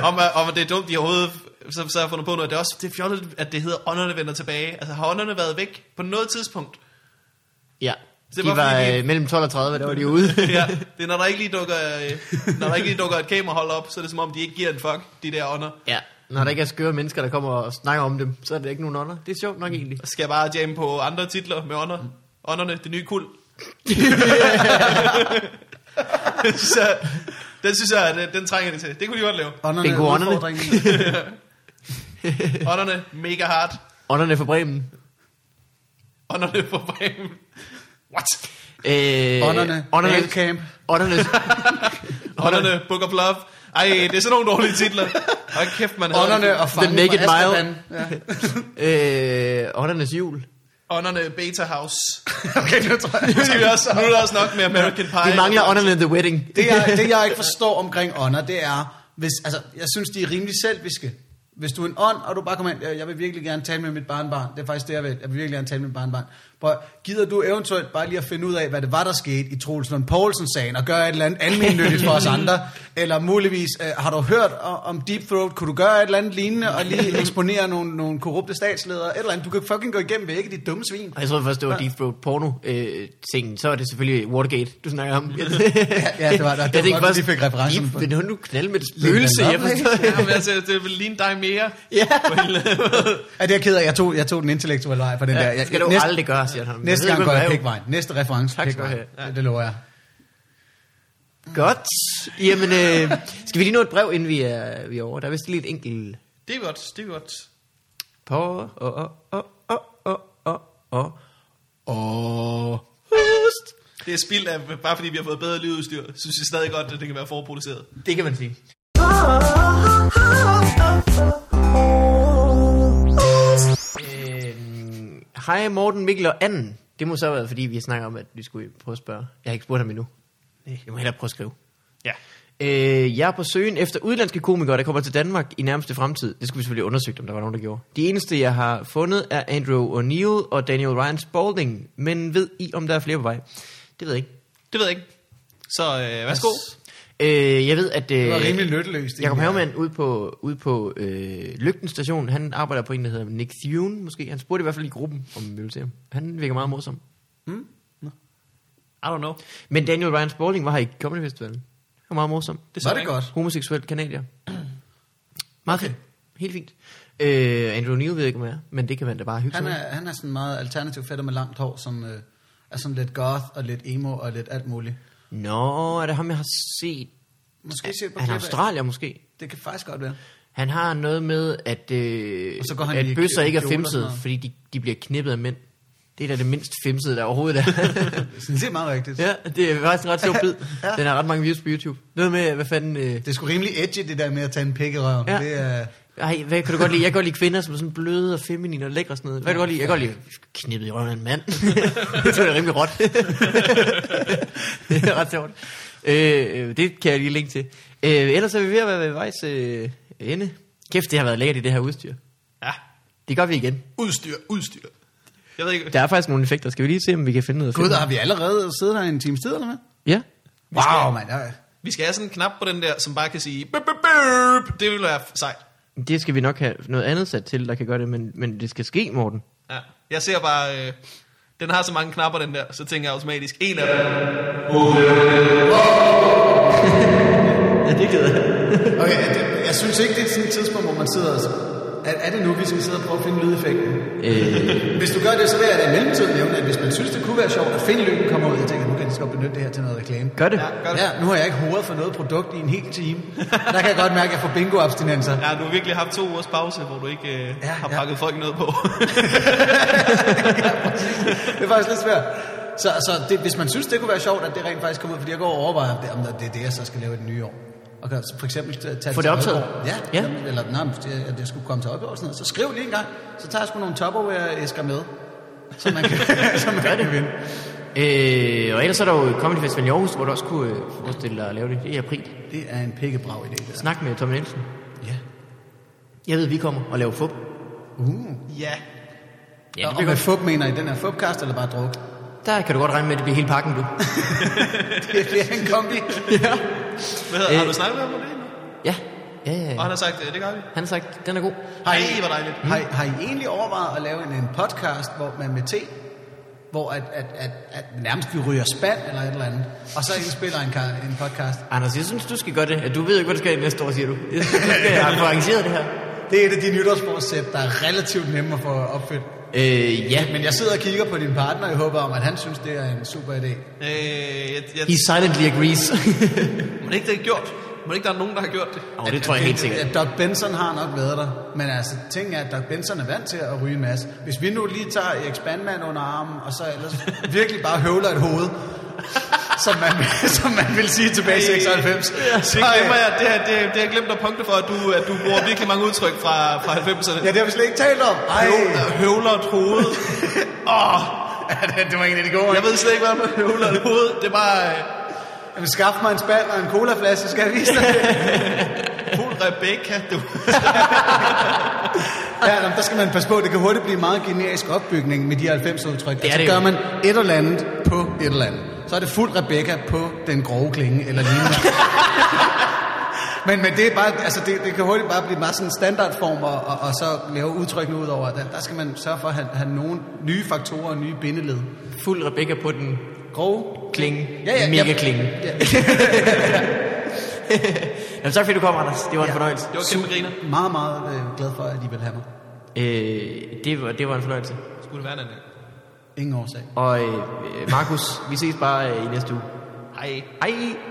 [SPEAKER 2] om, at- om, at det er dumt i hovedet, så, så har jeg fundet på noget. Det er også det er fjollet, at det hedder ånderne vender tilbage. Altså har ånderne været væk på noget tidspunkt?
[SPEAKER 1] ja.
[SPEAKER 2] Det
[SPEAKER 1] De
[SPEAKER 2] var
[SPEAKER 1] var
[SPEAKER 2] fordi-
[SPEAKER 1] øh, mellem 12 og 30, der var de ude.
[SPEAKER 2] ja, det er når der ikke lige dukker, øh, når der ikke lige dukker et kamerahold op, så er det som om, de ikke giver en fuck, de der ånder.
[SPEAKER 1] Ja. Når der ikke er skøre mennesker, der kommer og snakker om dem, så er det ikke nogen ånder. Det er sjovt
[SPEAKER 3] Mm.
[SPEAKER 1] nok egentlig.
[SPEAKER 2] Og så skal jeg bare jamme på andre titler med ånder. Ånderne, det nye kul. så, den synes jeg, den, den trænger de til. Det kunne de godt lave.
[SPEAKER 3] Ånderne
[SPEAKER 1] Bingo,
[SPEAKER 3] er
[SPEAKER 1] ånderne.
[SPEAKER 3] udfordringen.
[SPEAKER 2] Ånderne, mega hard.
[SPEAKER 1] Ånderne fra Bremen. Øh,
[SPEAKER 2] Ånderne på Bremen. What?
[SPEAKER 1] Øh,
[SPEAKER 3] Ånderne.
[SPEAKER 1] Ånderne.
[SPEAKER 3] Bandcamp.
[SPEAKER 1] Ånderne.
[SPEAKER 2] Ånderne, Book of Love. Ej, det er sådan nogle dårlige titler. Hold kæft, man hader
[SPEAKER 3] Ånderne
[SPEAKER 2] det.
[SPEAKER 3] og fangen
[SPEAKER 1] Naked
[SPEAKER 3] fra
[SPEAKER 1] Mile.
[SPEAKER 3] Azkaban. Ja.
[SPEAKER 1] øh, åndernes jul.
[SPEAKER 2] Ånderne, Beta House.
[SPEAKER 3] Okay, nu tror jeg.
[SPEAKER 2] Nu, skal vi også, nu er der også nok med American Pie.
[SPEAKER 1] Vi mangler ånderne The Wedding.
[SPEAKER 3] det, jeg, det jeg ikke forstår omkring ånder, det er, hvis, altså, jeg synes, de er rimelig selviske. Hvis du er en ånd, og du bare kommer ind, "Øh, jeg vil virkelig gerne tale med mit barnbarn. Det er faktisk det, jeg vil. Jeg vil virkelig gerne tale med mit barnbarn. Prøv, gider du eventuelt bare lige at finde ud af, hvad det var, der skete i Troels Lund Poulsen-sagen, og gøre et eller andet almindeligt for os andre? Eller muligvis, øh, har du hørt o- om Deep Throat? Kunne du gøre et eller andet lignende, og lige eksponere nogle, nogle korrupte statsledere? Et eller andet. Du kan fucking gå igennem vægge, dit dumme svin.
[SPEAKER 1] Og jeg troede først, det var Deep Throat porno-tingen. så er det selvfølgelig Watergate, du snakker om. ja,
[SPEAKER 3] ja, det var- det var godt, at de fik referencen på.
[SPEAKER 1] på. Men nu knalde med et spøgelse,
[SPEAKER 3] op,
[SPEAKER 1] jeg
[SPEAKER 3] ikke?
[SPEAKER 1] forstår.
[SPEAKER 2] Jamen, altså, det vil ligne dig mere.
[SPEAKER 1] Ja,
[SPEAKER 3] Ja, det er jeg ked af. Jeg tog, jeg tog den intellektuelle vej for den der.
[SPEAKER 1] ja,
[SPEAKER 3] Jeg,
[SPEAKER 1] skal du
[SPEAKER 3] næste-
[SPEAKER 1] aldrig gøre, siger han. Jeg
[SPEAKER 3] Næste
[SPEAKER 1] ved
[SPEAKER 3] gang
[SPEAKER 1] ikke,
[SPEAKER 3] går jeg
[SPEAKER 1] hvem du er.
[SPEAKER 3] pikvejen. Næste reference
[SPEAKER 1] Tak skal du
[SPEAKER 3] pikvejen.
[SPEAKER 1] have.
[SPEAKER 3] Ja. Det lover jeg.
[SPEAKER 1] Godt. Jamen, øh, skal vi lige nå et brev, inden vi er, vi er over? Der er vist lige et enkelt
[SPEAKER 2] Det er godt, det er godt.
[SPEAKER 1] på. Og, og, og, og, og, og, og, og. Hust.
[SPEAKER 2] Det er spild af, bare fordi vi har fået bedre lydudstyr, synes jeg stadig godt, at det kan være forproduceret.
[SPEAKER 1] Det kan man sige. Øh, Hej Morten, Mikkel og Anden. Det må så have været, fordi vi snakker om, at vi skulle prøve at spørge. Jeg har ikke spurgt ham endnu. Jeg må hellere prøve at skrive.
[SPEAKER 2] Ja.
[SPEAKER 1] Øh, jeg er på søgen efter udenlandske komikere, der kommer til Danmark i nærmeste fremtid. Det skulle vi selvfølgelig undersøge, om der var nogen, der gjorde. De eneste, jeg har fundet, er Andrew O'Neill og Daniel Ryan Spalding. Men ved I, om der er flere på vej? Det ved jeg ikke.
[SPEAKER 2] Det ved jeg ikke. Så øh, værsgo.
[SPEAKER 1] Øh, jeg ved, at... Øh,
[SPEAKER 3] Det var rimelig nytteløst.
[SPEAKER 1] Jakob
[SPEAKER 3] egentlig.
[SPEAKER 1] Havemann ude på, ude på øh, Lygten station, han arbejder på en, der hedder Nick Thune, måske. Han spurgte i hvert fald i gruppen, om vi ville se ham. Han virker meget morsom.
[SPEAKER 3] Mm?
[SPEAKER 2] I don't know.
[SPEAKER 1] Men Daniel Ryan Spalding var her i Comedy Festivalen. Han var meget morsom.
[SPEAKER 2] Det
[SPEAKER 3] Var det godt?
[SPEAKER 1] Homoseksuel kanadier. meget okay. fint. Helt fint. Øh, Andrew Neal ved jeg ikke, om jeg er, men det kan man da bare hygge
[SPEAKER 3] Han
[SPEAKER 1] sig med.
[SPEAKER 3] er, han er sådan meget alternativ fætter med langt hår, som øh, er sådan lidt goth og lidt emo og lidt alt muligt.
[SPEAKER 1] Nå, er det ham, jeg har set?
[SPEAKER 3] Måske se på
[SPEAKER 1] Er han
[SPEAKER 3] klip af-
[SPEAKER 1] australier måske?
[SPEAKER 3] Det kan faktisk godt være.
[SPEAKER 1] Han har noget med, at, øh,
[SPEAKER 3] Og så går han
[SPEAKER 1] at
[SPEAKER 3] i
[SPEAKER 1] bøsser
[SPEAKER 3] kjole
[SPEAKER 1] ikke er
[SPEAKER 3] og sådan
[SPEAKER 1] femsede,
[SPEAKER 3] noget.
[SPEAKER 1] fordi de, de bliver knippet af mænd. Det er da det mindst femsede, der overhovedet er.
[SPEAKER 3] Det er meget rigtigt. Ja.
[SPEAKER 1] Ja, det er faktisk en ret sjov bid.
[SPEAKER 3] Ja.
[SPEAKER 1] Den har ret mange views på YouTube. Noget med, hvad fanden... Øh,
[SPEAKER 3] Det er sgu rimelig edgy, det der med at tage en pik i røven.
[SPEAKER 1] Ja.
[SPEAKER 3] Ja. Det er,
[SPEAKER 1] ej, hvad kan du godt lide? Jeg kan godt lide kvinder, som er sådan bløde og feminine og lækre og sådan noget. Hvad kan du godt lide? Jeg kan godt lide knippet i røven af en mand. det tror jeg er rimelig råt. det er ret sjovt. Øh, øh, det kan jeg lige linke til. Øh, ellers er vi ved at være ved vejs øh, ende. Kæft, det har været lækkert i det her udstyr.
[SPEAKER 2] Ja.
[SPEAKER 1] Det gør vi igen.
[SPEAKER 2] Udstyr, udstyr. Jeg ved ikke.
[SPEAKER 1] Der er faktisk nogle effekter. Skal vi lige se, om vi kan finde noget
[SPEAKER 3] gud,
[SPEAKER 1] fedt?
[SPEAKER 3] har vi allerede siddet her en times tid, eller hvad?
[SPEAKER 1] Ja.
[SPEAKER 3] Wow, mand. Ja.
[SPEAKER 2] Vi skal have sådan en knap på den der, som bare kan sige... Bup, bup, bup. Det vil være sejt.
[SPEAKER 1] Det skal vi nok have noget andet sat til, der kan gøre det, men, men det skal ske, Morten.
[SPEAKER 2] Ja. Jeg ser bare... Øh, den har så mange knapper, den der, så tænker jeg automatisk, en af dem...
[SPEAKER 1] Ja, det gider jeg.
[SPEAKER 3] Okay, det, jeg synes ikke, det er sådan et tidspunkt, hvor man sidder og... Er, er det nu, vi skal sidde og prøve at finde lydeffekten? Øh. Hvis du gør det, så vil jeg da i mellemtiden nævne, at hvis man synes, det kunne være sjovt at finde lyden kommer ud, jeg tænker, nu kan jeg lige så godt benytte det her til noget reklame.
[SPEAKER 1] Gør det.
[SPEAKER 2] Ja, gør det.
[SPEAKER 3] Ja, nu har jeg ikke hovedet for noget produkt i en hel time. Der kan jeg godt mærke, at jeg får bingo-abstinenser.
[SPEAKER 2] Ja, du har virkelig haft to ugers pause, hvor du ikke øh, ja,
[SPEAKER 3] Ja,
[SPEAKER 2] har
[SPEAKER 3] ja.
[SPEAKER 2] pakket folk noget på.
[SPEAKER 3] Det er faktisk lidt svært. Så, så det, hvis man synes, det kunne være sjovt, at det rent faktisk kommer ud, fordi jeg går og overvejer, om det, om det er det, jeg så skal lave i det nye år. Og kan så for eksempel t- tage til
[SPEAKER 1] det optaget?
[SPEAKER 3] Aalborg. Ja,
[SPEAKER 1] Ja.
[SPEAKER 3] ja. Jamen, eller nej, men det- at jeg skulle komme til Aalborg og sådan noget. Så skriv lige en gang, så tager jeg sgu nogle topperware-æsker med. Så man kan, så man kan vinde.
[SPEAKER 1] Øh, og ellers er der jo Comedy Festival i Aarhus, hvor du også kunne øh, forestille dig at lave det. Det er i april.
[SPEAKER 3] Det er en pikkebrav idé, det der.
[SPEAKER 1] Snak med Tom Nielsen.
[SPEAKER 3] Ja.
[SPEAKER 1] Jeg ved, vi kommer og laver fup.
[SPEAKER 3] Uh.
[SPEAKER 2] ja.
[SPEAKER 1] Ja, det
[SPEAKER 3] og
[SPEAKER 1] bliver
[SPEAKER 3] med
[SPEAKER 1] godt.
[SPEAKER 3] fup mener I den her fupkast, eller bare druk?
[SPEAKER 1] Der kan du godt regne med, at det bliver hele pakken, du.
[SPEAKER 3] Det bliver en kombi.
[SPEAKER 1] ja.
[SPEAKER 2] Hvad, hedder- har
[SPEAKER 1] Øh.
[SPEAKER 2] du snakket med ham om det? endnu?
[SPEAKER 1] Ja, ja, ja.
[SPEAKER 2] Og han har sagt, øh, det gør vi.
[SPEAKER 1] Han har sagt, den er god.
[SPEAKER 3] Har
[SPEAKER 2] Ej, hvor dejligt.
[SPEAKER 3] Har, I- har I egentlig overvejet at lave en, en podcast, hvor man med te, hvor at, at, at, at nærmest vi ryger spand eller et eller andet, og så indspiller en, ka- en podcast?
[SPEAKER 1] Anders, jeg synes, du skal gøre det. Ja, Du ved jo ikke, hvad du skal i næste år, siger du. Jeg synes, du skal have arrangeret det her.
[SPEAKER 3] Det er et af de nytårsforsæt, der er relativt nemme at få opfyldt.
[SPEAKER 1] Øh, ja.
[SPEAKER 3] Men jeg sidder og kigger på din partner, og jeg håber om, at han synes, det er en super idé.
[SPEAKER 2] Øh, jeg, jeg,
[SPEAKER 1] He silently agrees.
[SPEAKER 2] må det ikke det er gjort? Må det ikke der er nogen, der har gjort det?
[SPEAKER 1] Åh, det tror jeg helt sikkert.
[SPEAKER 3] At Doc Benson har nok været der, men altså, ting er, at Doc Benson er vant til at ryge en masse. Hvis vi nu lige tager Erik Spandman under armen, og så ellers virkelig bare høvler et hoved, som man, som man vil sige tilbage i 96.
[SPEAKER 2] Det glemmer jeg, det, her, det, det har jeg glemt at punkte for, at du, at du bruger virkelig mange udtryk fra, fra 90'erne.
[SPEAKER 3] Ja, det har vi slet ikke talt om. Ej,
[SPEAKER 2] Høvler, høvler et hoved. Åh,
[SPEAKER 3] Ja, det var en af de gode.
[SPEAKER 2] jeg ved slet ikke, hvad med høvler et hoved. Det er bare øh,
[SPEAKER 3] Jamen, skaf mig en spand og en colaflaske, så skal jeg vise dig det.
[SPEAKER 2] fuld Rebecca, du.
[SPEAKER 3] Ja, jamen, der skal man passe på. Det kan hurtigt blive en meget generisk opbygning med de 90 udtryk.
[SPEAKER 1] Det er
[SPEAKER 3] så
[SPEAKER 1] det jo.
[SPEAKER 3] gør man et eller andet på et eller andet. Så er det fuld Rebecca på den grove klinge eller lignende. men, men det, er bare, altså det, det kan hurtigt bare blive meget sådan en standardform, og, og, og så lave udtrykkene ud over det. Der skal man sørge for at have, have nogle nye faktorer og nye bindeled.
[SPEAKER 1] Fuld Rebecca på den
[SPEAKER 3] Grove
[SPEAKER 1] klinge.
[SPEAKER 3] Ja, ja,
[SPEAKER 1] Mega
[SPEAKER 3] ja.
[SPEAKER 1] klinge.
[SPEAKER 3] Ja.
[SPEAKER 1] Jamen, tak fordi du kom, Anders. Det var en
[SPEAKER 3] Ja.
[SPEAKER 1] fornøjelse.
[SPEAKER 2] Det var kæmpe griner.
[SPEAKER 3] Meget, meget øh, glad for, at I vil have mig.
[SPEAKER 1] Øh, det, var, det var en fornøjelse.
[SPEAKER 2] Skulle det være en anden?
[SPEAKER 3] Ingen årsag.
[SPEAKER 1] Og øh, Markus, vi ses bare øh, i næste uge.
[SPEAKER 2] Hej.
[SPEAKER 1] Hej!